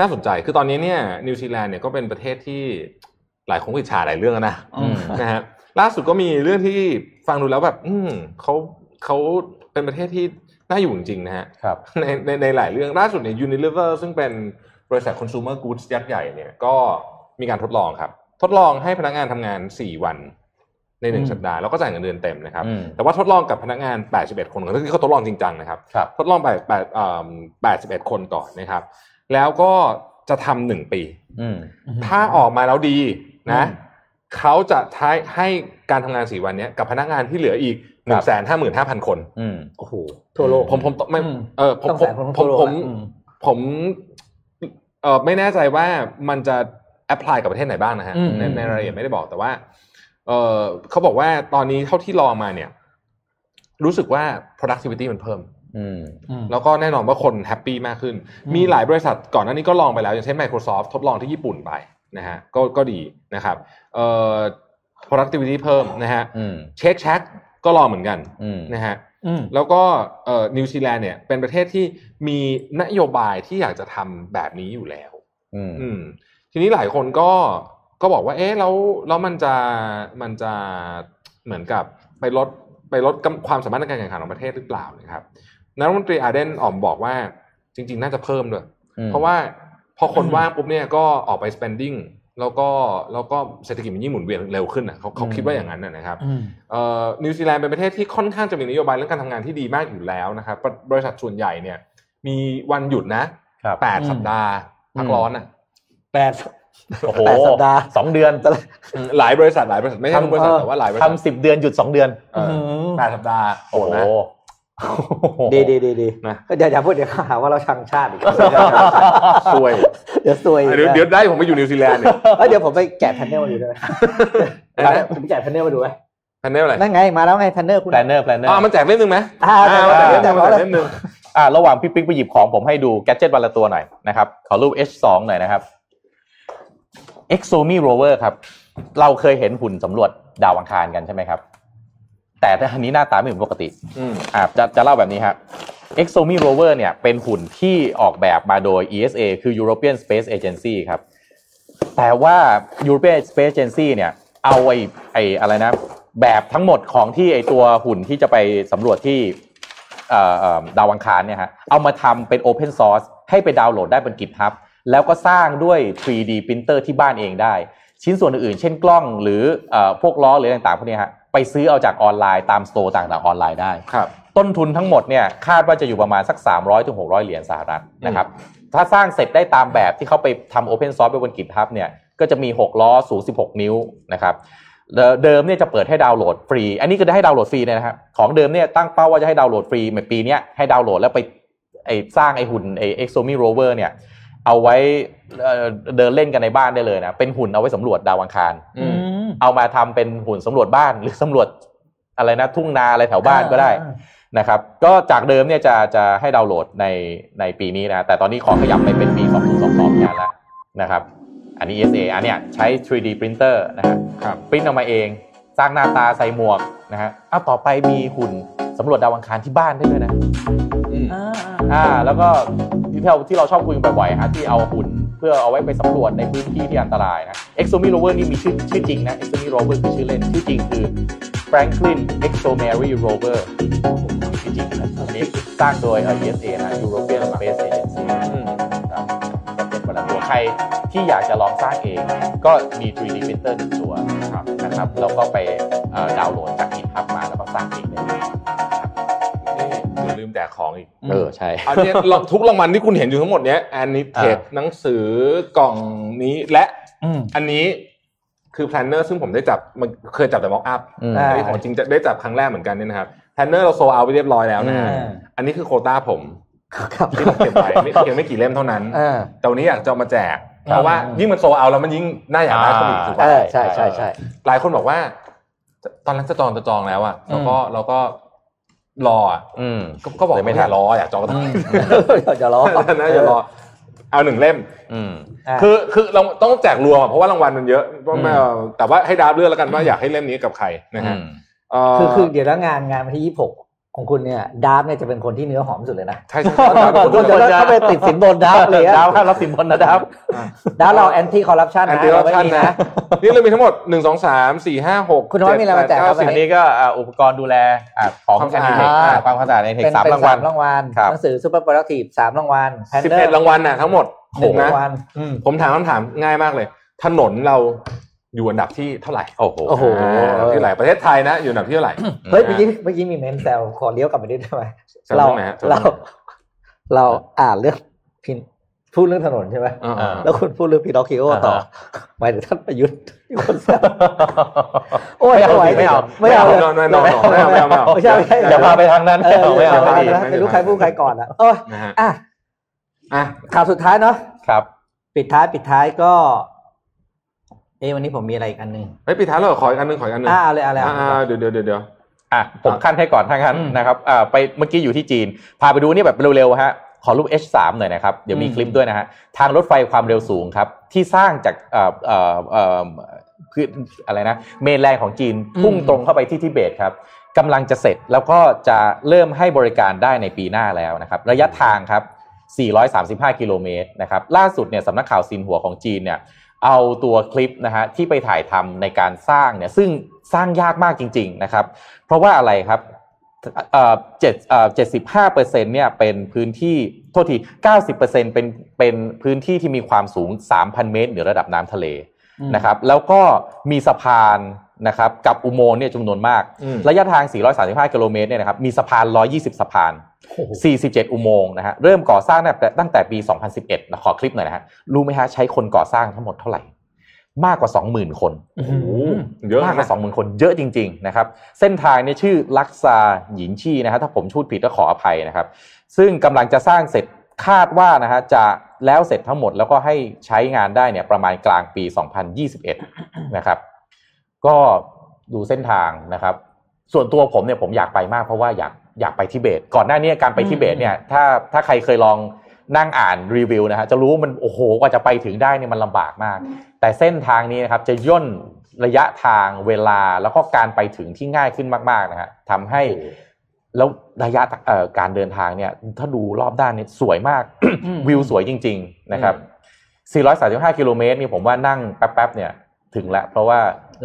Speaker 4: น่าสนใจคือตอนนี้เนี่ยนิวซีแลนด์เนี่ยก็เป็นประเทศที่หลายคนก็อิจฉาหลายเรื่องนะ
Speaker 2: อืม
Speaker 4: นะฮะล่าสุดก็มีเรื่องที่ฟังดูแล้วแบบ อืมเขาเขาเป็นประเทศที่น่าอยู่จริงๆนะฮ ะ
Speaker 3: ครับ
Speaker 4: ในในในหลายเรื่องล่าสุดเนี่ย Unilever ซึ่งเป็นบริษัท consumer goods ยักษ์ใหญ่เนี่ยก็มีการทดลองครับ ทดลองให้พนักงานทำงาน 4 วัน ในหนึ่ง
Speaker 2: อืม
Speaker 4: สัปดาห์แล้วก็จ่ายเงินเดือนเต็มนะครับ
Speaker 3: อืม
Speaker 4: แต่ว่าทดลองกับพนักงาน 81 คนก่อนที่เขาทดลองจริงจังนะครับ
Speaker 3: ครับ
Speaker 4: ทดลองไป8อ่า81 คนก่อนนะครับ แล้วก็จะทำหนึ่งปี
Speaker 3: อืม
Speaker 4: ถ้าออกมาแล้วดีนะ
Speaker 2: อืม
Speaker 4: เขาจะท้ายให้การทำงาน 4 วันเนี้ยกับพนักงานที่เหลืออีก 1
Speaker 3: ครั
Speaker 4: 5
Speaker 3: บ
Speaker 4: 5 0 0 0 คน
Speaker 3: อืม
Speaker 2: โอ้โหทั่วโลก
Speaker 4: ผมผมไม่
Speaker 2: อืม
Speaker 4: เออผม
Speaker 2: ต้อง
Speaker 4: ผม
Speaker 2: แสนคน
Speaker 4: ผม
Speaker 2: ทั่วโลก
Speaker 4: ผม
Speaker 2: อะอืม
Speaker 4: ผมเออไม่แน่ใจว่ามันจะแอพพลายกับประเทศไหนบ้างนะฮะ
Speaker 2: อืม
Speaker 4: ในในรายละเอียดไม่ได้บอกแต่ว่า เออเขาบอกว่าตอนนี้เท่าที่ลองมาเนี่ย รู้สึกว่า productivity มันเพิ่ม
Speaker 3: อืม
Speaker 2: อืม
Speaker 4: แล้วก็แน่นอนว่าคนแฮปปี้มากขึ้น
Speaker 2: อืม
Speaker 4: มีหลายบริษัทก่อนหน้านี้ก็ลองไปแล้ว อย่างเช่น Microsoft ทดลองที่ญี่ปุ่นไปนะฮะก็ก็ดีนะครับเอ่อ productivity เพิ่มนะฮะ
Speaker 3: อืม
Speaker 4: เช็คแช็คก็ลองเหมือนกัน
Speaker 3: อืม
Speaker 4: นะฮะ
Speaker 2: อืม
Speaker 4: แล้วก็เอ่อนิวซีแลนด์เนี่ยเป็นประเทศที่มีนโยบายที่อยากจะทำแบบนี้อยู่แล้ว
Speaker 3: อืม
Speaker 4: อืม ทีนี้หลายคนก็ก็บอกว่า เอ๊ะแล้วแล้วมันจะมันจะเหมือนกับไปลดไปลดกำความสามารถในการแข่งขันของประเทศหรือเปล่านะครับนายรัฐมนตรีอาเดนออมบอกว่าจริง ๆ น่าจะเพิ่มด้วย เพราะว่าพอคน
Speaker 2: อืม
Speaker 4: ว่างปุ๊บเนี่ยก็ออกไป spending แล้วก็แล้วก็เศรษฐกิจมันยิ่งหมุนเวียนเร็วขึ้นอ่ะเขาเขาคิดว่าอย่างนั้นนะนะครับ
Speaker 2: อืม
Speaker 4: เอ่อนิวซีแลนด์เป็นประเทศที่ค่อนข้างจะมีนโยบายเรื่องการทำงานที่ดีมากอยู่แล้วนะครับบริบริษัทส่วนใหญ่เนี่ย มีวันหยุดนะครับ แปด
Speaker 2: อืม
Speaker 4: สัปดาห์พักร้อนอ่ะ
Speaker 2: แปด
Speaker 3: โอ้โห
Speaker 2: แปดสัปดาห์
Speaker 3: สองเดือน
Speaker 4: อืมหลายบริษัทหลายบริษัทไม่ใช่ทุกบริษัทแต่ว่าหลายบริษัท
Speaker 3: ทำสิบเดือนหยุดสองเดือน
Speaker 4: เออแปดสัปดาห์โห
Speaker 3: โอ้
Speaker 4: ด
Speaker 3: โห
Speaker 4: นะ
Speaker 2: ดีดีดีดี
Speaker 4: นะ
Speaker 2: ก็อย่าอย่าพูดเดี๋ยวเขาหาว่าเราชังชาติอีก
Speaker 4: ซวย
Speaker 2: เดี๋ยวซวยอีก
Speaker 4: เดี๋ยวเดี๋ยวได้ผมไปอยู่นิวซีแลนด์เนี่ย
Speaker 2: เอ้ยเดี๋ยวผมไปแกะแพนเนลมาดูได้ไหม
Speaker 4: นะ
Speaker 2: ผมแกะแพนเนลมาดูไหม
Speaker 4: พันเนลอะไร
Speaker 2: นั่นไงมาแล้วไงแพนเนลคุณ
Speaker 3: แพลนเนอร์แพลนเนอ
Speaker 4: อ๋อ
Speaker 3: ร์
Speaker 4: มันแจกเล่มหนึ่งไหม
Speaker 2: อ่า
Speaker 4: อ่า
Speaker 2: แต่
Speaker 4: มัน
Speaker 2: ว่าแต่ว่า
Speaker 4: แจกเล่มหนึ่งมันแจกเล่มหนึ่ง
Speaker 3: อ่าระหว่างพี่ปิ๊กไปหยิบของผมให้ดูแกจ g e t วันละตัวหน่อยนะครับ ขอรูป H2 หน่อยนะครับ Exomi Rover ครับ เราเคยเห็นหุ่นสำรวจดาวอังคารกันใช่ไหมครับ แต่อันนี้หน้าตาไม่เหมือนปกติ
Speaker 4: อืม
Speaker 3: อ่าจะจะเล่าแบบนี้ครับ Exomi Rover เนี่ยเป็นหุ่นที่ออกแบบมาโดย ESA คือ European Space Agency ครับ แต่ว่า European Space Agency เนี่ยเอาไอ้ไอ้อะไรนะ แบบทั้งหมดของที่ไอ้ตัวหุ่นที่จะไปสำรวจที่เอ่อเอ่อดาวอังคารเนี่ยฮะเอามาทำเป็น Open Source ให้ไปดาวน์โหลดได้บน GitHub แล้วก็สร้างด้วย 3D printer ที่บ้านเองได้ ชิ้นส่วนอื่นๆ เช่นกล้องหรือเอ่อพวกล้อหรืออะไรต่างๆพวกเนี้ยฮะไปซื้อเอาจากออนไลน์ตามสโตร์ต่างๆออนไลน์ได้
Speaker 4: ครับ
Speaker 3: ต้นทุนทั้งหมดเนี่ยคาดว่าจะอยู่ประมาณสัก 300ถึง600 เหรียญสหรัฐนะครับ ถ้าสร้างเสร็จได้ตามแบบที่เขาไปทำ Open Source ไปบน GitHub เนี่ยก็จะมี 6 ล้อสูง 16 นิ้วนะครับเดิเดิมเนี่ยจะเปิดให้ดาวน์โหลดฟรี อันนี้ก็ได้ให้ดาวน์โหลดฟรีเนยนะครับของเดิมเนี่ยตั้งเป้าว่าจะให้ดาวน์โหลดฟรีในปีเนี้ยให้ดาวน์โหลดแล้วไปไอ้สร้างไอ้หุ่นไอ้ Exomi Rover เนี่ยเอาไว้เอ่อเดินเล่นกันในบ้านได้เลยนะเป็นหุ่นเอาไว้สำรวจดาวอังคาร
Speaker 4: อืม
Speaker 2: ม
Speaker 3: เอามาทำเป็นหุ่นสำรวจบ้านหรือสำรวจอะไรนะทุ่งนาอะไรแถวบ้านก็ได้
Speaker 2: อ่า
Speaker 3: นะครับ ก็จากเดิมเนี่ยจะจะให้ดาวน์โหลดในในปีนี้นะ แต่ตอนนี้ขอขยับไปเป็นปี 2022งานแล้วนะครับ อันนี้ ESA อันเนี้ยใช้ 3D printer นะฮะ
Speaker 4: ครับ
Speaker 3: ปริ้นออกมาเอง สร้างหน้าตาใส่หมวกนะฮะอ้าวต่อไปมีหุ่นสำรวจดาวอังคารที่บ้านได้ด้วยนะ
Speaker 4: อืม
Speaker 2: อ่าอ่า
Speaker 3: อ่าแล้วก็ที่เราที่เราชอบคุยกันบ่อยๆฮะที่เอาหุ่นเพื่อเอาไว้ไปสำรวจในพื้นที่ที่อันตรายนะ Exomi Rover นี่มีชื่อชื่อจริงนะ Exomi Rover คือชื่อเล่น ชื่อจริงคือ Franklin Exomary Rover ชื่อจริงนะอันนี้สร้างโดย ESA นะ European Space Agency นะครับ
Speaker 4: อืม
Speaker 3: ก็เป็นประตัวใครที่อยากจะลองสร้างเอง ก็มี 3D printer หนึ่งตัวนะครับนะครับแล้วก็ไปเอ่อดาวน์โหลดจาก GitHub มาแล้วก็สร้างเองได้เลย
Speaker 4: นี่อย่าลืมแจกของอีก
Speaker 3: เออใช่
Speaker 4: อันเนี้ยเราทุกรางวัลที่คุณเห็นอยู่ทั้งหมดเนี้ยอันนี้เทป
Speaker 3: อ่า
Speaker 4: หนังสือกล่องนี้และ
Speaker 2: อืม
Speaker 4: อันนี้คือ planner ซึ่งผมได้จับมันเคยจับแต่ mock up
Speaker 3: อืม
Speaker 2: อ่า
Speaker 4: อันนี้ของจริงจะได้จับครั้งแรกเหมือนกันเนี่ยนะครับ planner เราโซเอาไปเรียบร้อยแล้วนะฮะ
Speaker 2: อ่า
Speaker 4: อันนี้คือโควต้าผม
Speaker 2: ครับ
Speaker 4: ที่ผมเก็บไว้ไม่เพียงไม่กี่เล่มเท่านั้น
Speaker 2: อ่า
Speaker 4: แต่วันนี้อยากจะเอามาแจก
Speaker 2: ครับ
Speaker 4: เพราะว่ายิ่งมันโซเอาแล้วมันยิ่งน่าอยากได้เข้าไปอีกถูก
Speaker 2: เออ
Speaker 4: ป่ะ
Speaker 2: ใช่ใช่ใช่
Speaker 4: หลายคนบอกว่า ตอนนั้นจะจองจะจองแล้วอะแล้วก็เราก็รออะ
Speaker 3: อืม
Speaker 4: ก็ก็บอก
Speaker 3: เลยไม่
Speaker 4: ไม่
Speaker 3: ทั
Speaker 4: ได้
Speaker 3: น
Speaker 4: รออยากจองก็ต้อง
Speaker 2: อย่าล้อ
Speaker 4: น่าจะรอเอาหนึ่งเล่ม
Speaker 3: อืม
Speaker 2: อ่ะ
Speaker 4: คือคือเราต้องแจกรวมอะเพราะว่ารางวัลมันเยอะเพราะไม่
Speaker 3: อืม
Speaker 4: เอาแต่ว่าให้ดาวเลือกแล้วกันว่าอยากให้เล่มนี้กับใครนะฮะ
Speaker 3: อืม
Speaker 4: เอ่อ
Speaker 2: คือคือเดี๋ยวแล้วงานงานวันที่ยี่สิบหกของคุณเนี่ยดาร์ฟเนี่ยจะเป็นคนที่เนื้อหอมสุดเลยนะ
Speaker 4: ใช่ใช่ใช่
Speaker 2: คนจะ
Speaker 3: คนจะ
Speaker 2: เข้าไปติดสินบนดาร์ฟเลยอะ
Speaker 3: ดาวห้ารับสินบนนะครับ
Speaker 2: ดาร์ฟเราแอนตี้คอร์รัปชัน
Speaker 4: แอน
Speaker 2: นะ
Speaker 4: ตี้รัปชัน
Speaker 2: เาไม่มี
Speaker 4: นะนี่เรามีทั้งหมดหนึ่งสองสามสี่ห้าหก
Speaker 2: คุณธวัฒน์มีอะไรมาแจกครับ
Speaker 4: เสิ
Speaker 3: อันนี้ก็อ่าอุปกรณ์ดูแลอ่าของ
Speaker 4: ความ
Speaker 3: แค
Speaker 4: สะอา
Speaker 3: น
Speaker 4: ด
Speaker 3: ดิเทคอ่าความสะอาดในเทค
Speaker 2: เป็น
Speaker 3: สาม
Speaker 2: เป็น
Speaker 3: รางวัล
Speaker 2: สามรางวัล
Speaker 3: ครับ
Speaker 2: หนังสือซูเปอร์โปรดักทีฟสามรางวัลแพน
Speaker 4: สิบ
Speaker 2: เดอ
Speaker 4: เอ็ด
Speaker 2: ร์
Speaker 4: รางวัลน่ะทั้งหมด
Speaker 2: หนึ่ง
Speaker 4: นะ
Speaker 2: รางวัลอืม
Speaker 4: ผมถามคำถามง่ายมากเลย ถนนเราอยู่อันดับที่เท่าไหร่
Speaker 3: โอ้โห
Speaker 2: โอ้โห
Speaker 4: อ่าอันดับที่เท่าไหร่ประเทศไทยนะอยู่อันดับที่เท่าไหร่
Speaker 2: เฮ้ยเมื่อกี้เมื่อกี้มีเมนแซวขอเลี้ยวกลับไปนิดได้ไหม
Speaker 4: แซวเรื่
Speaker 2: เรา
Speaker 4: องไหนฮะแซวเรื่
Speaker 2: เรา
Speaker 4: องไหน
Speaker 2: เราอ่านเรื่องพินพูดเรื่องถนนใช่ไหม
Speaker 4: อ่าอ่า
Speaker 2: แล้วคุณพูดเรื่องพีนอคคิโอต่อหมายถึงท่านประยุทธ์ที่คนแซว โอ้ย
Speaker 3: ไม่เอา
Speaker 2: ไม่
Speaker 3: ไม่เอา
Speaker 2: ไม่เอา
Speaker 4: ไม่เอาไม่เอาไม่เอาไม่เอาไม่เอา
Speaker 2: ไม่ใช่ไม่ใช่
Speaker 3: อย่าพาไปทางนั้น
Speaker 2: เอ
Speaker 3: ไม่เอา
Speaker 2: อ
Speaker 3: ไม่เอา
Speaker 2: อย่าพาไป
Speaker 3: ไม่ดี
Speaker 2: นะ
Speaker 4: ไม่ดี
Speaker 2: ไม่รู้ใครพูดใครก่อนอ่ะเออ
Speaker 4: นะฮะ
Speaker 2: อ่ะ
Speaker 4: อ่ะ
Speaker 2: ข่าวสุดท้ายเนาะ
Speaker 3: ครับ
Speaker 2: ปิดท้ายปิดท้ายก็ เอ้วันนี้ผมมีอะไรอีกอันหนึ่ง
Speaker 4: ไม่ปิดท้ายเราขออีกอันหนึงขออีกอันหนึง
Speaker 2: อ่าเอาเลยเอาเลยเอา
Speaker 4: อ่า
Speaker 2: เลย
Speaker 4: อ่าเดี๋ยวเดี๋ยวเดี๋ยวเดี๋ยว
Speaker 3: อ่ะผมขั้นให้ก่อนทางนั้น
Speaker 2: อืม
Speaker 3: นะครับอ่าไปเมื่อกี้อยู่ที่จีน พาไปดูนี่แบบเร็วๆฮะขอรูป H3 หน่อยนะครับ เดี๋ยวมี
Speaker 2: อืม
Speaker 3: คลิปด้วยนะฮะทางรถไฟความเร็วสูงครับ ที่สร้างจากเอ่อเอ่อเอ่อพื้นอะไรนะเมนแลนด์ของจีน พุ่งตรงเข้าไปที่ทิเบตครับกำลังจะเสร็จแล้วก็จะเริ่มให้บริการได้ในปีหน้าแล้วนะครับ ระยะทางครับ 435 กิโลเมตรนะครับล่าสุดเนี่ยสำนักข่าวซินหัวของจีนเนี่ย เอาตัวคลิปนะฮะที่ไปถ่ายทำในการสร้างเนี่ยซึ่งสร้างยากมากจริง ๆนะครับ เพราะว่าอะไรครับเอ่อเจ็ดเอ่อเจ็ดสิบห้าเปอร์เซ็นเนี่ยเป็นพื้นที่โทษทีเก้าสิบเปอร์เซ็นเป็นเป็นพื้นที่ที่มีความสูงสามพันเมตรเหนือระดับน้ำทะเล
Speaker 2: อืม
Speaker 3: นะครับ แล้วก็มีสะพาน นะครับกับอุโมงค์เนี่ยจำนวนมาก
Speaker 4: อืม
Speaker 3: ระยะทาง 435 กิโลเมตรเนี่ยนะครับมีสะพาน 120 สะพาน
Speaker 2: โอ้โห
Speaker 3: 47 อุโมงค์นะฮะเริ่มก่อสร้างตั้งแต่ตั้งแต่ปี 2011นะขอคลิปหน่อยนะฮะรู้ไหมฮะใช้คนก่อสร้างทั้งหมดเท่าไหร่ มากกว่า 20,000 คน
Speaker 4: โอ้โหเยอะ
Speaker 3: มากกว่า
Speaker 4: นะ
Speaker 3: สองหมื่นคนเยอะจริงๆนะครับเส้นทางเนี่ยชื่อลักซาหยินชี่นะฮะถ้าผมพูดผิดก็ขออภัยนะครับ ซึ่งกำลังจะสร้างเสร็จคาดว่านะฮะจะแล้วเสร็จทั้งหมดแล้วก็ให้ใช้งานได้เนี่ยประมาณกลางปี 2021 นะครับ ก็ดูเส้นทางนะครับ ส่วนตัวผมเนี่ยผมอยากไปมากเพราะว่าอยากอยากไปทิเบต ก่อนหน้าเนี้การไปทิเบตเนี่ยถ้าถ้าใครเคยลองนั่งอ่านรีวิวนะฮะจะรู้ว่ามันโอ้โหกว่าจะไปถึงได้เนี่ยมันลำบากมาก แต่เส้นทางนี้นะครับจะย่นระยะทางเวลาแล้วก็การไปถึงที่ง่ายขึ้นมากๆนะฮะทำให้แล้วระยะเอ่อการเดินทางเนี่ยถ้าดูรอบด้านเนี่ยสวยมาก วิวสวยจริง ๆนะครับ 435 กิโลเมตรนี่ผมว่านั่งแป๊บๆเนี่ยถึงแล้วเพราะว่า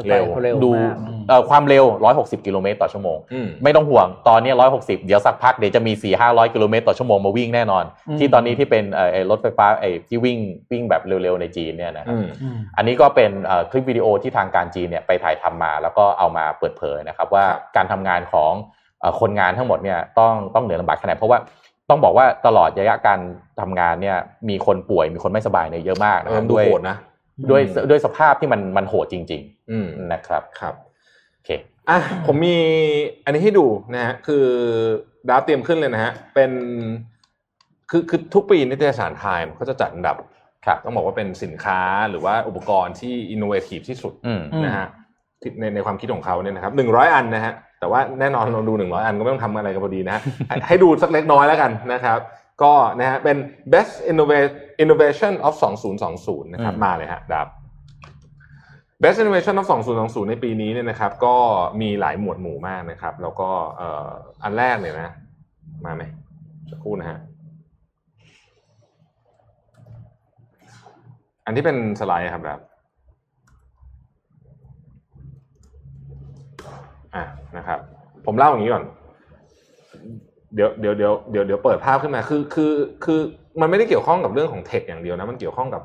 Speaker 4: เร็ว
Speaker 2: เร็ว
Speaker 3: ดู
Speaker 2: มากอืม
Speaker 3: เอ่อความเร็ว 160 กิโลเมตรต่อชั่วโมง
Speaker 4: อืม
Speaker 3: ไม่ต้องห่วง ตอนนี้ 160 เดี๋ยวสักพักเดี๋ยวจะมี 4 500 กิโลเมตรต่อชั่วโมงมาวิ่งแน่นอน ที่ตอนนี้ที่เป็นเอ่อไอ้รถไฟฟ้าไอ้ที่วิ่งวิ่งแบบเร็วๆ ในจีนเนี่ยนะครับ
Speaker 4: อืม
Speaker 2: อืม
Speaker 3: อันนี้ก็เป็นเอ่อคลิปวิดีโอที่ทางการจีนเนี่ยไปถ่ายทำมา แล้วก็เอามาเปิดเผยนะครับ ว่าการทำงานของเอ่อคนงานทั้งหมดเนี่ยต้องต้องเหนื่อยลำบากขนาดไหนเพราะว่าต้องบอกว่าตลอดระยะการทำงานเนี่ยมีคนป่วยมีคนไม่สบายเนี่ยเยอะมาก
Speaker 4: เอ
Speaker 3: นะค
Speaker 4: อ
Speaker 3: รับ
Speaker 4: ดู
Speaker 3: ด้วย
Speaker 4: โหดนะ
Speaker 3: ด้วย
Speaker 4: อืม
Speaker 3: ด้วยสภาพที่มันมันโหดจริง
Speaker 4: อืม
Speaker 3: ๆ นะครับ
Speaker 4: ครับ
Speaker 3: โอเค
Speaker 4: อ่ะผมมีอันนี้ให้ดูนะฮะคือดาวเตรียมขึ้นเลยนะฮะเป็นคือคือทุกปีนิตยสารไทม์เขาจะจัดอันดับ
Speaker 3: ครับ
Speaker 4: ต้องบอกว่าเป็นสินค้าหรือว่าอุปกรณ์ที่อินโนเวทีฟที่สุด
Speaker 3: อืม
Speaker 4: นะฮะที่ในในความคิดของเขาเนี่ยนะครับหนึ่งร้อยอันนะฮะแต่ว่าแน่นอนเราดูหนึ่งร้อยอันก็ไม่ต้องทำอะไรกันพอดีนะฮะ ให้ให้ดูสักเล็กน้อยแล้วกันนะครับ ก็นะฮะเป็น best Innova- innovation of 2020นะครับ
Speaker 3: อืม
Speaker 4: มาเลยฮะดับ Best Innovation of 2020 ในปีนี้เนี่ยนะครับ ก็มีหลายหมวดหมู่มากนะครับ แล้วก็เอ่ออันแรกเนี่ยนะ มาไหมสักครู่นะฮะ อันที่เป็นสไลด์ครับแบบอ่ะนะครับ ผมเล่าอย่างนี้ก่อน เดี๋ยวเดี๋ยวเดี๋ยวเดี๋ยวเดี๋ยวเปิดภาพขึ้นมาคือคือคือมันไม่ได้เกี่ยวข้องกับเรื่องของเทคอย่างเดียวนะ มันเกี่ยวข้องกับ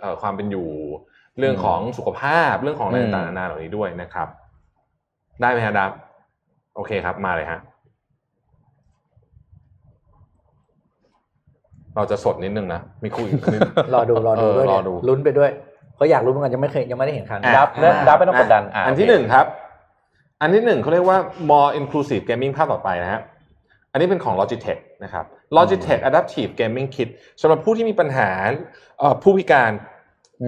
Speaker 4: เอ่อความเป็นอยู่ เรื่องของสุขภาพเรื่องของอะไร
Speaker 3: อืม
Speaker 4: ต่างๆนานาเหล่านี้ด้วยนะครับ ได้ไหมฮะดับ โอเคครับมาเลยฮะ เราจะสดนิดนึงนะ มีคุยอีกนิด
Speaker 2: รอดูรอดู
Speaker 4: เออ
Speaker 2: ด้วยเนี่ย
Speaker 4: รอดู
Speaker 2: ลุ้นไปด้วยเพราะอยากรู้เหมือนกันยังไม่เคยยังไม่ได้เห็นครั้ง
Speaker 4: อ่ะ
Speaker 3: ดับเนอะ
Speaker 4: อ่ะ
Speaker 3: ดับไม่ต้องกดดันะ อ่ะ
Speaker 4: อันที่
Speaker 3: โอเค
Speaker 4: หนึ่งครับ อันที่หนึ่งเขาเรียกว่า more inclusive gaming ภาพต่อไปนะฮะ อันนี้เป็นของ Logitech นะครับ Logitech Adaptive Gaming Kit สำหรับผู้ที่มีปัญหาเอ่อผู้พิการ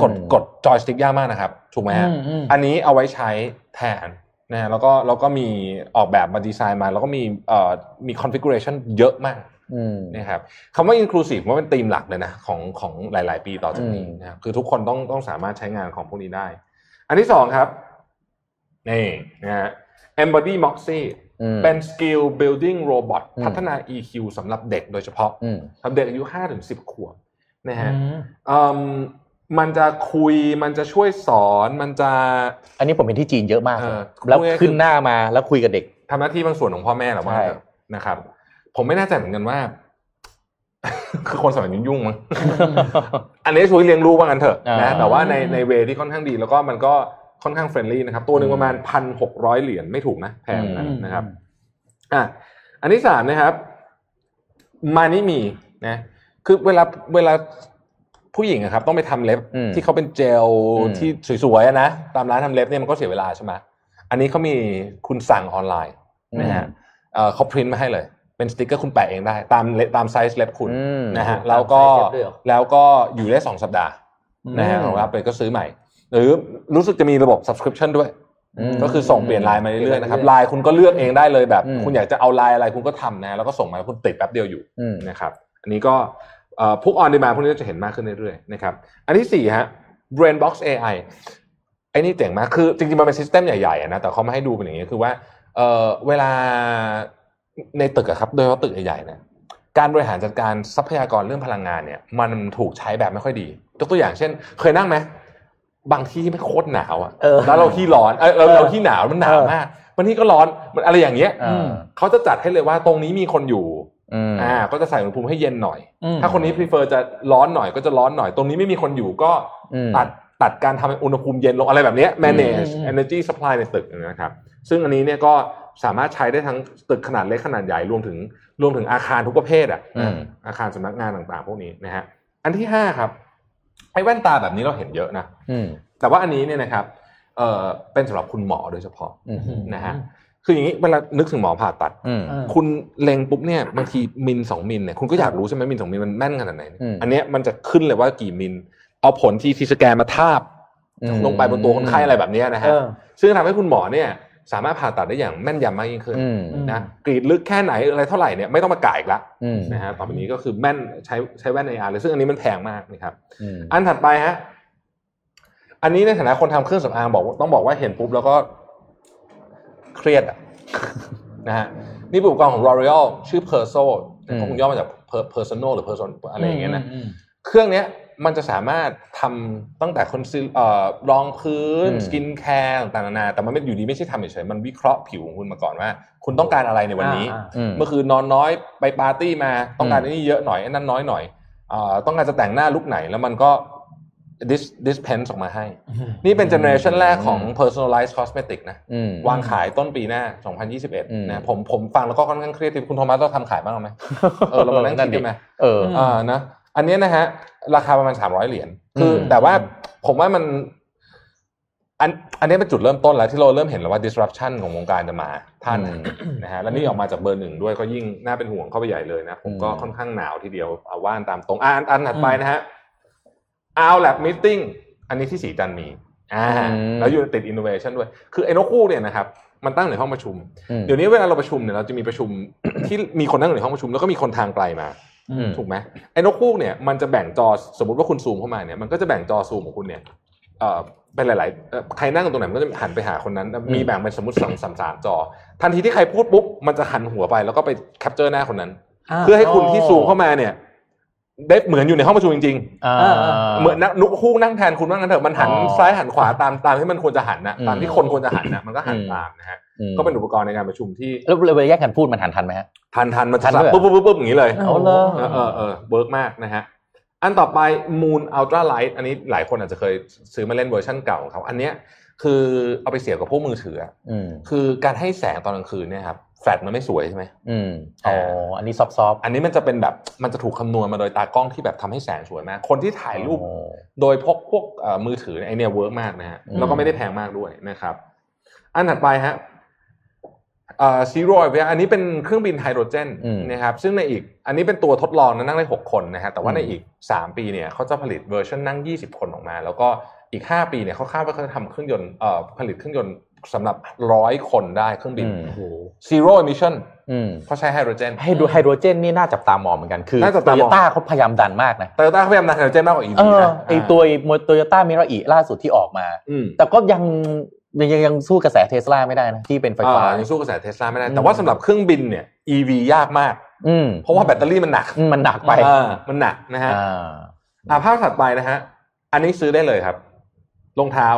Speaker 4: กด
Speaker 3: อืม
Speaker 4: กดจอยสติ๊กยากมากนะครับ ถูกไหมฮะ
Speaker 2: อืมอืม
Speaker 4: อันนี้เอาไว้ใช้แทนนะฮะแล้วก็แล้วก็มีออกแบบมาดีไซน์มา แล้วก็มีเอ่อมี configuration เยอะมาก
Speaker 3: อืม
Speaker 4: นะครับคำว่า inclusive ผมว่าเป็นธีมหลักเลยนะของของหลาย ๆ ปีต่อจากนี้
Speaker 3: อืม
Speaker 4: นะครับคือทุกคนต้องต้องสามารถใช้งานของพวกนี้ได้ อันที่สองครับ นี่นะฮะ embody moxie
Speaker 3: อืม
Speaker 4: เป็น skill building robot
Speaker 3: อืม
Speaker 4: พัฒนา EQ สำหรับเด็กโดยเฉพาะ
Speaker 3: อืม
Speaker 4: สำหรับเด็กอายุ5ถึง10 ขวบนะฮะ
Speaker 2: อืม
Speaker 4: เอิ่มมันจะคุยมันจะช่วยสอนมันจะ
Speaker 3: อันนี้ผมเห็นที่จีนเยอะมาก
Speaker 4: เออ
Speaker 3: แล้ว
Speaker 4: คุยกับ
Speaker 3: ขึ้นหน้ามาแล้วคุยกับเด็ก
Speaker 4: ทำหน้าที่บางส่วนของพ่อแม่หรือว่า
Speaker 3: ใช่
Speaker 4: เถอะนะครับ ผมไม่แน่ใจเหมือนกันว่า คือคนสมัยนี้ยุ่งมั้ง อันนี้ช่วยเลี้ยงลูกว่างั้นเถอะ
Speaker 3: อ่าน
Speaker 4: นะแต่ว่าในในเวที่ค่อนข้างดีแล้วก็มันก็ค่อนข้างเฟรนลี่นะครับ ตัวหนึ่งประมาณพันหกร้อยเหรียญไม่ถูกนะแพงนะนะครับอ่ะอันที่สามนะครับมานี่มีนะ คือเวลาเวลาผู้หญิงอะครับ ต้องไปทำเล็บ
Speaker 3: อืม
Speaker 4: ที่เขาเป็นเจล
Speaker 3: อืม
Speaker 4: ที่สวยๆอะนะตามร้านทำเล็บเนี่ยมันก็เสียเวลาใช่ไหมอันนี้เขามีคุณสั่งออนไลน์ นะฮะเอ่อเขาพิมพ์มาให้เลย เป็นสติกเกอร์คุณแปะเองได้ ตามเลตามไซส์เล็บคุณ
Speaker 3: อืม
Speaker 4: นะฮะแล้วก็
Speaker 2: ตามไซส์เล็บด้วยเหรอ
Speaker 4: แล้วก็อยู่ได้ 2 สัปดาห์นะฮะของรับไปก็ซื้อใหม่ หรือรู้สึกจะมีระบบ subscription ด้วย
Speaker 3: อืม
Speaker 4: ก็คือส่งเปลี่ยนลายมาเรื่อยๆนะครับ
Speaker 2: เปลี่ยน
Speaker 4: ลา
Speaker 2: ลาย ย
Speaker 4: คุณก็เลือกเองได้เลยแบบ
Speaker 3: อืม
Speaker 4: คุณอยากจะเอาลายอะไรคุณก็ทำนะแล้วก็ส่งมาคุณติดแป๊บเดียวอยู่
Speaker 3: อืม
Speaker 4: นะครับอันนี้ก็เอ่อพวกออนดีมาพวกนี้ก็จะเห็นมากขึ้นเรื่อยๆนะครับอันที่สี่ฮะ Brainbox AI ไอ้นี่เจ๋งมากคือจริงๆมันเป็นซิสเต็มใหญ่ๆอะนะแต่เขามาให้ดูเป็นอย่างนี้คือว่า เอ่อเวลาในตึกอะครับ โดยเฉพาะตึกใหญ่ๆเนี่ยการบริหารจัดการทรัพยากรเรื่องพลังงานเนี่ย มันถูกใช้แบบไม่ค่อยดียกตัวอย่างเช่น เคยนั่งไหมบางที่ไม่โคตรหนาวอะ
Speaker 2: เออ
Speaker 4: แล้วเราที่ร้อนเออเราเราที่หนาวมันหนาวมากบางที่ก็ร้อนมันอะไรอย่างเงี้ย
Speaker 3: อ่า
Speaker 4: เขาจะจัดให้เลยว่าตรงนี้มีคนอยู่
Speaker 3: อืม
Speaker 4: อ่าก็จะใส่อุณหภูมิให้เย็นหน่อย
Speaker 2: อืม
Speaker 4: ถ้าคนนี้ prefer จะร้อนหน่อยก็จะร้อนหน่อย ตรงนี้ไม่มีคนอยู่ก็
Speaker 3: อืม
Speaker 4: ตัด ตัดการทำให้อุณหภูมิเย็นลงอะไรแบบเนี้ย manage
Speaker 2: อืม
Speaker 4: energy supply ในตึกนะครับ ซึ่งอันนี้เนี่ยก็สามารถใช้ได้ทั้งตึกขนาดเล็กขนาดใหญ่รวมถึงรวมถึงอาคารทุกประเภทอ่ะ
Speaker 3: อืม
Speaker 4: อาคารสำนักงานต่างๆ พวกนี้นะฮะอันที่ห้าครับไอ้แว่นตาแบบนี้เราเห็นเยอะนะ
Speaker 3: อืม
Speaker 4: แต่ว่าอันนี้เนี่ยนะครับเอ่อเป็นสำหรับคุณหมอโดยเฉพาะ
Speaker 3: อืม
Speaker 4: นะฮะคืออย่างนี้เวลานึกถึงหมอผ่าตัด
Speaker 3: อืม
Speaker 2: เออ
Speaker 4: คุณเล็งปุ๊บเนี่ยบางทีมิลสองมิลเนี่ยคุณก็อยากรู้ใช่ไหมมิลสองมิลมันแม่นขนาดไหน
Speaker 3: อืม
Speaker 4: อันเนี้ยมันจะขึ้นเลยว่ากี่มิลเอาผลที่ซีสแกนมาทาบ ลงไปบนตัวคนไข้อะไรแบบเนี้ยนะ
Speaker 2: เอ
Speaker 4: ฮะ
Speaker 2: อ
Speaker 4: ซึ่งทำให้คุณหมอเนี่ยสามารถผ่าตัดได้อย่างแม่นยำมากยิ่งขึ้น
Speaker 3: อืม
Speaker 4: นะกรีดลึกแค่ไหนอะไรเท่าไหร่เนี่ยไม่ต้องมากายอีกละ
Speaker 3: อืม
Speaker 4: นะฮะต่อไปนี้ก็คือแม่นใช้ใช้แว่น AR เลยซึ่งอันนี้มันแพงมากนะครับ
Speaker 3: อืม
Speaker 4: อันถัดไปฮะ อันนี้ในฐานะคนทำเครื่องสำอางบอกว่าต้องบอกว่าเห็นปุ๊บแล้วก็เครียดอะ นะฮะนี่เป็นอุปกรณ์ของ L'Oreal ชื่อ Perso แต่ก็คงย่อมาจาก Per- Personal หรือ Person อะไรอย่างเงี้ยนะ เครื่องเนี้ยมันจะสามารถทำตั้งแต่คอนซีลเอ่อรองพื้น
Speaker 3: อืม
Speaker 4: สกินแคร์ต่างๆนานาแต่มันไม่อยู่ดีไม่ใช่ทำเฉยๆมันวิเคราะห์ผิวของคุณมาก่อนว่า คุณต้องการอะไรในวันนี้
Speaker 2: อ่า
Speaker 3: อืม
Speaker 4: เมื่อคืนนอนน้อยไปปาร์ตี้มาต้องการ
Speaker 3: อืม
Speaker 4: อันนี้เยอะหน่อยอันนั้นน้อยหน่อยเอ่อต้องการจะแต่งหน้าลุคไหน แล้วมันก็ dis dispense ออกมาให้ นี่เป็นเจเนอเรชันแรกของ personalized cosmetic นะ
Speaker 3: อืม
Speaker 4: วางขายต้นปีหน้า
Speaker 3: อืม
Speaker 4: 2021 นะผมผมฟังแล้วก็ค่อนข้างเครียดที่คุณโทมัสต้องทำขายบ้างไหมเออเรามานั่งคิดกันไหม
Speaker 3: เออ
Speaker 4: อ่านะอันเนี้ยนะฮะ ราคาประมาณสามร้อยเหรียญคืออ
Speaker 3: ม
Speaker 4: แต่ว่าผมว่ามันอันอันเนี้ยเป็นจุดเริ่มต้นแล้วที่เราเริ่มเห็นแล้วว่า disruption ของวงการจะมาท่านนะฮะแล้วนี่ออกมาจากเบอร์หนึ่งด้วยก็ยิ่งน่าเป็นห่วงเข้าไปใหญ่เลยนะ ผมก็ค่อนข้างหนาวทีเดียวเอาว่านตามตรงอ่าอันอันถัดไปนะฮะเอาแลบมิทติ้งอันนี้ที่สีจันทร์มีอ่าแล้วอยู่ติด innovation ด้วย คือไอ้นกคู่เนี่ยนะครับมันตั้งอยู่ในห้องประชุม
Speaker 3: อืม
Speaker 4: เดี๋ยวนี้เวลาเราประชุมเนี่ยเราจะมีประ ชุม ที่มีคนนั่งอยู่ในห้องประชุมแล้วก็มีคนทางไกลมา
Speaker 3: อืม
Speaker 4: ถูกไหมไอ้นกคูกเนี่ยมันจะแบ่งจอสมมติว่าคุณซูมเข้ามาเนี่ยมันก็จะแบ่งจอซูมของคุณเนี่ยเอ่อเป็นหลายๆเอ่อใครนั่งตรงไหนมันก็จะหันไปหาคนนั้น มีแบ่งเป็นสมมติสองสามสามจอ ทันทีที่ใครพูดปุ๊บมันจะหันหัวไปแล้วก็ไปแคปเจอร์หน้าคนนั้น เพื่อให้คุณที่ซูมเข้ามาเนี่ย ได้เหมือนอยู่ในห้องประชุมจริง
Speaker 3: อ่า
Speaker 4: ๆเหมือนนั่งนกคูกนั่งแทนคุณว่างั้นเถอะมันหัน
Speaker 3: อ๋อ
Speaker 4: ซ้ายหันขวาตามตามที่มันควรจะหันนะ
Speaker 3: อืม
Speaker 4: ตามที่คนควรจะหันนะมันก็หันตามนะฮะก็เป็นอุปกรณ์ในการประชุมที่
Speaker 3: แล้วเวลาแยกกันพูดมันทันทันไหมฮะ
Speaker 4: ทันทันๆมัน
Speaker 3: ทั
Speaker 4: จะ
Speaker 3: นด้วย
Speaker 4: ปุ๊บปุ๊บปุ๊บปุ๊บอย่างนี้เลย
Speaker 3: เอาเลย
Speaker 4: เออเออเออเวิร์กมากนะฮะ อันต่อไป Moon Ultra Light อันนี้หลายคนอาจจะเคยซื้อมาเล่นเวอร์ชั่นเก่าของเขา อันเนี้ยคือเอาไปเสียบกับพวกมือถืออะ
Speaker 3: อืม
Speaker 4: คือการให้แสงตอนกลางคืนเนี่ยครับ แฟลชมันไม่สวยใช่ไหม
Speaker 3: อืมอ๋ออันนี้ซอฟซอฟ
Speaker 4: อันนี้มันจะเป็นแบบ มันจะถูกคำนวณมาโดยตากล้องที่แบบทำให้แสงสวยมาก คนที่ถ่ายรูป โดยพกพวกเอ่อมือถือเนี่ยไอเนี่ยเวิร์กมากนะฮะ
Speaker 2: อืม
Speaker 4: แล้วก็ไม่ได้แพงมากด้วยนะครับ อันถัดไปฮะซีโร่เวอันนี้เป็นเครื่องบินไฮโดรเจน
Speaker 3: อืม
Speaker 4: นะครับซึ่งในอีกอันนี้เป็นตัวทดลองนะนั่งได้ 6 คนนะฮะแต่ว่าใน
Speaker 3: อืม
Speaker 4: อีก 3 ปีเนี่ยเขาจะผลิตเวอร์ชันนั่ง 20 คนออกมา แล้วก็อีก 5 ปีเนี่ยเขาคาดว่าเขาจะทำเครื่องยนต์เอ่อผลิตเครื่องยนต์สำหรับร้อยคนได้เครื่องบิน
Speaker 2: โอ้โห
Speaker 4: ซีโร่เอมิชั่น
Speaker 3: อืม
Speaker 4: เพราะใช้ไฮโดรเจน
Speaker 3: ไฮโดรไฮโดรเจนนี่น่าจับตามองเหมือนกัน คือ
Speaker 4: น่าจับตามอง
Speaker 3: โยต้าเขาพยายามดันมากนะ
Speaker 4: โตโยต้าเขาพยายามนำไฮโดรเจนมากกว่าอีก
Speaker 3: เอ
Speaker 4: ที
Speaker 3: อ
Speaker 4: นะ
Speaker 3: ไอตัวโตโยต้ามิราอีล่าสุดที่ออกมา
Speaker 4: อืม
Speaker 3: แต่ก็ยังยังยังยังสู้กระแสเทสลาไม่ได้นะ ที่เป็นไฟฟ้า
Speaker 4: อ่ยังสู้กระแสเทสลาไม่ได้
Speaker 3: อืม
Speaker 4: แต่ว่าสำหรับเครื่องบินเนี่ย EV ยากมาก
Speaker 3: อืม
Speaker 4: เพราะว่าแบตเตอรี่มันหนัก
Speaker 3: อืมมันหนักไป
Speaker 4: เออมันหนักนะฮะ
Speaker 3: อ่า
Speaker 4: อ่าภาพถัดไปนะฮะ อันนี้ซื้อได้เลยครับรองเท้า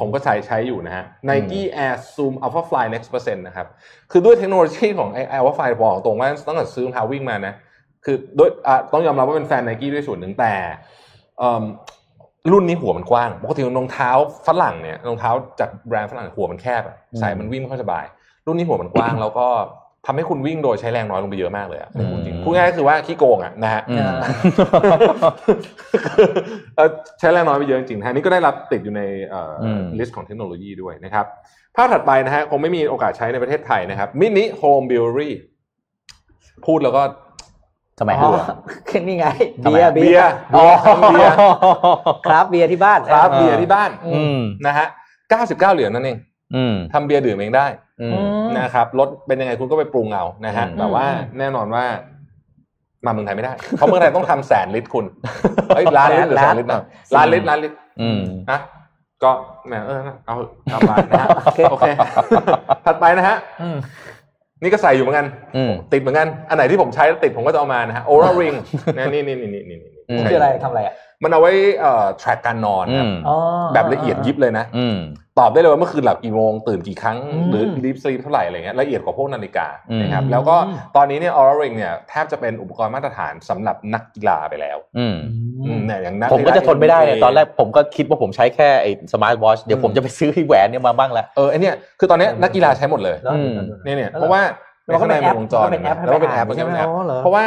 Speaker 4: ผมก็ใช้ใช้อยู่นะฮะ Nike Air Zoom Alpha Fly Next Percent นะครับ คือด้วยเทคโนโลยีของไอ้ Alpha Fly บอกตรงว่าตั้งแต่ซื้อรองเท้าวิ่งมานะ คือด้วยอ่ะต้องยอมรับว่าเป็นแฟน Nike ด้วยส่วนหนึ่งแต่เอิ่มรุ่นนี้หัวมันกว้าง ปกติรองเท้าฝรั่งเนี่ยรองเท้าจากแบรนด์ฝรั่งหัวมันแคบอะใส่มันวิ่งไม่ค่อยสบาย รุ่นนี้หัวมันกว้าง แล้วก็ทำให้คุณวิ่งโดยใช้แรงน้อยลงไปเยอะมากเลยอะ
Speaker 3: อืม
Speaker 4: จริงๆพูดง่ายๆคือว่าขี้โกงอะนะฮะ
Speaker 3: อืม
Speaker 4: เอ่อใช้แรงน้อยไปเยอะจริงๆนะฮะนี่ก็ได้รับติดอยู่ใน
Speaker 3: อืม
Speaker 4: ลิสต์ของเทคโนโลยีด้วยนะครับ ภาพถัดไปนะฮะคงไม่มีโอกาสใช้ในประเทศไทยนะครับมินิโฮมบิวรี่พูดแล้วก็
Speaker 3: ทำไมฮะ
Speaker 2: อ๋อคือนี่ไง
Speaker 4: ทำไม
Speaker 2: เบียร์
Speaker 4: เบียร์
Speaker 3: อ๋อ
Speaker 4: เบียร์
Speaker 2: ครับเบียร์ที่บ้าน
Speaker 4: คราฟต์เบียร์ที่บ้าน
Speaker 3: อืม
Speaker 4: นะฮะ 99 เหรียญนั่นเอง
Speaker 3: อืม
Speaker 4: ทำเบียร์ดื่มเองได้
Speaker 3: อืม
Speaker 4: นะครับรสเป็นยังไงคุณก็ไปปรุงเอานะฮะ
Speaker 3: อืม
Speaker 4: แต่ว่าแน่นอนว่ามาเมืองไทยไม่ได้ เพราะเมืองไทยต้องทำแสนลิตรคุณเอ้ยล้านลิตรหรือแสนลิตรนะล้านลิตรล้านลิตร
Speaker 3: อืม
Speaker 4: นะก็แหมเออเอาเอาไปนะฮะ
Speaker 2: โอเค
Speaker 4: โอเค ถัดไปนะฮะ
Speaker 2: อืม
Speaker 4: นี่ก็ใส่อยู่เหมือนกัน
Speaker 3: อืม
Speaker 4: ติดเหมือนกัน อันไหนที่ผมใช้แล้วติดผมก็จะเอามานะฮะโอราริงนะนี่นี่นี่นี่นี่นี่
Speaker 3: อืม
Speaker 2: คืออะไรทำอะไรอ่ะ
Speaker 4: มันเอาไว้เอ่อ track การนอนค
Speaker 3: อื
Speaker 4: รับ
Speaker 3: ม
Speaker 2: อ๋อ
Speaker 4: แบบละเอียดยิบเลยนะ
Speaker 3: อืม
Speaker 4: ตอบได้เลยว่าเมื่อคืนหลับกี่โมง ตื่นกี่ครั้ง
Speaker 2: อืม
Speaker 4: หรือ deep sleep เท่าไหร่อะไรเงี้ยละเอียดกว่าพวกนาฬิกา
Speaker 3: อืม
Speaker 4: นะครับ
Speaker 2: อืม
Speaker 4: แล้วก็ตอนนี้เนี่ย Oura Ring เนี่ยแทบจะเป็นอุปกรณ์มาตรฐานสำหรับนักกีฬาไปแล้ว
Speaker 3: อืม
Speaker 2: อื
Speaker 4: อื
Speaker 2: ม
Speaker 4: มเนี่ยอย่างนัก
Speaker 3: ผมก็จะทนไม่ได้เนี่ย
Speaker 4: ฬา
Speaker 3: ตอนแรกผมก็คิดว่าผมใช้แค่ไอ้สมาร์ทวอชเดี๋ยว
Speaker 4: อืม
Speaker 3: ผมจะไปซื้อไอ้แหวนเนี่ยมาบ้างละ
Speaker 4: เออไอเนี่ยคือตอนเนี้ยนักกีฬาใช้หมดเลย
Speaker 2: แล้ว
Speaker 3: อืม
Speaker 4: เนี่ยเนี่ย
Speaker 2: แล้ว
Speaker 4: เพราะว่า
Speaker 2: แล้วก็เป็น
Speaker 4: ข้างในมันวงจร
Speaker 2: แอป
Speaker 4: นะ
Speaker 2: แล้วก็
Speaker 4: แล้วก็
Speaker 2: เป็
Speaker 4: เป็น น
Speaker 2: แอ
Speaker 4: แอ
Speaker 2: ป
Speaker 4: ปมันก็เป็นแอป
Speaker 2: ใช่ไหมอ๋อเหรอ
Speaker 4: เพราะว่า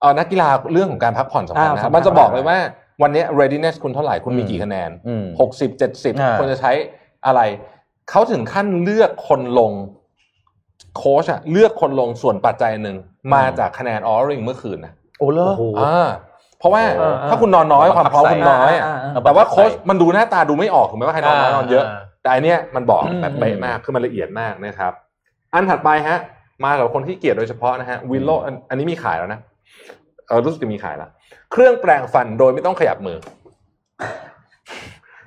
Speaker 4: เออนักกีฬาเรื่องของการพักผ่อนสำคัญ
Speaker 2: อ่า
Speaker 4: นะครับ
Speaker 2: สำคัญ
Speaker 4: มันจะบอกเลยว่าวันเนี้ย readiness คุณเท่าไหร่คุณมี
Speaker 3: อืม
Speaker 4: กี่คะแนน
Speaker 3: อืม
Speaker 4: หกสิบเจ็ดสิบ
Speaker 3: อ่า
Speaker 4: ควรจะใช้อะไร เขาถึงขั้นเลือกคนลงโค้ชอะเลือกคนลงส่วนปัจจัยหนึ่งมาจากคะแนนออริงเมื่อคืนนะ
Speaker 3: โอ้เล
Speaker 2: โอ้
Speaker 3: อ
Speaker 2: โห
Speaker 4: อ่าเพราะว่า
Speaker 3: อ่าอ่า
Speaker 4: ถ้าคุณนอนน้อยความพร้อมคุณน้อยอะ
Speaker 2: อ่าอ่าอ่า
Speaker 4: แต่ว่าโค้ชมันดูหน้าตาดูไม่ออกถูกไหมว่าใครนอนน้อยนอนเยอะ แต่อันเนี้ยมันบอก
Speaker 2: อืม
Speaker 4: แบบเป๊ะมากคือมันละเอียดมากนะครับ อันถัดไปฮะ มาสำหรับคนที่เกลียดโดยเฉพาะนะฮะวิโลอันนี้มีขายแล้วนะเออรู้สึกจะมีขายละเครื่องแปรงฟันโดยไม่ต้องขยับมือ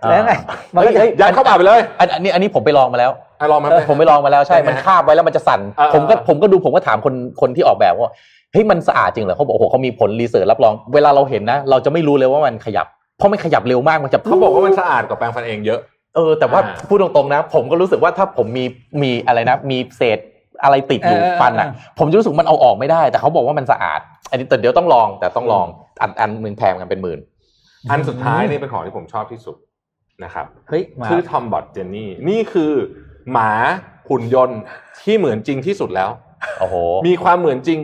Speaker 2: แล้วไงมัน
Speaker 3: เฮ้
Speaker 2: ก็
Speaker 3: ย
Speaker 2: จะ
Speaker 3: เฮ้ย
Speaker 4: ยัดเข้าปากไปเลย
Speaker 3: อันอันนี้อันนี้ผมไปลองมาแล้ว
Speaker 4: อ่ะลองมา
Speaker 3: เอ
Speaker 4: ไห
Speaker 3: อผมไปลองมาแล้วใช่
Speaker 4: ใช่ไหม
Speaker 3: มันคาบไว้แล้วมันจะสั่น
Speaker 4: เออ
Speaker 3: ผมก็
Speaker 4: เออ
Speaker 3: ผมก็ดูผมก็ถามคนคนที่ออกแบบว่าเฮ้ยมันสะอาดจริงเหรอเขาบอกโอ้โหเขามีผลรีเสิร์ชรับรอง เวลาเราเห็นนะ เราจะไม่รู้เลยว่ามันขยับ เพราะมันขยับเร็วมากมันจะ
Speaker 4: เขาบอกว่ามันสะอาดกว่าแปรงฟันเองเยอะ
Speaker 3: เออแต่ว่า
Speaker 4: อ่า
Speaker 3: พูดตรงๆนะ ผมก็รู้สึกว่าถ้าผมมีมีอะไรนะ มีเศษอะไรติดอยู่
Speaker 2: เออเออ
Speaker 3: ฟันอ่ะ
Speaker 2: เออ
Speaker 3: ผมจะรู้สึกมันเอาออกไม่ได้ แต่เขาบอกว่ามันสะอาด อันนี้แต่เดี๋ยวต้องลองแต่ต้องลองอันอันหนึ่งแพงกันเป็นหมื่น
Speaker 4: อันสุดท้ายนี่เป็นของที่ผมชอบที่สุดนะครับ
Speaker 2: เฮ้ยมา
Speaker 4: ชื่อทอมบอ t เจนนี่นี่คือหมาหุ่นยนต์ที่เหมือนจริงที่สุดแล้ว
Speaker 3: โอ้โห
Speaker 4: มีความเหมือนจริง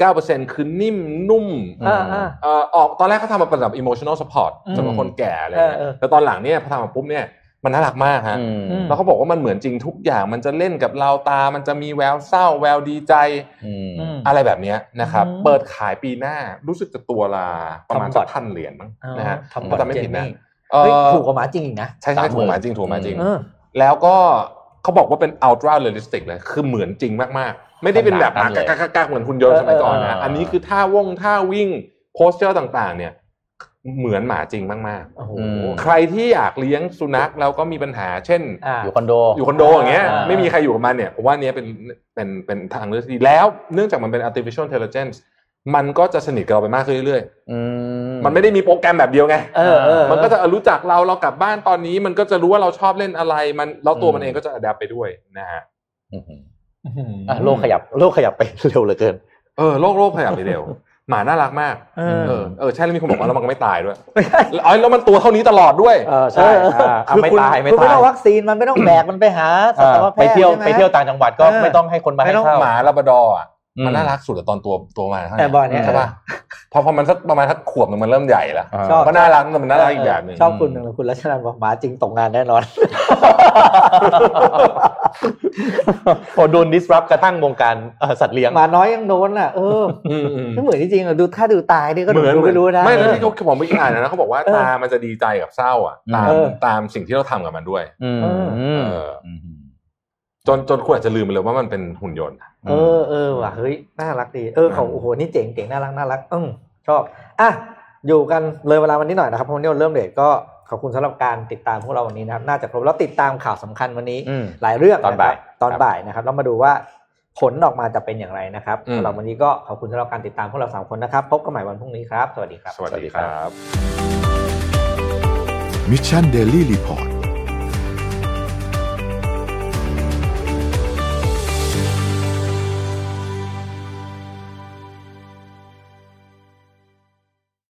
Speaker 4: 99%คือนิ่มนุ่ม
Speaker 2: อ่าอ่า
Speaker 4: เอ่อออกตอนแรกเขาทำมาเป็นแบบ emotional support
Speaker 2: อืม
Speaker 4: สำหรับคนแก่อะไรอย่างเงี้ย
Speaker 2: เออเออ
Speaker 4: แต่ตอนหลังเนี่ยพอทำมาปุ๊บเนี่ยมันน่ารักมากฮะ
Speaker 3: อืม
Speaker 2: อืม
Speaker 4: แล้วเขาบอกว่ามันเหมือนจริงทุกอย่าง มันจะเล่นกับเราตา มันจะมีแววเศร้า แววดีใจ
Speaker 3: อืม
Speaker 2: อืม
Speaker 4: อะไรแบบเนี้ยนะครับ
Speaker 2: อืม
Speaker 4: เปิดขายปีหน้ารู้สึกจะตัวละประมาณ
Speaker 2: ทำบั
Speaker 4: สั
Speaker 2: ต
Speaker 4: ก
Speaker 2: ร
Speaker 4: พันเหรียญมั้ง
Speaker 2: อ๋อ
Speaker 4: นะฮะ
Speaker 2: ทำ
Speaker 4: ถ้า
Speaker 2: บัต
Speaker 4: จำ
Speaker 2: ร
Speaker 4: ไม่
Speaker 2: เจ
Speaker 4: ผิ
Speaker 2: น
Speaker 4: ดนะ
Speaker 2: นี่
Speaker 4: เออ
Speaker 2: เฮ้ยถูกกว่าหมาจริงอีกนะ
Speaker 4: ใช่ใช่
Speaker 3: สามห
Speaker 4: ถูก
Speaker 3: มื่
Speaker 4: ห
Speaker 3: น
Speaker 4: มาจริงถูกหมาจริง
Speaker 3: อื
Speaker 2: เออ
Speaker 4: แล้วก็เขาบอกว่าเป็น ultra realistic เลย คือเหมือนจริงมากๆ ไม่ได้เป็นแบบ
Speaker 3: ขนาดนั้นเลย
Speaker 4: กากากๆๆๆเหมือนคุณยนต์สมัยก่อน
Speaker 3: เออเออ
Speaker 4: นะ
Speaker 3: เอออั
Speaker 4: อันนี้คือท่าว่งท่าวิ่งโพสเจอร์ต่างๆ เนี่ยเหมือนหมาจริงมาก
Speaker 2: โอ้โห
Speaker 3: ม
Speaker 4: ๆ ใครที่อยากเลี้ยงสุนัขแล้วก็มีปัญหา เช่น
Speaker 2: อ่า
Speaker 3: อยู่คอนโด
Speaker 4: อยู่คอนโดอย่างเงี้ย
Speaker 3: อ่า
Speaker 4: ไม่มีใครอยู่กับมันเนี่ยผมว่าเนี้ยเป็นเป็นเป็นทางเลือกที่ดีแล้วเนื่องจากมันเป็น artificial intelligence มันก็จะสนิทกับเราไปมากขึ้นเรื่อย
Speaker 3: อืม
Speaker 4: ๆ มันไม่ได้มีโปรแกรมแบบเดียวไง
Speaker 2: เออเออ
Speaker 4: มันก็จะรู้จักเราเรากลับบ้านตอนนี้ มันก็จะรู้ว่าเราชอบเล่นอะไร มันแล้วตัวมันเองก็จะ adapt ไปด้วยนะฮะ
Speaker 3: อืม
Speaker 2: อืม
Speaker 3: อ่ะโลกขยับ โลกขยับไปเร็วเหลือเกิน
Speaker 4: เออโลกโลกขยับไปเร็ว หมาน่ารักมาก
Speaker 2: เออ
Speaker 4: เออเออใช่แล้วมีคนบอกว่าแล้วมันก็ไม่ตายด้วยเอ้ยแล้วมันตัวเท่านี้ตลอดด้วย
Speaker 3: เออใช่อ่า
Speaker 2: คือ
Speaker 3: ไม่
Speaker 2: คุณ
Speaker 3: ตายไม่
Speaker 2: คุณ
Speaker 3: ตาย
Speaker 2: ต้องวัคซีนมันไม่ต้องแบกมันไปหาสั
Speaker 3: อ่า
Speaker 2: ตวแพทย์
Speaker 3: ไปเที่ยว
Speaker 2: ใช่หม
Speaker 3: ไปเที่ยวต่างจังหวัดก็
Speaker 2: เออ
Speaker 3: ไม่ต้องให้คนมาให้
Speaker 2: ไม่ต้อง
Speaker 3: ข้าว
Speaker 4: หมาลาบราดอร์อะ
Speaker 3: อื
Speaker 4: มันน่ารักสุดอะตอนตัวตัวมันท่า
Speaker 2: แต่บอลเนี่ย
Speaker 4: ใช่ป่ะพอพอมันสักประมาณสักขวบหนึงมันเริ่มใหญ่แล้ว
Speaker 3: อ่า
Speaker 2: ชอบ
Speaker 4: ก็น่ารักแต่มันน่ารักอีกแบบหนึง
Speaker 2: ชอบคุณหนึ่งเลยคุณรัชนันบอกหมาจริงตกงานแน่นอน
Speaker 3: พอโดน disrupt กระทั่งวงการเอ่อสัตว์เลี้ยง
Speaker 2: หมาน้อยยังโดนอ่ะเออ
Speaker 4: อืมอืม
Speaker 2: ไม่เหมือนจริงๆอะดูถ้าดูตายนี่ก็ดู
Speaker 4: เหมือน
Speaker 2: ดูไม่รู้นะ
Speaker 4: ไม่แล้วที่เขาผมไปอ่านนะเขาบอกว่า
Speaker 2: เออ
Speaker 4: ตามันจะดีใจกับเศร้าอ่ะตาม
Speaker 2: เออ
Speaker 4: ตามสิ่งที่เราทำกับมันด้วย
Speaker 3: อืม
Speaker 2: เออ
Speaker 3: อืม
Speaker 4: เออ จนจนคุณอาจจะลืมไปเลยว่ามันเป็นหุ่นยนต์อะ
Speaker 2: เออเออว่ะเฮ้ยน่ารักดีเออของโอ้โหนี่เจ๋งเจ๋งน่ารักน่ารักอืมชอบอ่ะอยู่กันเลยเวลาวันนี้หน่อยนะครับเพราะวันนี้เราเริ่มเลทก็ขอบคุณสำหรับการติดตามพวกเราวันนี้นะครับน่าจะครบแล้วติดตามข่าวสำคัญวันนี้
Speaker 3: อืม
Speaker 2: หลายเรื่องะครับ
Speaker 3: ตอนบ่าย
Speaker 2: ตอนบ่ายนะครับเรามาดูว่าผลออกมาจะเป็นอย่างไรนะครับ
Speaker 4: อืม
Speaker 2: สำหรับวันนี้ก็ขอบคุณสำหรับการติดตามพวกเราสามคนนะครับ พบกันใหม่วันพรุ่งนี้ครับ สวัสดีครับ
Speaker 4: สวัส
Speaker 3: สวัสดี
Speaker 4: ดี
Speaker 3: ค
Speaker 4: ค
Speaker 3: รั
Speaker 4: รับ บ
Speaker 1: มิชชันเดลี่รีพอร์ต